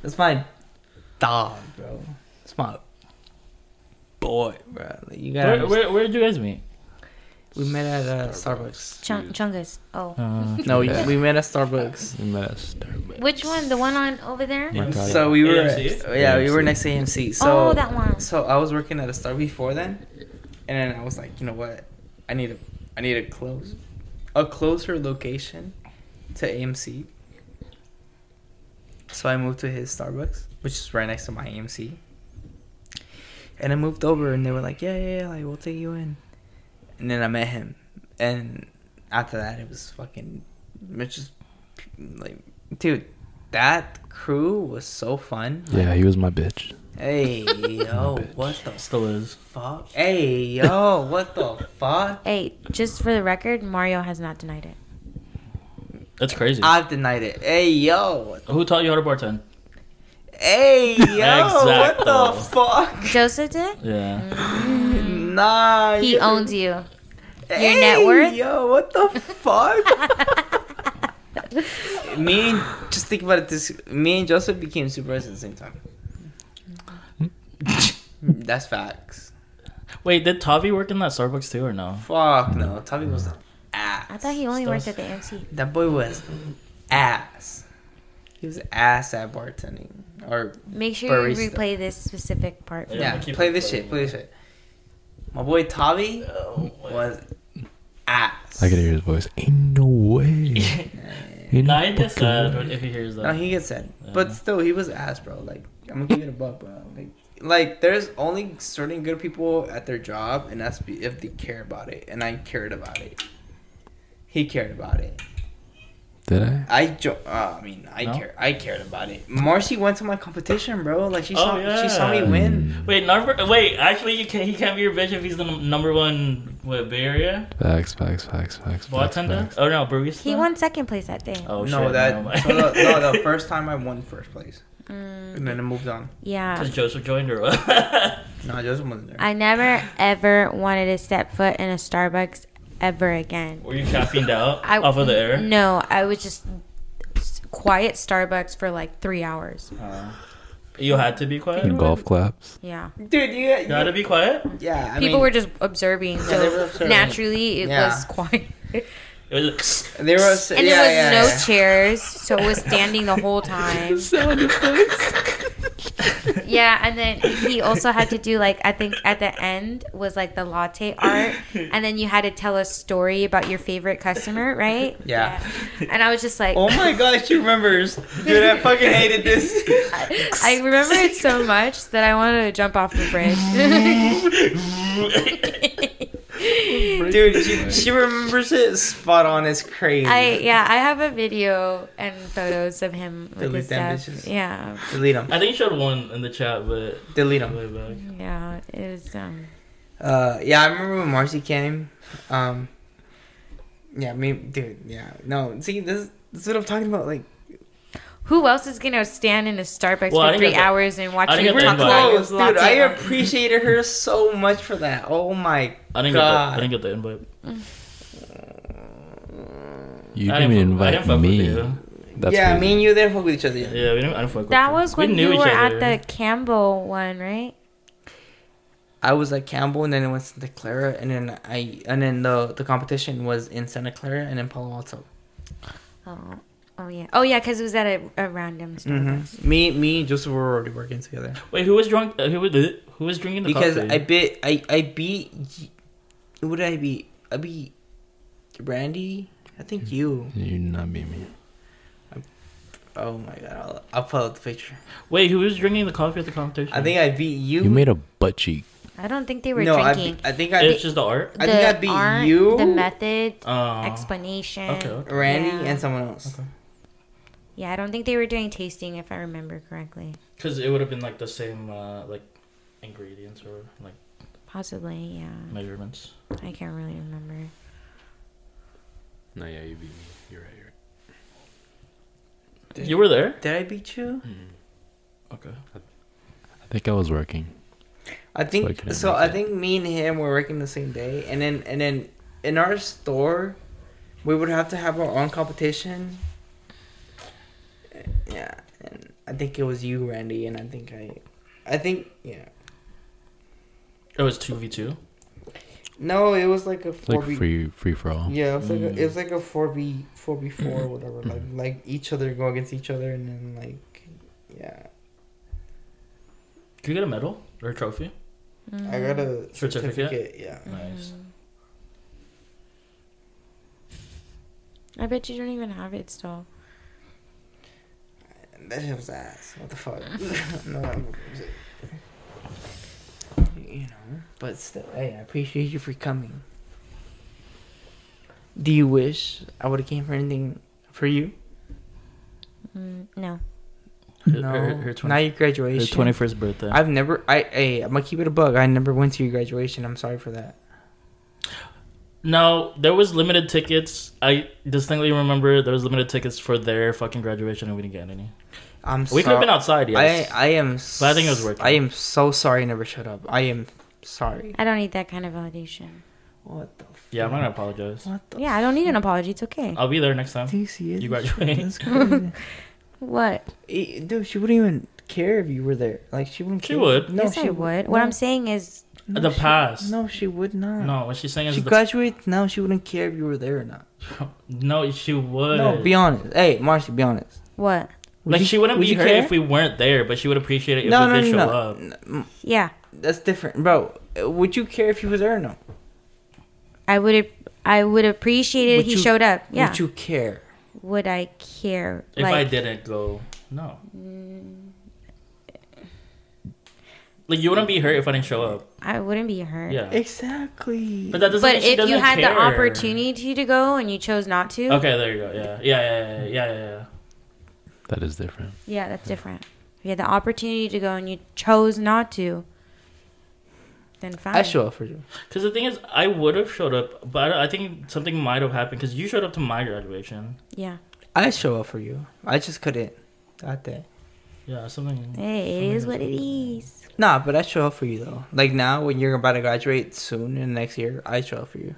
[SPEAKER 3] It's my dog, bro. It's my boy, bro. Like, you gotta.
[SPEAKER 4] Where, where where did you guys meet?
[SPEAKER 3] we met at uh, Starbucks.
[SPEAKER 2] Chung- Chungus. Oh.
[SPEAKER 4] Uh,
[SPEAKER 3] No, we, we met at Starbucks.
[SPEAKER 5] We met at Starbucks.
[SPEAKER 2] Which one? The one on over there?
[SPEAKER 5] My God.
[SPEAKER 3] So we were,
[SPEAKER 4] AMC?
[SPEAKER 3] yeah, we were
[SPEAKER 5] AMC.
[SPEAKER 3] next to AMC. So,
[SPEAKER 2] Oh, that one.
[SPEAKER 3] So I was working at a Star before then, and then I was like, you know what, I need a, I need a close, a closer location, to AMC. So I moved to his Starbucks, which is right next to my AMC. And I moved over, and they were like, yeah, yeah, yeah, like we'll take you in. And then I met him, and after that, it was fucking, it's just like, dude, that crew was so fun.
[SPEAKER 5] Yeah, he was my bitch.
[SPEAKER 3] Hey yo,
[SPEAKER 5] bitch.
[SPEAKER 3] what the
[SPEAKER 4] Still is.
[SPEAKER 3] fuck? Hey yo, what the fuck?
[SPEAKER 2] Hey, just for the record, Mario has not denied it.
[SPEAKER 4] That's crazy.
[SPEAKER 3] I've denied it. Hey yo,
[SPEAKER 4] Who taught you how to bartend?
[SPEAKER 3] hey yo, what the
[SPEAKER 4] Exacto.
[SPEAKER 3] fuck?
[SPEAKER 2] Joseph did?
[SPEAKER 4] Yeah.
[SPEAKER 3] Nah,
[SPEAKER 2] Mm. He
[SPEAKER 3] you-
[SPEAKER 2] owns you.
[SPEAKER 3] Hey,
[SPEAKER 2] net worth?
[SPEAKER 3] Yo, what the fuck? me and just think about it. This me and Joseph became super at the same time.
[SPEAKER 2] Hmm?
[SPEAKER 3] That's facts.
[SPEAKER 4] Wait, did Tavi work in that Starbucks too or no?
[SPEAKER 3] Fuck no, Tommy was an ass.
[SPEAKER 2] I thought he only
[SPEAKER 4] Stuff.
[SPEAKER 2] worked at the MC.
[SPEAKER 3] that boy was ass. He was ass at bartending. Or
[SPEAKER 2] Make sure you
[SPEAKER 3] Barista.
[SPEAKER 2] replay this specific part. for
[SPEAKER 4] Yeah,
[SPEAKER 2] me.
[SPEAKER 3] yeah,
[SPEAKER 4] keep
[SPEAKER 3] play
[SPEAKER 4] it
[SPEAKER 3] this
[SPEAKER 4] playing.
[SPEAKER 3] shit. Play this shit. My boy Tommy was ass.
[SPEAKER 5] I could hear his voice. Ain't no way. Ain't
[SPEAKER 4] Nah, it gets
[SPEAKER 5] fucking
[SPEAKER 4] sad
[SPEAKER 5] way.
[SPEAKER 4] if he hears that.
[SPEAKER 3] No, he gets it. But
[SPEAKER 4] Yeah.
[SPEAKER 3] still, he was ass, bro. Like, I'm gonna give it a buck, bro. Like, like there's only certain good people at their job, and that's be- if they care about it. And I cared about it. He cared about it.
[SPEAKER 5] Did I?
[SPEAKER 3] I jo- uh, I mean, I
[SPEAKER 4] No?
[SPEAKER 3] care. I cared about it. Marcy went to my competition, bro. Like she
[SPEAKER 4] Oh,
[SPEAKER 3] saw, she saw me
[SPEAKER 4] yeah. Mm.
[SPEAKER 3] win.
[SPEAKER 5] Mm.
[SPEAKER 4] Wait, number. Wait, actually, you can, he can't be your bitch if he's the num- number one what, Bay Area
[SPEAKER 5] Facts, facts, facts, facts.
[SPEAKER 4] bartender.
[SPEAKER 5] Facts,
[SPEAKER 4] Oh no, barista.
[SPEAKER 2] He won second place that day.
[SPEAKER 4] Oh shit!
[SPEAKER 3] no, that
[SPEAKER 4] never mind.
[SPEAKER 3] no, the, no, the first time I won first place, and then I moved on.
[SPEAKER 2] Mm, Yeah.
[SPEAKER 4] Because Joseph joined her.
[SPEAKER 3] No, Joseph wasn't there.
[SPEAKER 2] I never ever wanted to step foot in a Starbucks ever again.
[SPEAKER 4] Were you caffeined out
[SPEAKER 2] I,
[SPEAKER 4] off of the air?
[SPEAKER 2] No, I was just s- quiet Starbucks for like three hours.
[SPEAKER 4] Uh, you had to be quiet.
[SPEAKER 5] And golf claps.
[SPEAKER 2] Yeah.
[SPEAKER 3] Dude, you,
[SPEAKER 4] You had to
[SPEAKER 3] you
[SPEAKER 4] be quiet.
[SPEAKER 3] yeah. I
[SPEAKER 2] People
[SPEAKER 3] mean,
[SPEAKER 2] were just observing, so
[SPEAKER 3] they were observing.
[SPEAKER 2] naturally it
[SPEAKER 3] Yeah.
[SPEAKER 2] was quiet.
[SPEAKER 4] It was like,
[SPEAKER 3] There was
[SPEAKER 2] And
[SPEAKER 3] yeah,
[SPEAKER 2] there was
[SPEAKER 3] yeah,
[SPEAKER 2] no
[SPEAKER 3] yeah.
[SPEAKER 2] chairs, so it was standing the whole time. yeah, and then he also had to do like I think at the end was like the latte art, and then you had to tell a story about your favorite customer, right?
[SPEAKER 3] Yeah.
[SPEAKER 2] And I was just like,
[SPEAKER 3] Oh my gosh, she remembers. Dude, I fucking hated this.
[SPEAKER 2] I remember it so much that I wanted to jump off the bridge.
[SPEAKER 3] Dude, she, she remembers it spot on. It's crazy.
[SPEAKER 2] I yeah, I have a video and photos of him with
[SPEAKER 3] Delete
[SPEAKER 2] his
[SPEAKER 3] them
[SPEAKER 2] stuff.
[SPEAKER 3] bitches.
[SPEAKER 2] Yeah,
[SPEAKER 3] Delete them.
[SPEAKER 4] I think you showed one in the chat, but
[SPEAKER 3] Delete them.
[SPEAKER 4] way back.
[SPEAKER 2] yeah, it was um.
[SPEAKER 3] Uh, yeah, I remember when Marcy came. Um, yeah, me, dude, yeah. No, see, this, this is what I'm talking about. Like,
[SPEAKER 2] Who else is gonna stand in a Starbucks
[SPEAKER 4] Well, I
[SPEAKER 2] for
[SPEAKER 4] think
[SPEAKER 2] three
[SPEAKER 4] that's a-
[SPEAKER 2] hours and watch
[SPEAKER 4] I think
[SPEAKER 2] you
[SPEAKER 4] Get
[SPEAKER 3] we're
[SPEAKER 2] talk
[SPEAKER 4] that's the
[SPEAKER 2] about your
[SPEAKER 3] close, dude. I
[SPEAKER 2] latte art?
[SPEAKER 3] appreciated her so much for that. Oh my
[SPEAKER 4] I didn't get the, I
[SPEAKER 3] god.
[SPEAKER 4] didn't get the invite.
[SPEAKER 5] You
[SPEAKER 4] I
[SPEAKER 5] didn't even
[SPEAKER 4] fu- I
[SPEAKER 5] invite
[SPEAKER 4] didn't fuck with
[SPEAKER 5] me.
[SPEAKER 4] you.
[SPEAKER 5] That's
[SPEAKER 3] yeah,
[SPEAKER 5] crazy.
[SPEAKER 3] me and you there fuck with each other. Yeah.
[SPEAKER 4] Yeah, we didn't. I didn't fuck with
[SPEAKER 2] That
[SPEAKER 4] you.
[SPEAKER 2] was when
[SPEAKER 4] knew
[SPEAKER 2] you
[SPEAKER 4] each
[SPEAKER 2] were
[SPEAKER 4] other.
[SPEAKER 2] at the Campbell one, right?
[SPEAKER 3] I was at Campbell, and then it went to Santa Clara, and then I, and then the the competition was in Santa Clara and in Palo Alto.
[SPEAKER 2] Oh, oh yeah, oh yeah, because it was at a, a random Starbucks.
[SPEAKER 3] Mm-hmm. Me, me, and Joseph were already working together
[SPEAKER 4] Wait, who was drunk? Uh, who was who was drinking the
[SPEAKER 3] because
[SPEAKER 4] coffee?
[SPEAKER 3] I bit, I, I beat. y- Who did I beat? I beat Brandy. I think you.
[SPEAKER 5] You did not beat me.
[SPEAKER 3] Oh my god! I'll, I'll pull out the picture.
[SPEAKER 4] Wait, who was drinking the coffee at the competition?
[SPEAKER 3] I think I beat you.
[SPEAKER 5] You made a butt cheek.
[SPEAKER 2] I don't think they were
[SPEAKER 3] no, I,
[SPEAKER 2] drinking.
[SPEAKER 3] be- I think I
[SPEAKER 4] it's
[SPEAKER 3] beat
[SPEAKER 4] just the art.
[SPEAKER 3] I think I
[SPEAKER 2] The
[SPEAKER 3] beat
[SPEAKER 2] art,
[SPEAKER 3] you.
[SPEAKER 2] The method,
[SPEAKER 4] Uh,
[SPEAKER 2] explanation.
[SPEAKER 4] okay, okay.
[SPEAKER 3] Randy
[SPEAKER 2] Yeah.
[SPEAKER 3] and someone else.
[SPEAKER 2] Yeah, I don't think they were doing tasting, if I remember correctly.
[SPEAKER 4] Because it would have been like the same uh, like ingredients or like
[SPEAKER 2] Possibly, yeah.
[SPEAKER 4] measurements.
[SPEAKER 2] I can't really remember.
[SPEAKER 5] No, yeah, you beat me. You're right. You're right.
[SPEAKER 4] You were there.
[SPEAKER 3] Did I beat you?
[SPEAKER 4] Okay.
[SPEAKER 5] I think I was working.
[SPEAKER 3] I
[SPEAKER 5] Why
[SPEAKER 3] think
[SPEAKER 5] couldn't
[SPEAKER 3] so.
[SPEAKER 5] make
[SPEAKER 3] I
[SPEAKER 5] it?
[SPEAKER 3] think me and him were working the same day, and then and then in our store, we would have to have our own competition. Yeah, and I think it was you, Randy, and I think I, I think yeah.
[SPEAKER 4] It was two v two.
[SPEAKER 3] No, it was like a
[SPEAKER 5] It's like
[SPEAKER 3] four v.
[SPEAKER 5] free free for all.
[SPEAKER 3] Yeah, it was like a, it was like a four v four v four whatever. Like like each other go against each other, and then like yeah,
[SPEAKER 4] Did you get a medal or a trophy?
[SPEAKER 3] I got
[SPEAKER 2] Mm.
[SPEAKER 3] a
[SPEAKER 4] Certificate?
[SPEAKER 3] certificate. Yeah.
[SPEAKER 4] Nice.
[SPEAKER 2] I bet you don't even have it still.
[SPEAKER 3] That shit was ass. What the fuck? no, I'm- you know, but still, hey, I appreciate you for coming. Do you wish I would have came for anything for you?
[SPEAKER 2] Mm, no.
[SPEAKER 4] Her-
[SPEAKER 3] No,
[SPEAKER 4] her- her 20
[SPEAKER 3] not your
[SPEAKER 4] Her
[SPEAKER 3] graduation.
[SPEAKER 4] twenty first birthday.
[SPEAKER 3] I've never. I hey, I'm gonna keep it a bug. I never went to your graduation. I'm sorry for that.
[SPEAKER 4] No, there was limited tickets. I distinctly remember there was limited tickets for their fucking graduation, and we didn't get any.
[SPEAKER 3] I'm.
[SPEAKER 4] We could have been
[SPEAKER 3] out.
[SPEAKER 4] outside, yes.
[SPEAKER 3] I I am. s-
[SPEAKER 4] But I think it was worth it.
[SPEAKER 3] I am so sorry. I never showed up. I am sorry.
[SPEAKER 2] I don't need that kind of validation.
[SPEAKER 3] What the?
[SPEAKER 4] yeah, I'm not gonna apologize.
[SPEAKER 3] What the?
[SPEAKER 2] Yeah, I don't need an apology. It's okay.
[SPEAKER 4] I'll be there next time.
[SPEAKER 3] Do you see it?
[SPEAKER 4] You graduate.
[SPEAKER 3] That's crazy.
[SPEAKER 2] What?
[SPEAKER 3] Eh, Dude, she wouldn't even care if you were there. Like she wouldn't.
[SPEAKER 4] She
[SPEAKER 3] care.
[SPEAKER 4] would.
[SPEAKER 2] yes, I
[SPEAKER 3] she
[SPEAKER 2] would.
[SPEAKER 3] wou-
[SPEAKER 2] What
[SPEAKER 3] no,
[SPEAKER 2] I'm saying is,
[SPEAKER 3] no,
[SPEAKER 4] The
[SPEAKER 3] she-
[SPEAKER 4] past.
[SPEAKER 3] No, she would not.
[SPEAKER 4] No, what she's saying is
[SPEAKER 3] She
[SPEAKER 4] the-
[SPEAKER 3] graduated now. She wouldn't care if you were there or not.
[SPEAKER 4] no. She would.
[SPEAKER 3] No, be honest. Hey, Marcy, be honest.
[SPEAKER 2] what?
[SPEAKER 3] Would
[SPEAKER 4] like
[SPEAKER 3] you-
[SPEAKER 4] she wouldn't
[SPEAKER 3] would
[SPEAKER 4] be
[SPEAKER 3] you
[SPEAKER 4] hurt
[SPEAKER 3] care?
[SPEAKER 4] if we weren't there, but she would appreciate it if
[SPEAKER 3] No,
[SPEAKER 4] we
[SPEAKER 3] no,
[SPEAKER 4] did
[SPEAKER 3] no,
[SPEAKER 4] show
[SPEAKER 3] no.
[SPEAKER 4] up.
[SPEAKER 2] Yeah,
[SPEAKER 3] That's different, bro. Uh, Would you care if you were there or no?
[SPEAKER 2] I would. I would appreciate it if
[SPEAKER 3] Would
[SPEAKER 2] he
[SPEAKER 3] you-
[SPEAKER 2] showed up. Yeah.
[SPEAKER 3] Would you care?
[SPEAKER 2] Would I care?
[SPEAKER 4] If
[SPEAKER 2] like,
[SPEAKER 4] I didn't go, no.
[SPEAKER 3] Mm.
[SPEAKER 4] Like you wouldn't be hurt if I didn't show up.
[SPEAKER 2] I wouldn't be hurt.
[SPEAKER 4] Yeah,
[SPEAKER 3] Exactly.
[SPEAKER 4] but that doesn't.
[SPEAKER 2] But
[SPEAKER 4] mean she
[SPEAKER 2] if you
[SPEAKER 4] doesn't
[SPEAKER 2] had the
[SPEAKER 4] care.
[SPEAKER 2] opportunity to go and you chose not to,
[SPEAKER 4] Okay, there you go. Yeah, yeah, yeah, yeah, yeah. yeah, yeah.
[SPEAKER 5] That is different.
[SPEAKER 2] yeah, that's different. If you had the opportunity to go and you chose not to, then fine.
[SPEAKER 3] I show up for you.
[SPEAKER 4] Because the thing is, I would have showed up, but I think something might have happened. Because you showed up to my graduation.
[SPEAKER 2] Yeah.
[SPEAKER 3] I show up for you. I just couldn't that day.
[SPEAKER 4] Yeah, something.
[SPEAKER 3] Eh.
[SPEAKER 2] Hey, it is what it is.
[SPEAKER 3] Nah, but I show up for you though. Like now, when you're about to graduate soon in the next year, I show up for you.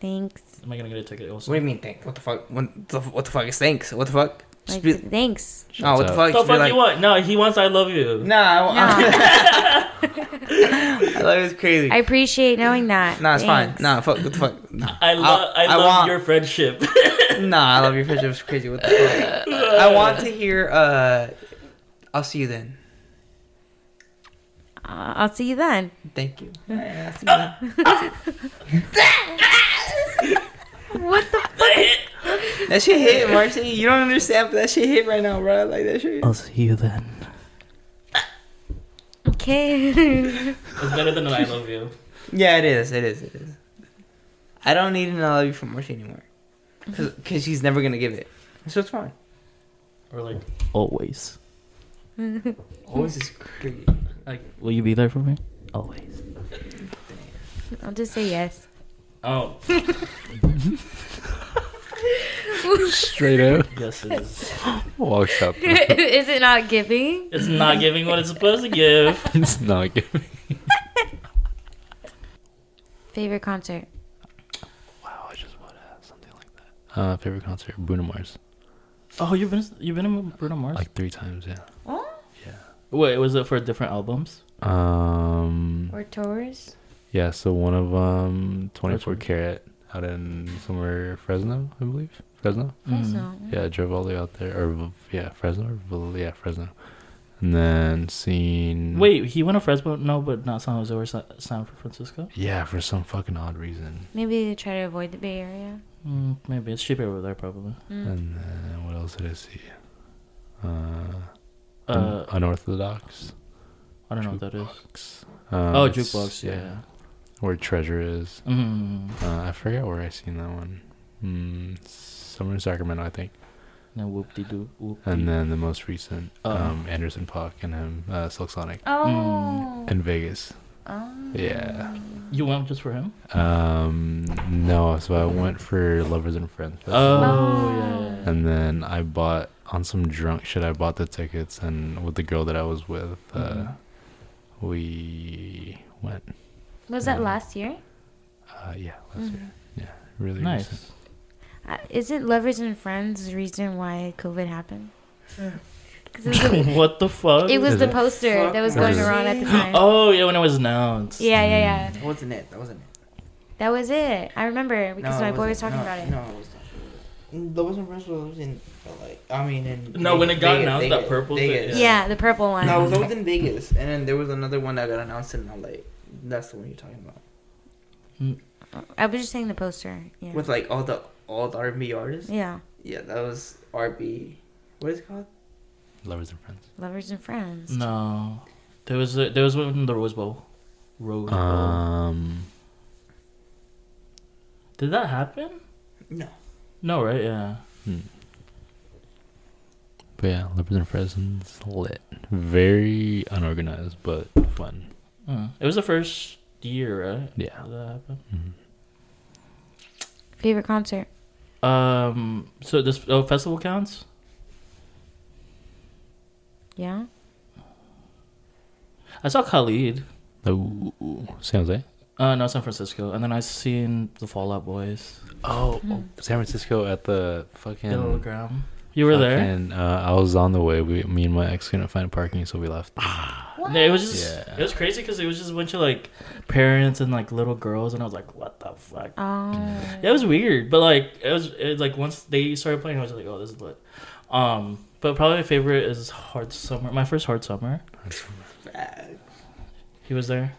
[SPEAKER 2] Thanks.
[SPEAKER 4] Am I gonna get a ticket? Also,
[SPEAKER 3] What do you mean thanks? What the fuck? What the, what the fuck is thanks? What the fuck? Just
[SPEAKER 2] Like,
[SPEAKER 3] be,
[SPEAKER 2] thanks.
[SPEAKER 3] no, what the
[SPEAKER 5] Shouts
[SPEAKER 3] fuck?
[SPEAKER 4] the
[SPEAKER 3] Just be
[SPEAKER 4] fuck
[SPEAKER 3] like,
[SPEAKER 4] you want? No, he wants "I love you."
[SPEAKER 3] Nah, I, I, that was crazy.
[SPEAKER 2] I appreciate knowing that.
[SPEAKER 3] nah, it's
[SPEAKER 2] Thanks.
[SPEAKER 3] fine. Nah, fuck. What the fuck? Nah,
[SPEAKER 4] I love, I,
[SPEAKER 3] I
[SPEAKER 4] love
[SPEAKER 3] want-
[SPEAKER 4] your friendship.
[SPEAKER 3] nah I love your friendship. It's crazy. What the fuck? I want to hear. uh I'll see you then.
[SPEAKER 2] Uh, I'll see you then.
[SPEAKER 3] Thank you. Yeah, I'll see you then.
[SPEAKER 2] What the?
[SPEAKER 3] That shit hit, Marcy. You don't understand, but that shit hit right now, bro. Like that shit.
[SPEAKER 4] I'll see you then.
[SPEAKER 2] Okay.
[SPEAKER 4] It's better than an "I love you."
[SPEAKER 3] Yeah, it is. It is. It is. I don't need an I love you from Marcy anymore, cause, 'cause she's never gonna give it. So it's fine.
[SPEAKER 4] Or like always.
[SPEAKER 3] Always is crazy.
[SPEAKER 4] Like, will you be there for me? Always.
[SPEAKER 2] I'll just say yes.
[SPEAKER 4] Oh,
[SPEAKER 5] Straight up
[SPEAKER 4] yes, it is.
[SPEAKER 5] walks up.
[SPEAKER 2] is it not giving?
[SPEAKER 4] It's not giving what it's supposed to give.
[SPEAKER 5] it's not giving.
[SPEAKER 2] Favorite concert?
[SPEAKER 5] Wow, I just want to have something like that. Uh, favorite concert, Bruno Mars,
[SPEAKER 4] Oh, you've been you've been in Bruno Mars.
[SPEAKER 5] like three times. Yeah.
[SPEAKER 4] Wait, was it for different albums?
[SPEAKER 5] Um.
[SPEAKER 2] Or tours?
[SPEAKER 5] Yeah. So one of um, 24
[SPEAKER 4] one?
[SPEAKER 5] karat out in somewhere Fresno, I believe. Fresno.
[SPEAKER 3] Mm-hmm.
[SPEAKER 2] Fresno.
[SPEAKER 5] Yeah, I drove all the way out there, or v- yeah, Fresno, or Val- yeah, Fresno, and then
[SPEAKER 3] Mm.
[SPEAKER 5] seen.
[SPEAKER 4] Wait, he went to Fresno? No, but not San Jose or Sa- San Francisco.
[SPEAKER 5] Yeah, for some fucking odd reason.
[SPEAKER 2] Maybe they try to avoid the Bay Area. Hmm.
[SPEAKER 4] Mm, maybe it's cheaper over there, probably.
[SPEAKER 5] And then what else did I see? Uh,
[SPEAKER 4] Uh,
[SPEAKER 3] Mm.
[SPEAKER 5] un- unorthodox.
[SPEAKER 4] I don't know what that is.
[SPEAKER 5] Jukebox. Um,
[SPEAKER 4] oh,
[SPEAKER 5] it's-
[SPEAKER 4] jukebox. Yeah.
[SPEAKER 5] Where treasure is.
[SPEAKER 4] Mm.
[SPEAKER 5] Uh, I forget where I seen that one. Mm, somewhere in Sacramento, I think.
[SPEAKER 4] Then whoop de doo whoop.
[SPEAKER 5] And then the most recent,
[SPEAKER 4] Oh.
[SPEAKER 5] um, Anderson Park and him, uh, Silk Sonic
[SPEAKER 3] Mm.
[SPEAKER 4] Oh.
[SPEAKER 5] in Vegas.
[SPEAKER 2] Oh.
[SPEAKER 5] Yeah.
[SPEAKER 4] you went just for him?
[SPEAKER 5] Um, no, so I went for Lovers and Friends.
[SPEAKER 4] Oh,
[SPEAKER 2] Oh.
[SPEAKER 4] yeah.
[SPEAKER 5] And then I bought on some drunk shit. I bought the tickets, and with the girl that I was with, uh,
[SPEAKER 4] Mhm.
[SPEAKER 5] we went.
[SPEAKER 2] Was
[SPEAKER 5] that
[SPEAKER 2] that
[SPEAKER 5] Mhm.
[SPEAKER 2] last year? Mm.
[SPEAKER 5] Uh, yeah, last year. Yeah, really
[SPEAKER 4] Mm.
[SPEAKER 5] recent.
[SPEAKER 4] Nice.
[SPEAKER 2] Uh, isn't Lovers and Friends the reason why COVID happened? 'Cause it was,
[SPEAKER 4] what the fuck?
[SPEAKER 2] the, it was
[SPEAKER 5] Is
[SPEAKER 2] the
[SPEAKER 5] it?
[SPEAKER 2] poster that was going
[SPEAKER 5] Is it?
[SPEAKER 2] around at the time.
[SPEAKER 4] Oh yeah, when it was announced.
[SPEAKER 2] Yeah, yeah, yeah.
[SPEAKER 5] Mm.
[SPEAKER 3] That wasn't it. That wasn't it.
[SPEAKER 2] That was it. I remember because my boy was talking about it.
[SPEAKER 3] No, it was not. That wasn't Russell. was in like I mean in.
[SPEAKER 4] No, when it got announced, that purple thing,
[SPEAKER 2] Yeah.
[SPEAKER 4] Yeah.
[SPEAKER 2] the purple one.
[SPEAKER 3] No, it was in Vegas, and then there was another one that got announced in LA. That's the one you're talking about.
[SPEAKER 2] Uh, I was just saying the poster. Yeah.
[SPEAKER 3] With like all the all the R&B artists.
[SPEAKER 2] yeah.
[SPEAKER 3] Yeah, that was R&B. What is it called?
[SPEAKER 5] Lovers and Friends.
[SPEAKER 2] Lovers and Friends.
[SPEAKER 4] No, there was a, there was one in the Rose Bowl. Rose Bowl.
[SPEAKER 5] Um,
[SPEAKER 4] Did that happen?
[SPEAKER 3] No.
[SPEAKER 4] No, right? Yeah.
[SPEAKER 5] hmm. But yeah, Leopards and Fresn's lit. Very unorganized, but fun.
[SPEAKER 4] Uh, it was the first year, right?
[SPEAKER 5] Yeah.
[SPEAKER 4] That happened.
[SPEAKER 2] Favorite concert?
[SPEAKER 4] Um. So this oh festival counts.
[SPEAKER 2] Yeah.
[SPEAKER 4] I saw Khalid.
[SPEAKER 5] Oh, San Jose.
[SPEAKER 4] Uh, no, San Francisco, and then I seen the Fallout Boys.
[SPEAKER 5] Oh,
[SPEAKER 4] Mm.
[SPEAKER 5] San Francisco at the fucking.
[SPEAKER 4] Bill Graham. You were there.
[SPEAKER 5] And uh, I was on the way. We, me and my ex couldn't find parking, so we left.
[SPEAKER 4] No, it was just
[SPEAKER 5] Yeah.
[SPEAKER 4] it was crazy because it was just a bunch of like parents and like little girls, and I was like, what the fuck.
[SPEAKER 2] Oh.
[SPEAKER 4] Yeah, it was weird, but like it was, it was like once they started playing, I was like, oh, this is lit. Um, but probably my favorite is Hard Summer. My first Hard Summer. He was there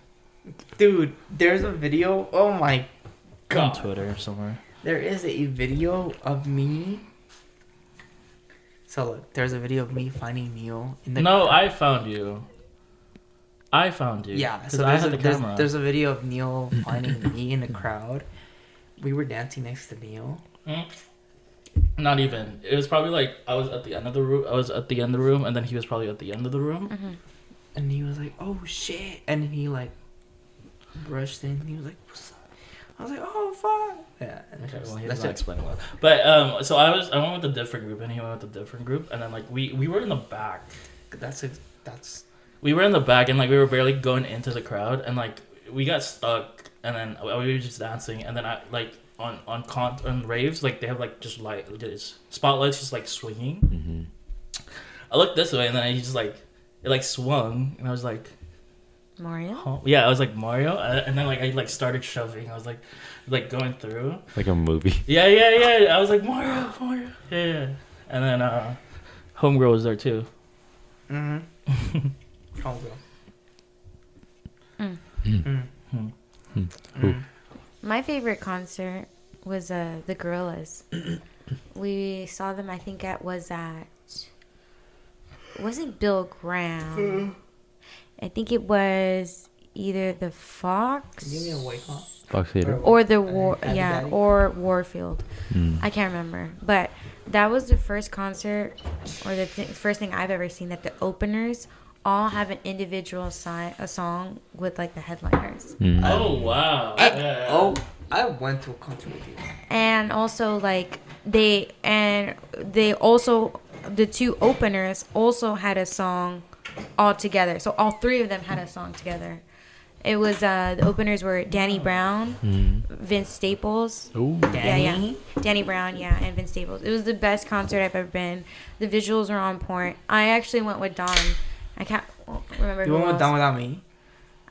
[SPEAKER 3] Dude, there's a video. Oh my
[SPEAKER 4] on
[SPEAKER 3] god.
[SPEAKER 4] Twitter somewhere.
[SPEAKER 3] There is a video of me. So look, there's a video of me finding Neil in the
[SPEAKER 4] no, I found you. I found you.
[SPEAKER 3] Yeah,
[SPEAKER 4] because
[SPEAKER 3] so
[SPEAKER 4] I
[SPEAKER 3] there's
[SPEAKER 4] had
[SPEAKER 3] a,
[SPEAKER 4] the
[SPEAKER 3] there's,
[SPEAKER 4] camera.
[SPEAKER 3] there's a video of Neil finding me in the crowd. We were dancing next to Neil.
[SPEAKER 4] Mm. Not even. It was probably like I was at the end of the room. I was at the end of the room, and then he was probably at the end of the room.
[SPEAKER 3] And he was like, "Oh shit!" And then he like brushed in. And he was like, "What's up?" I was like, "Oh fuck!" Yeah. and
[SPEAKER 4] Okay,
[SPEAKER 3] just-
[SPEAKER 4] well,
[SPEAKER 3] that's
[SPEAKER 4] he's
[SPEAKER 3] it.
[SPEAKER 4] not explaining well. But um, so I was I went with a different group, and he went with a different group, and then like we we were in the back.
[SPEAKER 3] That's ex- that's
[SPEAKER 4] we were in the back and like we were barely going into the crowd and like we got stuck and then uh, we were just dancing and then I like on on con- on raves like they have like just light just spotlights just like swinging. Mm-hmm. I looked this way and then I just like it like swung and I was like
[SPEAKER 2] Mario?
[SPEAKER 4] huh? yeah I was like Mario Uh, and then like I like started shoving I was like like going through
[SPEAKER 5] Like a movie.
[SPEAKER 4] yeah yeah yeah I was like Mario Mario yeah, yeah. and then uh homegirl was there too
[SPEAKER 3] mm-hmm. oh,
[SPEAKER 2] My favorite concert was uh, the Gorillas. we saw them. I think it was at was it Bill Graham? I think it was either the Fox
[SPEAKER 3] give me a white hot.
[SPEAKER 5] Fox Theater.
[SPEAKER 2] or the war
[SPEAKER 3] Abby
[SPEAKER 2] yeah
[SPEAKER 3] uh, Daddy.
[SPEAKER 2] or warfield i can't remember but that was the first concert or the th- first thing i've ever seen that the openers all have an individual si- a song with like the headliners
[SPEAKER 3] Mm.
[SPEAKER 4] oh wow Yeah.
[SPEAKER 3] Oh, I went to a concert with you.
[SPEAKER 2] and also like they and they also the two openers also had a song all together so all three of them had a song together it was uh the openers were danny brown vince staples
[SPEAKER 5] Ooh.
[SPEAKER 2] Yeah, yeah. Mm-hmm. Danny Brown, yeah, and Vince Staples. It was the best concert I've ever been. The visuals are on point. I actually went with Don. I can't remember. who
[SPEAKER 3] You went with
[SPEAKER 2] else.
[SPEAKER 3] down without me.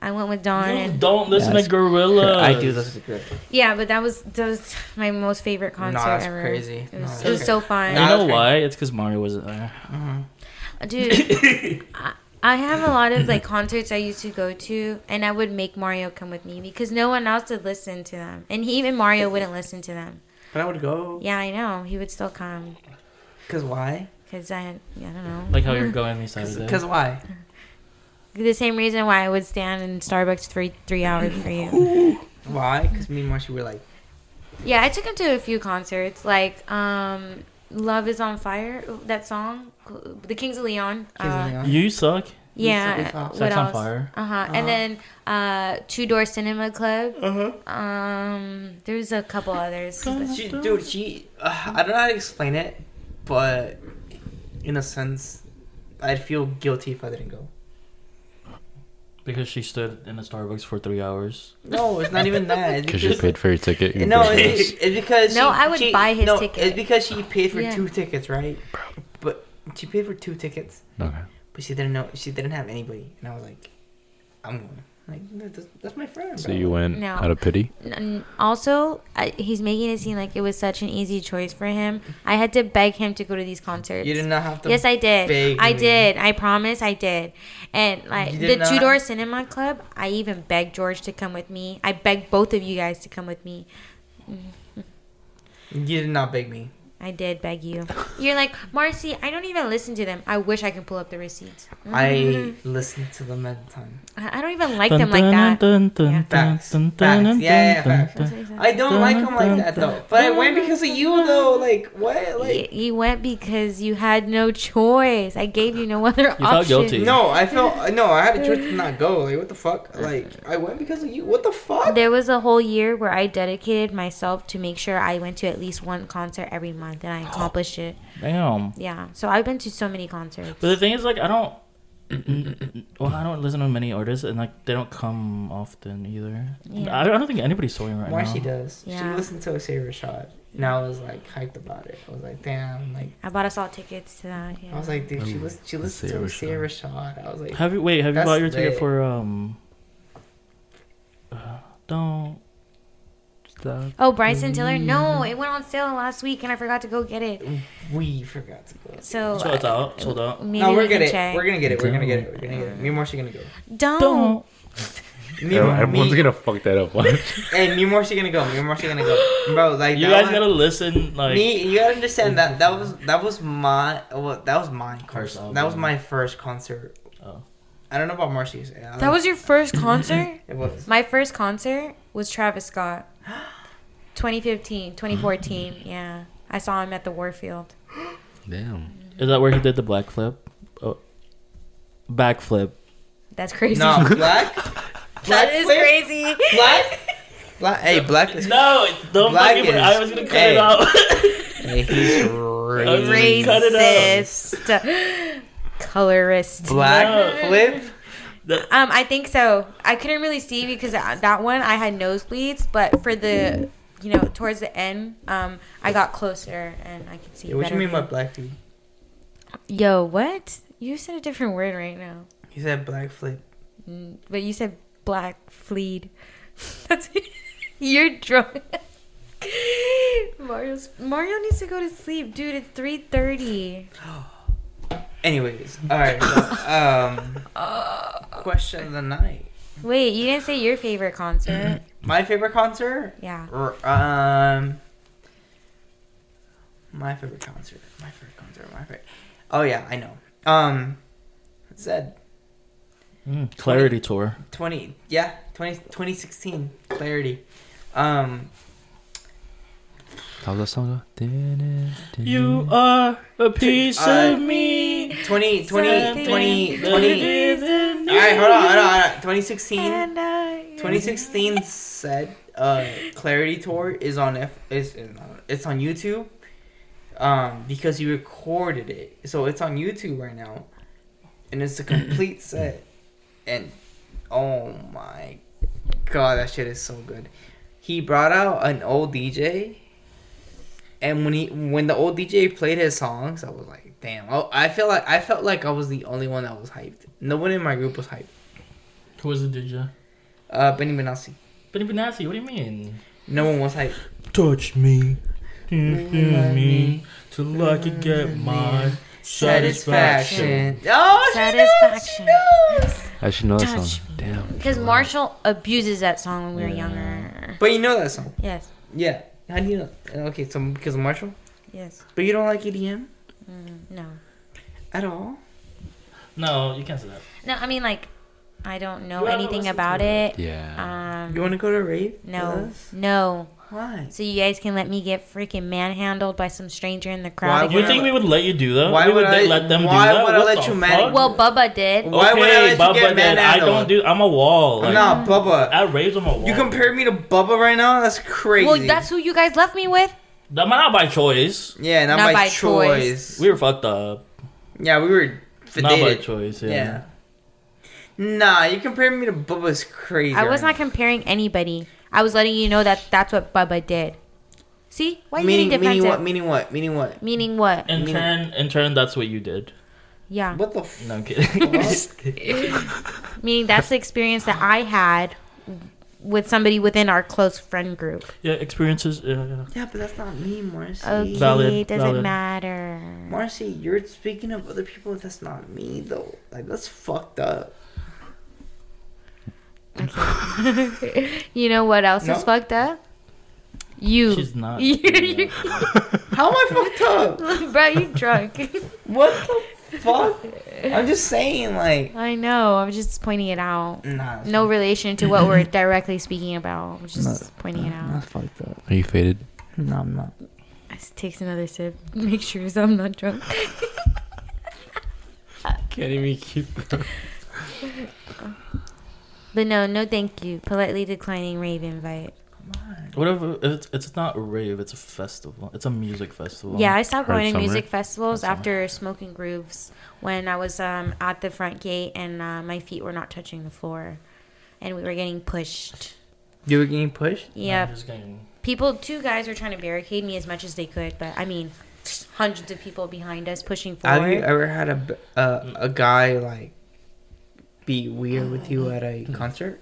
[SPEAKER 2] I went with Don.
[SPEAKER 4] You
[SPEAKER 2] And,
[SPEAKER 4] don't listen
[SPEAKER 5] That's
[SPEAKER 4] to Gorilla.
[SPEAKER 3] I do listen to Griff.
[SPEAKER 2] yeah, but that was that was my most favorite concert
[SPEAKER 3] that's
[SPEAKER 2] ever.
[SPEAKER 3] crazy.
[SPEAKER 2] It was,
[SPEAKER 3] No,
[SPEAKER 2] it
[SPEAKER 3] that's
[SPEAKER 2] was so fun,
[SPEAKER 4] You
[SPEAKER 3] Nah,
[SPEAKER 4] know
[SPEAKER 3] okay.
[SPEAKER 4] why? It's because Mario wasn't there.
[SPEAKER 2] dude. I, I have a lot of like concerts I used to go to, and I would make Mario come with me because no one else would listen to them, and he, even Mario wouldn't listen to them.
[SPEAKER 3] But I would go.
[SPEAKER 2] Yeah, I know he would still come
[SPEAKER 3] Cause why?
[SPEAKER 2] because I, I don't know.
[SPEAKER 4] Like how you're going these eh?
[SPEAKER 3] Cause,
[SPEAKER 4] Saturdays.
[SPEAKER 3] cause why?
[SPEAKER 2] The same reason why I would stand in Starbucks for three hours for you.
[SPEAKER 3] Why? Cause me and Marcy were like,
[SPEAKER 2] Yeah, I took him to a few concerts, like um, "Love Is on Fire," that song, "The Kings of Leon."
[SPEAKER 3] Kings
[SPEAKER 2] uh,
[SPEAKER 3] of Leon.
[SPEAKER 4] You suck.
[SPEAKER 3] Sex
[SPEAKER 2] Yeah,
[SPEAKER 3] on
[SPEAKER 2] what else?
[SPEAKER 4] Fire.
[SPEAKER 2] Uh huh. And then uh, Two Door Cinema Club. Uh huh. Um, there's a couple others.
[SPEAKER 3] She, dude, she. Uh, I don't know how to explain it, but in a sense, I'd feel guilty if I didn't go.
[SPEAKER 4] Because she stood in a Starbucks for three hours.
[SPEAKER 3] No, it's not even that. It's
[SPEAKER 5] Because you paid for your ticket. you
[SPEAKER 3] No,
[SPEAKER 5] bought it.
[SPEAKER 3] it's, it's because
[SPEAKER 2] No,
[SPEAKER 3] she-
[SPEAKER 2] I would
[SPEAKER 3] she-
[SPEAKER 2] buy his
[SPEAKER 3] no,
[SPEAKER 2] ticket.
[SPEAKER 3] It's because she paid for
[SPEAKER 2] Yeah.
[SPEAKER 3] two tickets, right? But she paid for two tickets,
[SPEAKER 5] Okay.
[SPEAKER 3] but she didn't know she didn't have anybody, and I was like, I'm going. Like that- that's, that's my friend.
[SPEAKER 5] So
[SPEAKER 3] bro.
[SPEAKER 5] you went
[SPEAKER 2] No.
[SPEAKER 5] out of pity.
[SPEAKER 2] And also, I, he's making it seem like it was such an easy choice for him. I had to beg him to go to these concerts.
[SPEAKER 3] You did not have to.
[SPEAKER 2] yes, I
[SPEAKER 3] beg
[SPEAKER 2] did. I
[SPEAKER 3] me.
[SPEAKER 2] did. I promise I did. And like
[SPEAKER 3] You
[SPEAKER 2] the
[SPEAKER 3] did
[SPEAKER 2] Two Door
[SPEAKER 3] not?
[SPEAKER 2] Cinema Club, I even begged George to come with me. I begged both of you guys to come with me.
[SPEAKER 3] You did not beg me.
[SPEAKER 2] I did beg you. You're like, Marcy, I don't even listen to them. I wish I can pull up the receipts.
[SPEAKER 3] I
[SPEAKER 2] Mm.
[SPEAKER 3] listen to them at the time.
[SPEAKER 2] I I don't even like them like that. Yeah.
[SPEAKER 3] Facts. Facts. Yeah, yeah, facts. I don't like them like that though. But I went because of you though. Like what?
[SPEAKER 2] Y-
[SPEAKER 3] Like
[SPEAKER 2] You went because you had no choice. I gave you no other option.
[SPEAKER 4] felt guilty.
[SPEAKER 3] no, I felt uh, no. I had a choice to not go. Like what the fuck? Like I went because of you. What the fuck?
[SPEAKER 2] There was a whole year where I dedicated myself to make sure I went to at least one concert every month, and I accomplished it.
[SPEAKER 4] Damn.
[SPEAKER 2] Yeah, so I've been to so many concerts.
[SPEAKER 4] But the thing is, like, I don't. well, I don't listen to many artists, and like, they don't come often either.
[SPEAKER 2] Yeah.
[SPEAKER 4] I, don't, I don't think anybody's touring right now.
[SPEAKER 3] Marcy does.
[SPEAKER 2] Yeah.
[SPEAKER 3] She listened to a Sarah shot, and I was like hyped about it. I was like, damn. Like
[SPEAKER 2] I bought us all tickets to that. Yeah.
[SPEAKER 3] I was like, dude, she
[SPEAKER 5] Oh,
[SPEAKER 3] listened. She
[SPEAKER 5] the
[SPEAKER 3] listened to a Sarah
[SPEAKER 5] Sarah
[SPEAKER 3] shot. I was like,
[SPEAKER 4] Have you wait? Have you
[SPEAKER 3] That's
[SPEAKER 4] bought your ticket
[SPEAKER 3] lit.
[SPEAKER 4] for um? Uh, don't. Stop.
[SPEAKER 2] oh, Bryson Tiller? No,
[SPEAKER 4] Mm.
[SPEAKER 2] it went on sale last week, and I forgot to go get it.
[SPEAKER 3] we forgot to go.
[SPEAKER 2] So
[SPEAKER 4] So it's out. Sold out.
[SPEAKER 2] maybe
[SPEAKER 3] no, we're
[SPEAKER 2] we can
[SPEAKER 3] gonna,
[SPEAKER 2] check.
[SPEAKER 3] we're gonna get it. We're gonna get it. We're gonna get it. Me and Marcy gonna go.
[SPEAKER 2] Don't.
[SPEAKER 4] Don't.
[SPEAKER 3] Me, and-
[SPEAKER 5] Everyone's
[SPEAKER 3] me-
[SPEAKER 5] gonna fuck that up.
[SPEAKER 3] Hey, me and Marcy gonna go. Me and Marcy gonna go, bro. Like
[SPEAKER 4] You
[SPEAKER 3] that
[SPEAKER 4] guys
[SPEAKER 3] one-
[SPEAKER 4] gotta listen. Like,
[SPEAKER 3] me. You gotta understand that that was that was my well, that was my first. That was
[SPEAKER 4] album.
[SPEAKER 3] my first concert.
[SPEAKER 4] Oh.
[SPEAKER 3] I don't know about Marcy's. I don't-
[SPEAKER 2] That was your first concert?
[SPEAKER 3] it was.
[SPEAKER 2] My first concert was Travis Scott. 2015, 2014. Yeah. I saw him at the Warfield.
[SPEAKER 5] Damn.
[SPEAKER 4] is that where he did the black flip? Oh, back flip.
[SPEAKER 2] That's crazy.
[SPEAKER 3] No, black.
[SPEAKER 2] that is
[SPEAKER 3] flip?
[SPEAKER 2] crazy.
[SPEAKER 3] Black. Black. Hey, black is.
[SPEAKER 4] No, don't
[SPEAKER 3] Black
[SPEAKER 4] fucking. put-
[SPEAKER 3] is-
[SPEAKER 4] I was gonna cut
[SPEAKER 3] hey.
[SPEAKER 4] it out.
[SPEAKER 3] Hey, he's
[SPEAKER 4] was
[SPEAKER 3] crazy.
[SPEAKER 4] gonna cut it
[SPEAKER 2] Racist. Colorist.
[SPEAKER 3] Black
[SPEAKER 4] No.
[SPEAKER 3] flip.
[SPEAKER 2] Um, I think so. I couldn't really see because uh, that one I had nosebleeds, but for the, you know, towards the end, um, I got closer and I could see.
[SPEAKER 3] Yeah, what you
[SPEAKER 2] better.
[SPEAKER 3] mean by black flip?
[SPEAKER 2] Yo, what? You said a different word right now.
[SPEAKER 3] He said black flip.
[SPEAKER 2] Mm, But you said black fleed. That's you're drunk. Mario's Mario needs to go to sleep, dude. It's three thirty.
[SPEAKER 3] Anyways, all right. So,
[SPEAKER 2] Uh.
[SPEAKER 3] um, question of the night.
[SPEAKER 2] Wait, you didn't say your favorite concert.
[SPEAKER 3] My favorite concert.
[SPEAKER 2] yeah.
[SPEAKER 3] R- Um, my favorite concert. My favorite concert. My favorite. Oh yeah, I know. Um, Zed
[SPEAKER 4] Mm, Clarity tour.
[SPEAKER 3] twenty. Yeah, 20, 2016 Clarity. Um,
[SPEAKER 5] How's that song go?
[SPEAKER 4] You are a piece
[SPEAKER 3] Uh,
[SPEAKER 4] of me.
[SPEAKER 3] 20, 20,
[SPEAKER 2] Something
[SPEAKER 3] 20,
[SPEAKER 4] that
[SPEAKER 3] 20.
[SPEAKER 4] is in
[SPEAKER 3] All right, hold on, hold
[SPEAKER 4] you.
[SPEAKER 3] on, hold on. 2016,
[SPEAKER 2] And I-
[SPEAKER 3] 2016 said uh Clarity Tour is on F is is on- it's on YouTube. Um because you recorded it. So it's on YouTube right now. And it's a complete set. And oh my god, that shit is so good. He brought out an old DJ and when he when the old DJ played his songs, I was like, damn. Oh, I feel like I felt like I was the only one that was hyped. No one in my group was hyped.
[SPEAKER 4] Who was the DJ?
[SPEAKER 3] Uh Benny Benassi.
[SPEAKER 4] Benny Benassi. What do you mean?
[SPEAKER 3] No one was hyped.
[SPEAKER 4] Touch me, do me, till I can get my
[SPEAKER 3] Satisfaction. Oh,
[SPEAKER 2] Satisfaction.
[SPEAKER 3] She knows, she knows.
[SPEAKER 5] I should know that
[SPEAKER 2] Touch
[SPEAKER 5] song. Damn.
[SPEAKER 2] Because Marshall abuses that song when we were younger.
[SPEAKER 3] But you know that song.
[SPEAKER 2] Yes.
[SPEAKER 3] Yeah. How do you know? Okay, so because of Marshall?
[SPEAKER 2] Yes.
[SPEAKER 3] But you don't like EDM
[SPEAKER 2] Mm, no.
[SPEAKER 3] at all?
[SPEAKER 4] No, you can't say that.
[SPEAKER 2] No, I mean like, I don't know
[SPEAKER 4] You haven't
[SPEAKER 2] anything
[SPEAKER 4] listened
[SPEAKER 2] about
[SPEAKER 4] to
[SPEAKER 2] it.
[SPEAKER 5] Yeah.
[SPEAKER 3] You
[SPEAKER 2] Um.
[SPEAKER 3] want to go to a rave?
[SPEAKER 2] No.
[SPEAKER 3] with us?
[SPEAKER 2] No.
[SPEAKER 3] Why?
[SPEAKER 2] So you guys can let me get freaking manhandled by some stranger in the
[SPEAKER 3] Why
[SPEAKER 2] crowd.
[SPEAKER 4] You
[SPEAKER 2] again?
[SPEAKER 4] think we would let you do that?
[SPEAKER 3] Why
[SPEAKER 4] we
[SPEAKER 3] would
[SPEAKER 4] they
[SPEAKER 3] I-
[SPEAKER 4] let them
[SPEAKER 3] why
[SPEAKER 4] do that?
[SPEAKER 3] would I
[SPEAKER 4] What
[SPEAKER 3] let
[SPEAKER 4] the
[SPEAKER 3] you Oh,
[SPEAKER 4] fuck?
[SPEAKER 3] manage-
[SPEAKER 2] Well, Bubba did.
[SPEAKER 3] Why would I
[SPEAKER 4] Okay,
[SPEAKER 3] let you
[SPEAKER 4] Bubba
[SPEAKER 3] get
[SPEAKER 4] then. I
[SPEAKER 3] manhandled?
[SPEAKER 4] don't do. I'm a wall. Like,
[SPEAKER 3] nah, Bubba.
[SPEAKER 4] I raised on a wall.
[SPEAKER 3] You compare me to Bubba right now? That's crazy.
[SPEAKER 2] Well, that's who you guys left me with.
[SPEAKER 4] That might not by choice.
[SPEAKER 3] yeah, not,
[SPEAKER 2] Not
[SPEAKER 3] by,
[SPEAKER 2] by
[SPEAKER 3] choice.
[SPEAKER 4] We were fucked up.
[SPEAKER 3] yeah, we were
[SPEAKER 4] Not by
[SPEAKER 3] dated.
[SPEAKER 4] choice. Yeah.
[SPEAKER 3] Yeah. Nah, you comparing me to Bubba's crazy.
[SPEAKER 2] I was
[SPEAKER 3] right
[SPEAKER 2] not comparing anybody. I was letting you know that that's what Bubba did. See? Why
[SPEAKER 3] now.
[SPEAKER 2] are you getting
[SPEAKER 3] meaning, meaning
[SPEAKER 2] defensive?
[SPEAKER 3] what? Meaning what? Meaning what?
[SPEAKER 2] Meaning what?
[SPEAKER 4] In
[SPEAKER 3] mean-
[SPEAKER 4] turn, in turn, that's what you did.
[SPEAKER 2] Yeah.
[SPEAKER 3] What the f-
[SPEAKER 4] No, I'm kidding. Just kidding.
[SPEAKER 2] Meaning that's the experience that I had with somebody within our close friend group.
[SPEAKER 4] yeah, experiences. Yeah, yeah.
[SPEAKER 3] Yeah, but that's not me, Marcy.
[SPEAKER 2] Okay,
[SPEAKER 4] Valid,
[SPEAKER 2] doesn't
[SPEAKER 4] valid.
[SPEAKER 2] matter.
[SPEAKER 3] Marcy, you're speaking of other people. That's not me, though. Like, that's fucked up.
[SPEAKER 2] You know what else
[SPEAKER 3] No?
[SPEAKER 2] is fucked up? You.
[SPEAKER 4] She's not
[SPEAKER 2] You,
[SPEAKER 4] doing
[SPEAKER 2] you-
[SPEAKER 3] How am I fucked up?
[SPEAKER 2] bro, you drunk.
[SPEAKER 3] What the fuck? I'm just saying, like,
[SPEAKER 2] I know. I'm just pointing it out.
[SPEAKER 3] nah. it's
[SPEAKER 2] No relation to what we're directly speaking about. I'm just
[SPEAKER 3] No.
[SPEAKER 2] pointing it
[SPEAKER 3] fucked up. Nah,
[SPEAKER 2] out.
[SPEAKER 3] it's fucked up.
[SPEAKER 5] Are you faded?
[SPEAKER 3] No, I'm not.
[SPEAKER 2] I just takes another sip. Make sure so I'm not drunk.
[SPEAKER 5] Can't even keep.
[SPEAKER 2] But no, no thank you. Politely declining rave invite.
[SPEAKER 4] Whatever. It's, it's not a rave. It's a festival. It's a music festival.
[SPEAKER 2] yeah, I stopped
[SPEAKER 5] Hard
[SPEAKER 2] going to
[SPEAKER 5] summer.
[SPEAKER 2] music festivals
[SPEAKER 4] Hard summer.
[SPEAKER 2] after Smoking Grooves when I was um, at the front gate and uh, my feet were not touching the floor, and we were getting pushed.
[SPEAKER 3] You were getting pushed?
[SPEAKER 2] Yeah,
[SPEAKER 4] I'm just getting-
[SPEAKER 2] people, two guys were trying to barricade me as much as they could, but I mean, hundreds of people behind us pushing
[SPEAKER 3] Have you
[SPEAKER 2] forward.
[SPEAKER 3] ever had a b- uh, a guy like be weird with you at a concert?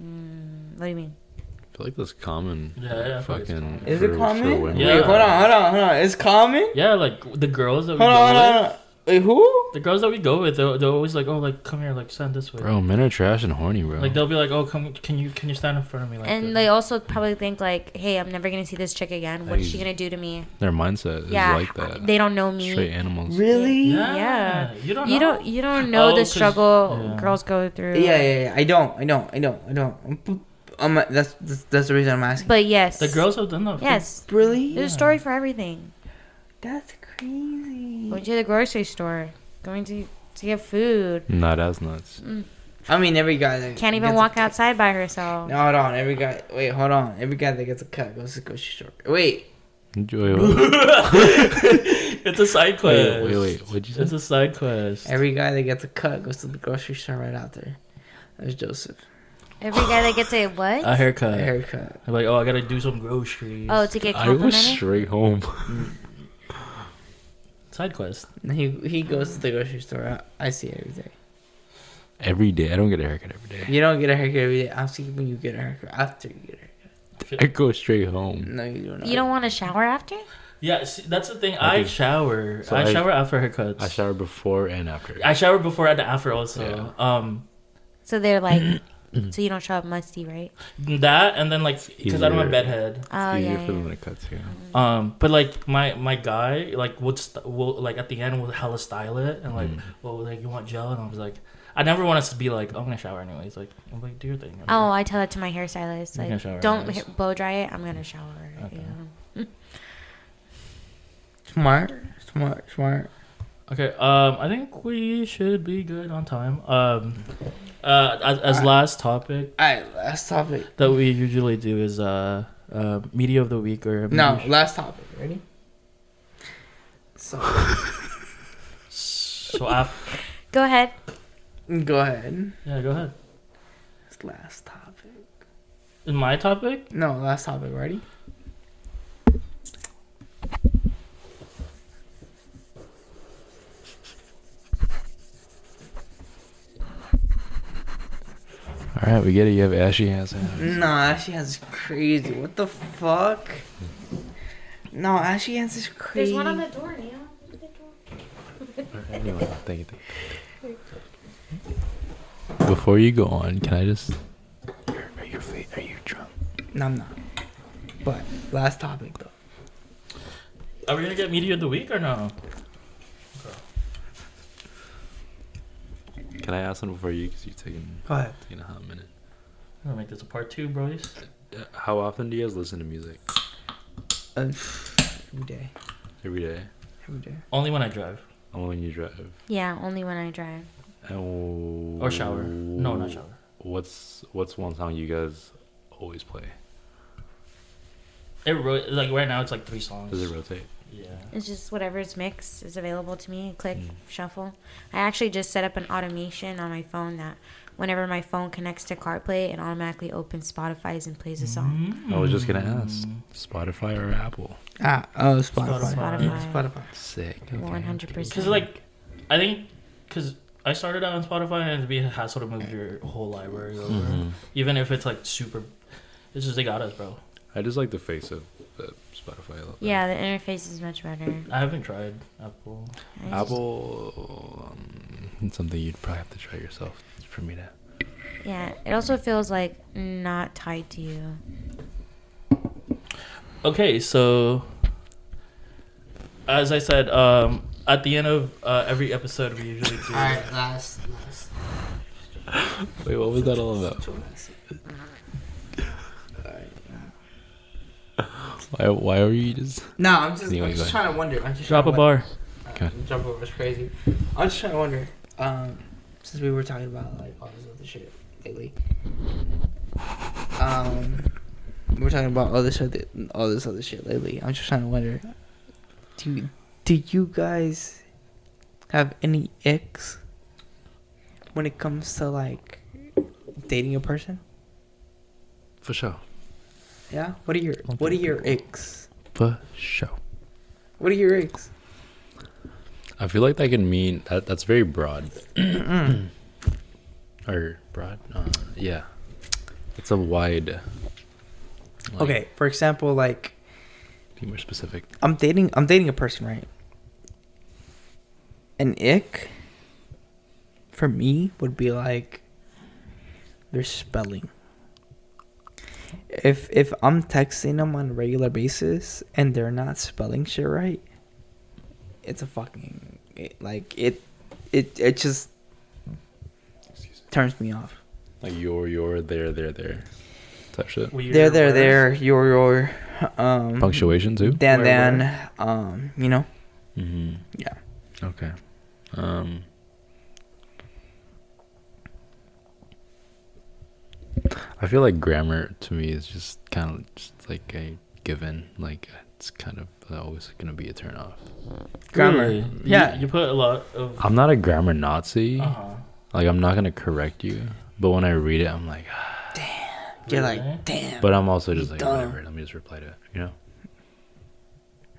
[SPEAKER 2] Mm, what do you mean?
[SPEAKER 5] I feel like that's common.
[SPEAKER 4] Yeah, yeah, I feel like it's
[SPEAKER 5] Fucking.
[SPEAKER 3] Is it
[SPEAKER 5] for- for
[SPEAKER 3] common?
[SPEAKER 5] women.
[SPEAKER 4] Yeah.
[SPEAKER 3] Wait, hold on, hold on, hold on. It's common.
[SPEAKER 4] Yeah, like the girls that we
[SPEAKER 3] Hold
[SPEAKER 4] go
[SPEAKER 3] on, hold on.
[SPEAKER 4] with.
[SPEAKER 3] hold on. Wait, who?
[SPEAKER 4] The girls that we go with, they're, they're always like, oh, like come here, like stand this way.
[SPEAKER 5] Bro, men are trash and horny, bro.
[SPEAKER 4] Like they'll be like, oh, come, can you can you stand in front of me? Like
[SPEAKER 2] And they
[SPEAKER 4] that.
[SPEAKER 2] also probably think like, "Hey, I'm never gonna see this chick again. What is she gonna do to me?
[SPEAKER 5] Their mindset is
[SPEAKER 2] Yeah, uh,
[SPEAKER 5] like that.
[SPEAKER 2] they don't know me.
[SPEAKER 5] Straight animals.
[SPEAKER 3] Really? Yeah.
[SPEAKER 4] yeah,
[SPEAKER 2] yeah.
[SPEAKER 4] You don't.
[SPEAKER 2] You
[SPEAKER 4] know?
[SPEAKER 2] don't. You don't know
[SPEAKER 4] Oh,
[SPEAKER 2] the
[SPEAKER 4] 'cause-
[SPEAKER 2] struggle
[SPEAKER 4] yeah.
[SPEAKER 2] girls go through.
[SPEAKER 3] yeah, yeah, I don't, I don't, I don't, I don't. I'm p- I'm, that's, that's that's the reason I'm asking.
[SPEAKER 2] But yes,
[SPEAKER 4] The girls have done that.
[SPEAKER 2] Yes,
[SPEAKER 3] really?
[SPEAKER 2] there's a story for everything.
[SPEAKER 3] That's crazy.
[SPEAKER 2] Going to the grocery store, going to to get food,
[SPEAKER 5] Not as nuts.
[SPEAKER 3] I mean, every guy that
[SPEAKER 2] can't even
[SPEAKER 3] gets
[SPEAKER 2] walk
[SPEAKER 3] a,
[SPEAKER 2] outside by herself.
[SPEAKER 3] No, hold on. Every guy. Wait, hold on. Every guy that gets a cut goes to the grocery store. Wait.
[SPEAKER 5] Enjoy. Wait,
[SPEAKER 4] It's a side quest.
[SPEAKER 5] wait, wait, wait. What'd you
[SPEAKER 4] It's
[SPEAKER 5] say?
[SPEAKER 4] a side quest.
[SPEAKER 3] Every guy that gets a cut goes to the grocery store right out there. There's Joseph.
[SPEAKER 2] Every guy that gets a what?
[SPEAKER 4] a haircut.
[SPEAKER 3] A haircut.
[SPEAKER 4] They're like, oh, I gotta do some groceries.
[SPEAKER 2] oh, to get
[SPEAKER 5] I was
[SPEAKER 2] complimented.
[SPEAKER 5] straight home.
[SPEAKER 4] side quest.
[SPEAKER 3] And He he goes to the grocery store. I, I see it every day.
[SPEAKER 5] Every day. I don't get a haircut every day.
[SPEAKER 3] You don't get a haircut every day. I'll see when you get a haircut after you get a haircut.
[SPEAKER 5] I go straight home.
[SPEAKER 3] No, you don't.
[SPEAKER 2] You don't want to shower after?
[SPEAKER 4] Yeah, see, that's the thing.
[SPEAKER 5] I
[SPEAKER 4] I,
[SPEAKER 5] do.
[SPEAKER 4] shower.
[SPEAKER 5] So
[SPEAKER 4] I
[SPEAKER 5] I-
[SPEAKER 4] shower after haircuts.
[SPEAKER 5] I shower before and after.
[SPEAKER 4] I shower before and after also. Um,
[SPEAKER 2] So they're like, so you don't show up musty, right?
[SPEAKER 4] that and then like because I don't have a
[SPEAKER 5] Easier.
[SPEAKER 4] bedhead.
[SPEAKER 2] Oh
[SPEAKER 5] Easier
[SPEAKER 2] yeah.
[SPEAKER 5] for them
[SPEAKER 2] yeah.
[SPEAKER 5] to cut too.
[SPEAKER 4] Um, but like my my guy like would st- will like at the end will hella style it and like well like you want gel and I was like I never want us to be like I'm gonna shower anyways like I'm like do your thing.
[SPEAKER 2] Oh, I tell that to my hairstylist.
[SPEAKER 4] You can shower
[SPEAKER 2] Like, don't
[SPEAKER 4] anyways.
[SPEAKER 2] ha- blow dry it. I'm gonna shower.
[SPEAKER 4] Okay.
[SPEAKER 2] You know?
[SPEAKER 3] Smart, smart, smart.
[SPEAKER 4] Okay, um, I think we should be good on time. Um, uh, as, as last topic
[SPEAKER 3] All right, last topic.
[SPEAKER 4] that we usually do is uh, uh, media of the week or
[SPEAKER 3] No, last topic. Mm-hmm. Ready? So
[SPEAKER 4] So af-
[SPEAKER 2] Go ahead.
[SPEAKER 3] go ahead.
[SPEAKER 4] yeah, go ahead.
[SPEAKER 3] It's last topic.
[SPEAKER 4] In my topic,
[SPEAKER 3] No, last topic. Ready?
[SPEAKER 5] All right, we get it. You have ashy ass.
[SPEAKER 3] No, Ashy Hands is crazy. What the fuck? No, Ashy Hands is crazy.
[SPEAKER 2] the door, Neil.
[SPEAKER 5] Anyway, thank you. Before you go on, can I just? Are, are you fa- Are you drunk?
[SPEAKER 3] No, I'm not. But last topic though.
[SPEAKER 4] are we gonna get media of the week or no?
[SPEAKER 5] Can I ask one before you? Because you're taking
[SPEAKER 3] Go ahead.
[SPEAKER 5] taking a hot minute.
[SPEAKER 4] I'm gonna make this a part two, bros.
[SPEAKER 5] Uh, How often do you guys listen to music?
[SPEAKER 3] Uh, every day.
[SPEAKER 5] Every day.
[SPEAKER 3] Every day.
[SPEAKER 4] Only when I drive
[SPEAKER 5] Only when you drive.
[SPEAKER 2] Yeah, only when I drive.
[SPEAKER 5] Oh.
[SPEAKER 4] or shower. No, not shower.
[SPEAKER 5] What's What's one song you guys always play?
[SPEAKER 4] It ro- like right now it's like three songs.
[SPEAKER 5] Does it rotate?
[SPEAKER 4] yeah.
[SPEAKER 2] It's just whatever's mixed is available to me. Click,
[SPEAKER 4] Mm.
[SPEAKER 2] shuffle. I actually just set up an automation on my phone that whenever my phone connects to CarPlay, it automatically opens Spotify's and plays a song.
[SPEAKER 5] I was just gonna ask. Spotify or Apple?
[SPEAKER 3] Ah, oh, Spotify.
[SPEAKER 2] Spotify.
[SPEAKER 3] Spotify.
[SPEAKER 5] Sick.
[SPEAKER 4] Mm-hmm.
[SPEAKER 2] One hundred
[SPEAKER 4] Because
[SPEAKER 2] percent.
[SPEAKER 4] like, I think because I started out on Spotify and it'd be a hassle to move your whole library over,
[SPEAKER 5] Mm-hmm.
[SPEAKER 4] even if it's like super. It's just they got us, bro.
[SPEAKER 5] I just like the face of uh, Spotify a lot.
[SPEAKER 2] yeah, the interface is much better.
[SPEAKER 4] I haven't tried Apple.
[SPEAKER 2] I just-
[SPEAKER 5] Apple. Um, it's something you'd probably have to try yourself for me to.
[SPEAKER 2] yeah, it also feels like not tied to you.
[SPEAKER 4] Okay, so as I said, um, at the end of uh, every episode, we usually do.
[SPEAKER 6] All right, last, last.
[SPEAKER 5] Wait, what was that all about? Why, why were you just?
[SPEAKER 6] No, I'm just,
[SPEAKER 5] Anyway,
[SPEAKER 6] I'm just
[SPEAKER 5] go
[SPEAKER 6] trying to wonder. I'm just
[SPEAKER 4] Drop a
[SPEAKER 6] trying to
[SPEAKER 4] bar.
[SPEAKER 5] Okay.
[SPEAKER 6] Jump over is crazy.
[SPEAKER 3] I'm just trying to wonder, um, since we were talking about like all this other shit lately, um, we're talking about all this other, all this other shit lately. I'm just trying to wonder, do you, do you guys have any icks when it comes to like dating a person?
[SPEAKER 5] For sure.
[SPEAKER 3] Yeah. What are your What are your icks?
[SPEAKER 5] For sure.
[SPEAKER 3] What are your icks?
[SPEAKER 5] I feel like that can mean that. That's very broad. or broad? Uh, yeah. It's a wide. like,
[SPEAKER 3] Okay. For example, like
[SPEAKER 5] Be more specific.
[SPEAKER 3] I'm dating I'm dating a person, right? An ick for me would be like their spelling. If if I'm texting them on a regular basis and they're not spelling shit right, it's a fucking it, like it it it just turns me off.
[SPEAKER 5] Like you're, you're, there, there, there. Type shit.
[SPEAKER 2] Mm-hmm.
[SPEAKER 4] Weird
[SPEAKER 3] There there
[SPEAKER 4] words.
[SPEAKER 3] there your your um
[SPEAKER 5] Punctuation too.
[SPEAKER 3] Dan
[SPEAKER 4] Where,
[SPEAKER 3] Dan
[SPEAKER 4] where?
[SPEAKER 3] um you know
[SPEAKER 5] Mm-hmm.
[SPEAKER 3] yeah
[SPEAKER 5] Okay. Um. I feel like grammar to me is just kind of just like a given. Like it's kind of always gonna be a turn off.
[SPEAKER 3] grammar
[SPEAKER 4] Really? You-
[SPEAKER 3] yeah
[SPEAKER 4] You, put a lot of.
[SPEAKER 5] I'm not a grammar Nazi.
[SPEAKER 4] Uh-huh.
[SPEAKER 5] Like I'm not gonna correct you, but when I read it, I'm like.
[SPEAKER 3] You're
[SPEAKER 4] Really?
[SPEAKER 3] like, damn.
[SPEAKER 5] But I'm also just like
[SPEAKER 3] Dumb.
[SPEAKER 5] whatever. Let me just reply to it. You know.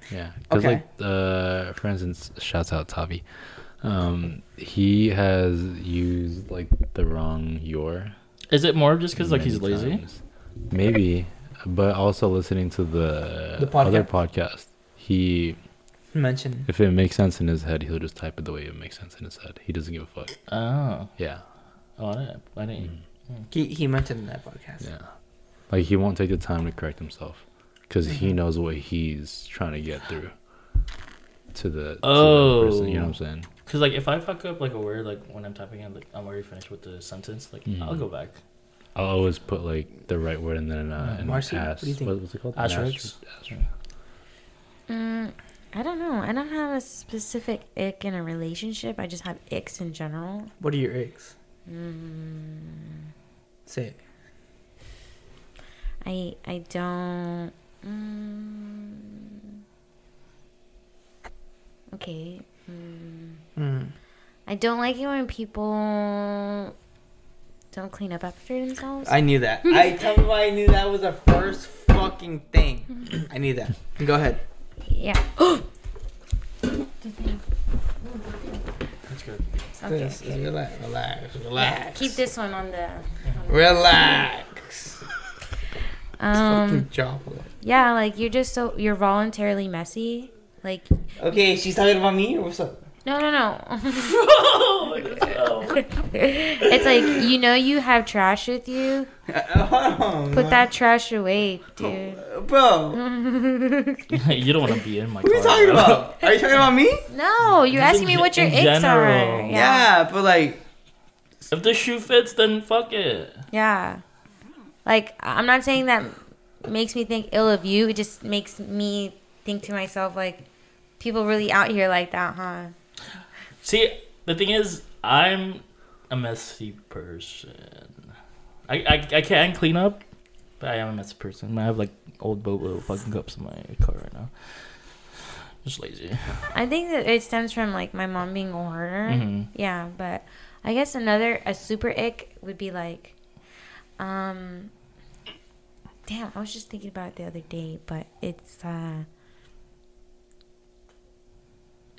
[SPEAKER 5] Yeah, because
[SPEAKER 3] Okay.
[SPEAKER 5] like uh, for instance, shouts out Tavi. Um, he has used like the wrong your.
[SPEAKER 4] Is it more just because like he's
[SPEAKER 5] many
[SPEAKER 4] lazy?
[SPEAKER 5] times. Maybe, but also listening to the,
[SPEAKER 3] The
[SPEAKER 5] other podcast, he
[SPEAKER 3] mention.
[SPEAKER 5] if it makes sense in his head, he'll just type it the way it makes sense in his head. He doesn't give a fuck.
[SPEAKER 4] Oh,
[SPEAKER 5] Yeah,
[SPEAKER 4] oh, I didn't. I
[SPEAKER 5] Mm.
[SPEAKER 4] didn't.
[SPEAKER 3] He he mentioned in that podcast.
[SPEAKER 5] yeah. Like he won't take the time to correct himself because he
[SPEAKER 3] Mm-hmm.
[SPEAKER 5] knows what he's trying to get through to the,
[SPEAKER 3] Oh.
[SPEAKER 5] to the person. You know what I'm saying?
[SPEAKER 4] Cause like if I fuck up like a word like when I'm typing it like I'm already finished with the sentence like
[SPEAKER 5] Mhm.
[SPEAKER 4] I'll go back.
[SPEAKER 5] I'll always put like the right word and then uh, and
[SPEAKER 3] Marcy,
[SPEAKER 5] ask.
[SPEAKER 3] what do you think?
[SPEAKER 5] what's it called? An
[SPEAKER 4] Asterisk?
[SPEAKER 5] asterisk.
[SPEAKER 2] Mm, I don't know. I don't have a specific ick in a relationship. I just have icks in general.
[SPEAKER 3] What are your icks?
[SPEAKER 2] Mm,
[SPEAKER 3] Say it.
[SPEAKER 2] I I don't. Mm, okay. Mm,
[SPEAKER 3] Mm.
[SPEAKER 2] I don't like it when people don't clean up after themselves.
[SPEAKER 3] I knew that. I tell you why I knew that was the first fucking thing. I knew that. Go ahead.
[SPEAKER 2] yeah.
[SPEAKER 4] That's good.
[SPEAKER 2] Okay,
[SPEAKER 3] Yes,
[SPEAKER 2] okay.
[SPEAKER 3] Relax. Relax. Relax.
[SPEAKER 2] Keep this one on the.
[SPEAKER 3] Relax.
[SPEAKER 2] Um,
[SPEAKER 3] fucking Joplin.
[SPEAKER 2] yeah, like you're just so you're voluntarily messy. Like
[SPEAKER 3] Okay, she's talking about me or what's up?
[SPEAKER 2] no, no, no. it's like you know you have trash with you.
[SPEAKER 3] Hold
[SPEAKER 2] Put that trash away, dude.
[SPEAKER 3] on, Oh, bro.
[SPEAKER 4] you don't want to be in my.
[SPEAKER 3] What are you
[SPEAKER 4] car,
[SPEAKER 3] talking
[SPEAKER 4] bro.
[SPEAKER 3] about? Are you talking about me?
[SPEAKER 2] No, you're
[SPEAKER 4] Just
[SPEAKER 2] asking
[SPEAKER 4] in
[SPEAKER 2] me
[SPEAKER 4] ge-
[SPEAKER 2] what your
[SPEAKER 4] in
[SPEAKER 2] icks are.
[SPEAKER 4] general.
[SPEAKER 2] Yeah,
[SPEAKER 3] Yeah, but like,
[SPEAKER 4] If the shoe fits, then fuck it.
[SPEAKER 2] yeah. Like I'm not saying that makes me think ill of you. It just makes me think to myself like, people really out here like that, huh?
[SPEAKER 4] See, the thing is, I'm a messy person. I, I, I can clean up, but I am a messy person. I have like old Bobo fucking cups in my car right now. Just lazy.
[SPEAKER 2] I think that it stems from like my mom being older.
[SPEAKER 4] Mhm.
[SPEAKER 2] Yeah, but I guess another a super ick would be like, um, damn, I was just thinking about it the other day, but it's uh,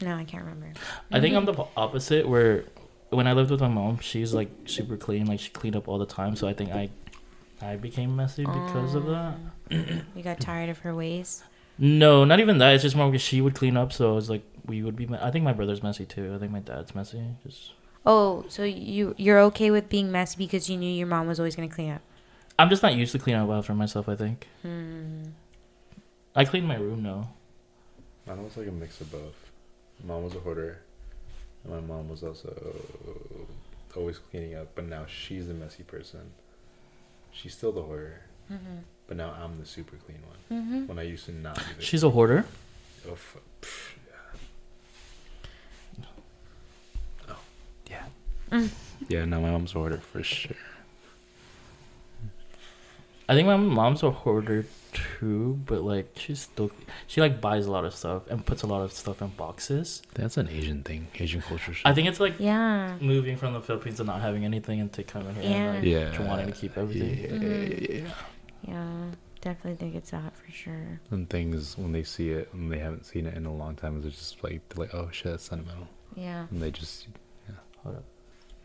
[SPEAKER 2] no, I can't remember.
[SPEAKER 4] I think I'm the po- opposite. Where when I lived with my mom, she's like super clean. Like she cleaned up all the time. So I think I, I became messy because of that.
[SPEAKER 2] You got tired of her ways.
[SPEAKER 4] No, not even that. It's just more because she would clean up. So it was like we would be. Me- I think my brother's messy too. I think my dad's messy. Just
[SPEAKER 2] Oh, so you you're okay with being messy because you knew your mom was always gonna clean up.
[SPEAKER 4] I'm just not used to cleaning up after myself. I think. I clean my room now.
[SPEAKER 5] Mine was like a mix of both. Mom was a hoarder, and my mom was also always cleaning up. But now she's the messy person. She's still the hoarder,
[SPEAKER 3] Mm-hmm.
[SPEAKER 5] but now I'm the super clean one. When I used to not be. The
[SPEAKER 4] She's a hoarder.
[SPEAKER 5] Oh, f- pff,
[SPEAKER 6] Mm.
[SPEAKER 5] yeah. Oh. Yeah. yeah. No, my mom's a hoarder for sure.
[SPEAKER 4] I think my mom's a hoarder too, but like she's still she like buys a lot of stuff and puts a lot of stuff in boxes.
[SPEAKER 5] That's an Asian thing. Asian culture.
[SPEAKER 4] I think it's like
[SPEAKER 2] Yeah.
[SPEAKER 4] moving from the Philippines and not having anything and to coming here and like
[SPEAKER 5] Yeah.
[SPEAKER 4] to wanting to keep everything.
[SPEAKER 5] Yeah, yeah.
[SPEAKER 2] Yeah. Definitely think it's that for sure.
[SPEAKER 5] And things when they see it and they haven't seen it in a long time, they're just like, they're like, oh shit, that's sentimental.
[SPEAKER 2] Yeah.
[SPEAKER 5] And they just, yeah.
[SPEAKER 4] Hold up.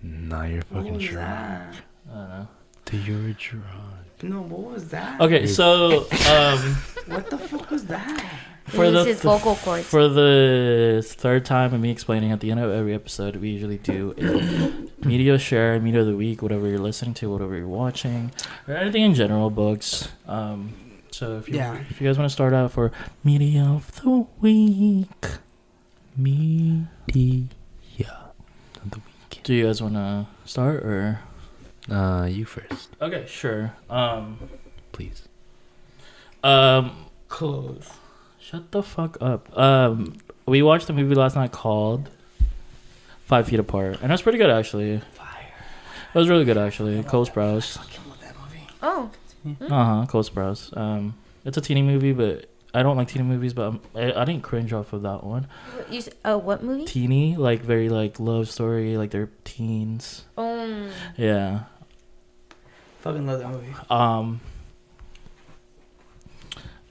[SPEAKER 5] Nah, you're fucking
[SPEAKER 6] was
[SPEAKER 5] drunk.
[SPEAKER 6] that?
[SPEAKER 4] I don't know.
[SPEAKER 5] Dude, you're drunk.
[SPEAKER 6] No, what was that?
[SPEAKER 4] Okay, so um
[SPEAKER 6] What the fuck was that?
[SPEAKER 4] for the
[SPEAKER 2] This is vocal cords.
[SPEAKER 4] for the third time of me explaining at the end of every episode, we usually do a media share, media of the week, whatever you're listening to, whatever you're watching, or anything in general, books. Um, so if you
[SPEAKER 6] Yeah.
[SPEAKER 4] if you guys want to start out for media of the week, media of the week. Do you guys want to start or?
[SPEAKER 5] Uh, you first,
[SPEAKER 4] Okay, sure. Um,
[SPEAKER 5] please.
[SPEAKER 4] um,
[SPEAKER 6] Clothes.
[SPEAKER 4] Shut the fuck up. Um, we watched a movie last night called Five Feet Apart, and that's pretty good actually. Fire. That was really good actually. Cole Sprouse.
[SPEAKER 6] Fucking love that movie.
[SPEAKER 2] Oh,
[SPEAKER 4] Uh huh. Cole Sprouse. Um, it's a teeny movie, but I don't like teeny movies. But i I, I didn't cringe off of that one.
[SPEAKER 2] you, s- oh, what movie?
[SPEAKER 4] Teeny, like very like love story, like they're teens.
[SPEAKER 2] Um,
[SPEAKER 4] Yeah.
[SPEAKER 6] Fucking love that movie.
[SPEAKER 4] Um.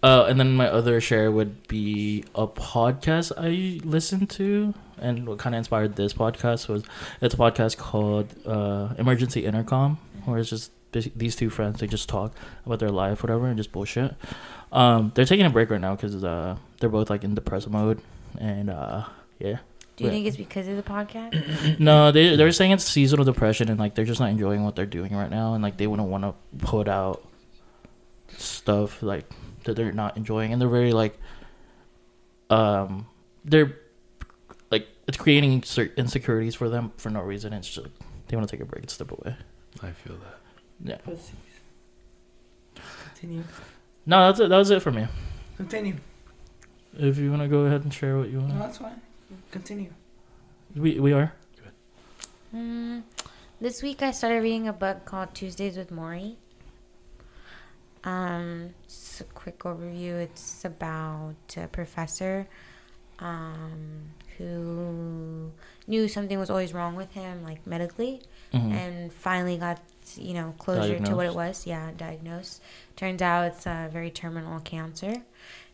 [SPEAKER 4] Uh, and then my other share would be a podcast I listened to, and what kind of inspired this podcast was it's a podcast called uh, Emergency Intercom, where it's just bas- these two friends they just talk about their life, whatever, and just bullshit. Um, they're taking a break right now because uh, they're both like in depressive mode, and uh, yeah,
[SPEAKER 2] do you
[SPEAKER 4] Yeah.
[SPEAKER 2] think it's because of the podcast?
[SPEAKER 4] no, they they're saying it's seasonal depression and like they're just not enjoying what they're doing right now and like they wouldn't want to put out stuff like that they're not enjoying and they're very like um they're like it's creating cer- insecurities for them for no reason. It's just they want to take a break and step away.
[SPEAKER 5] I feel that.
[SPEAKER 4] Yeah.
[SPEAKER 6] Pussies. Continue.
[SPEAKER 4] No, that's it. That was it for me.
[SPEAKER 6] Continue.
[SPEAKER 4] If you want to go ahead and share what you
[SPEAKER 6] No,
[SPEAKER 4] want,
[SPEAKER 6] that's fine. Continue.
[SPEAKER 4] we we are.
[SPEAKER 2] Mm, this week I started reading a book called Tuesdays with Maury. Um, just a quick overview. It's about a professor um, who knew something was always wrong with him, like medically,
[SPEAKER 4] Mhm.
[SPEAKER 2] and finally got you know closure to what it was. Yeah, diagnosed. Turns out it's a very terminal cancer,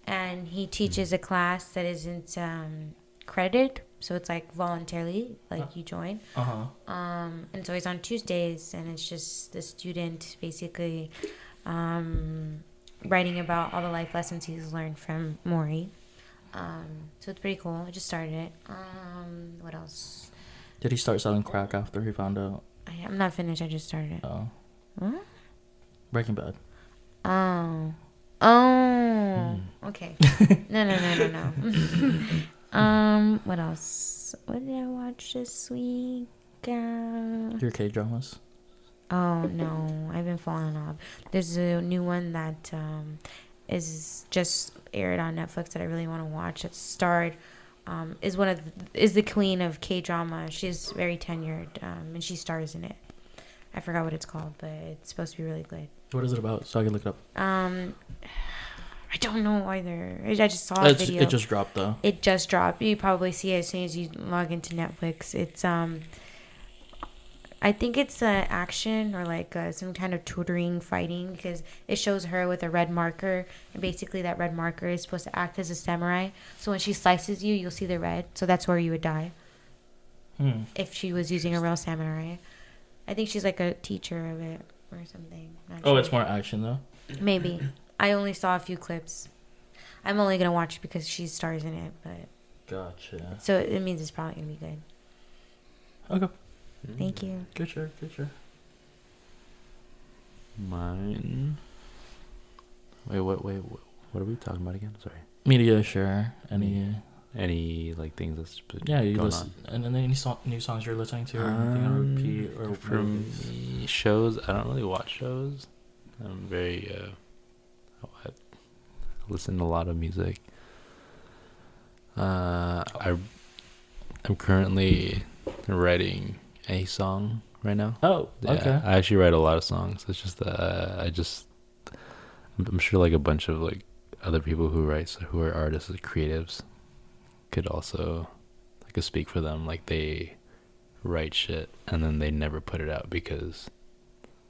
[SPEAKER 2] and he teaches a class that isn't um, credited, so it's like voluntarily, like you join.
[SPEAKER 4] Uh huh.
[SPEAKER 2] Um, and so he's on Tuesdays, and it's just the student basically um, writing about all the life lessons he's learned from Maury. Um, so it's pretty cool. I just started it. Um, what else?
[SPEAKER 4] Did he start selling crack after he found out?
[SPEAKER 2] I, I'm not finished. I just started it.
[SPEAKER 4] Oh.
[SPEAKER 2] What?
[SPEAKER 4] Breaking Bad.
[SPEAKER 2] Oh. Oh. Okay. no, no, no, no, no. um, what else? What did I watch this week? Uh,
[SPEAKER 4] Your K dramas.
[SPEAKER 2] oh no, I've been falling off. There's a new one that um is just aired on Netflix that I really want to watch. It's starred um is one of is the queen of K drama. She's very tenured um and she stars in it. I forgot what it's called, but it's supposed to be really good.
[SPEAKER 4] What is it about? So I can look it up.
[SPEAKER 2] Um, I don't know either. I I just saw a
[SPEAKER 4] It's,
[SPEAKER 2] video.
[SPEAKER 4] it just dropped though.
[SPEAKER 2] it just dropped. You probably see it as soon as you log into Netflix. It's um, I think it's uh, action or like uh, some kind of tutoring fighting because it shows her with a red marker, and basically that red marker is supposed to act as a samurai. So when she slices you, you'll see the red. So that's where you would die
[SPEAKER 4] Hmm.
[SPEAKER 2] if she was using a real samurai. I think she's like a teacher of it or something. Not
[SPEAKER 4] Oh,
[SPEAKER 2] sure.
[SPEAKER 4] it's more action though.
[SPEAKER 2] Maybe. I only saw a few clips. I'm only gonna watch because she stars in it, but
[SPEAKER 4] Gotcha.
[SPEAKER 2] so it means it's probably gonna be good.
[SPEAKER 4] Okay.
[SPEAKER 2] Thank you.
[SPEAKER 4] Good share. Good share.
[SPEAKER 5] Mine. Wait, wait, wait, wait, What are we talking about again? Sorry.
[SPEAKER 4] Media, sure. Any,
[SPEAKER 5] Any like things that's been
[SPEAKER 4] yeah, you
[SPEAKER 5] going
[SPEAKER 4] listen, and then any song, new songs you're listening to,
[SPEAKER 5] on?
[SPEAKER 4] or anything on repeat,
[SPEAKER 5] Um,
[SPEAKER 4] or
[SPEAKER 5] for
[SPEAKER 4] movies?
[SPEAKER 5] me, shows. I don't really watch shows. I'm very. Uh, oh, I listen to a lot of music. Uh, I I'm currently writing a song right now.
[SPEAKER 4] Oh,
[SPEAKER 5] Yeah,
[SPEAKER 4] okay.
[SPEAKER 5] I actually write a lot of songs. It's just that uh, I just, I'm I'm sure like a bunch of like other people who write, so who are artists and creatives, could also, I could speak for them. Like they write shit and then they never put it out because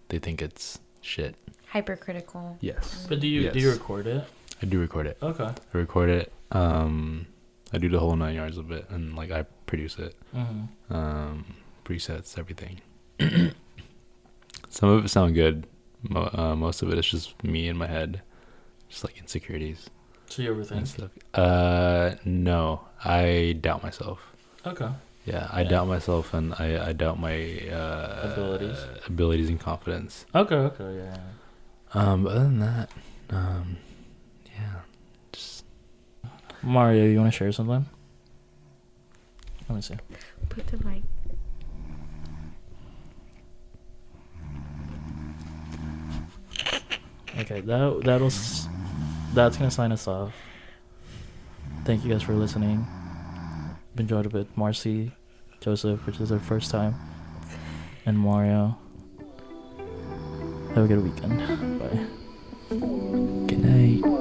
[SPEAKER 5] they think it's shit.
[SPEAKER 2] Hypercritical.
[SPEAKER 5] Yes.
[SPEAKER 4] But do you do you
[SPEAKER 5] Yes.
[SPEAKER 4] record it?
[SPEAKER 5] I do record it.
[SPEAKER 4] Okay.
[SPEAKER 5] I record it. Um, I do the whole nine yards of it, and like I produce it.
[SPEAKER 4] hmm
[SPEAKER 5] um, presets, everything. Some of it sound good. Mo- uh, most of it is just me in my head, just like insecurities
[SPEAKER 4] So you
[SPEAKER 5] and
[SPEAKER 4] overthink.
[SPEAKER 5] stuff. Uh, no, I doubt myself.
[SPEAKER 4] Okay.
[SPEAKER 5] Yeah, I
[SPEAKER 4] Yeah.
[SPEAKER 5] doubt myself, and I, I doubt my uh,
[SPEAKER 4] Abilities.
[SPEAKER 5] abilities and confidence.
[SPEAKER 4] Okay. Okay. Oh, Yeah.
[SPEAKER 5] Um, but other than that, um, yeah, just
[SPEAKER 4] Mario, you want to share something? Let me see.
[SPEAKER 2] Put the mic.
[SPEAKER 4] Okay, that that'll s- that's gonna sign us off. Thank you guys for listening. Been joined with Marcy, Joseph, which is our first time, and Mario. Have a good weekend. Bye.
[SPEAKER 5] good night.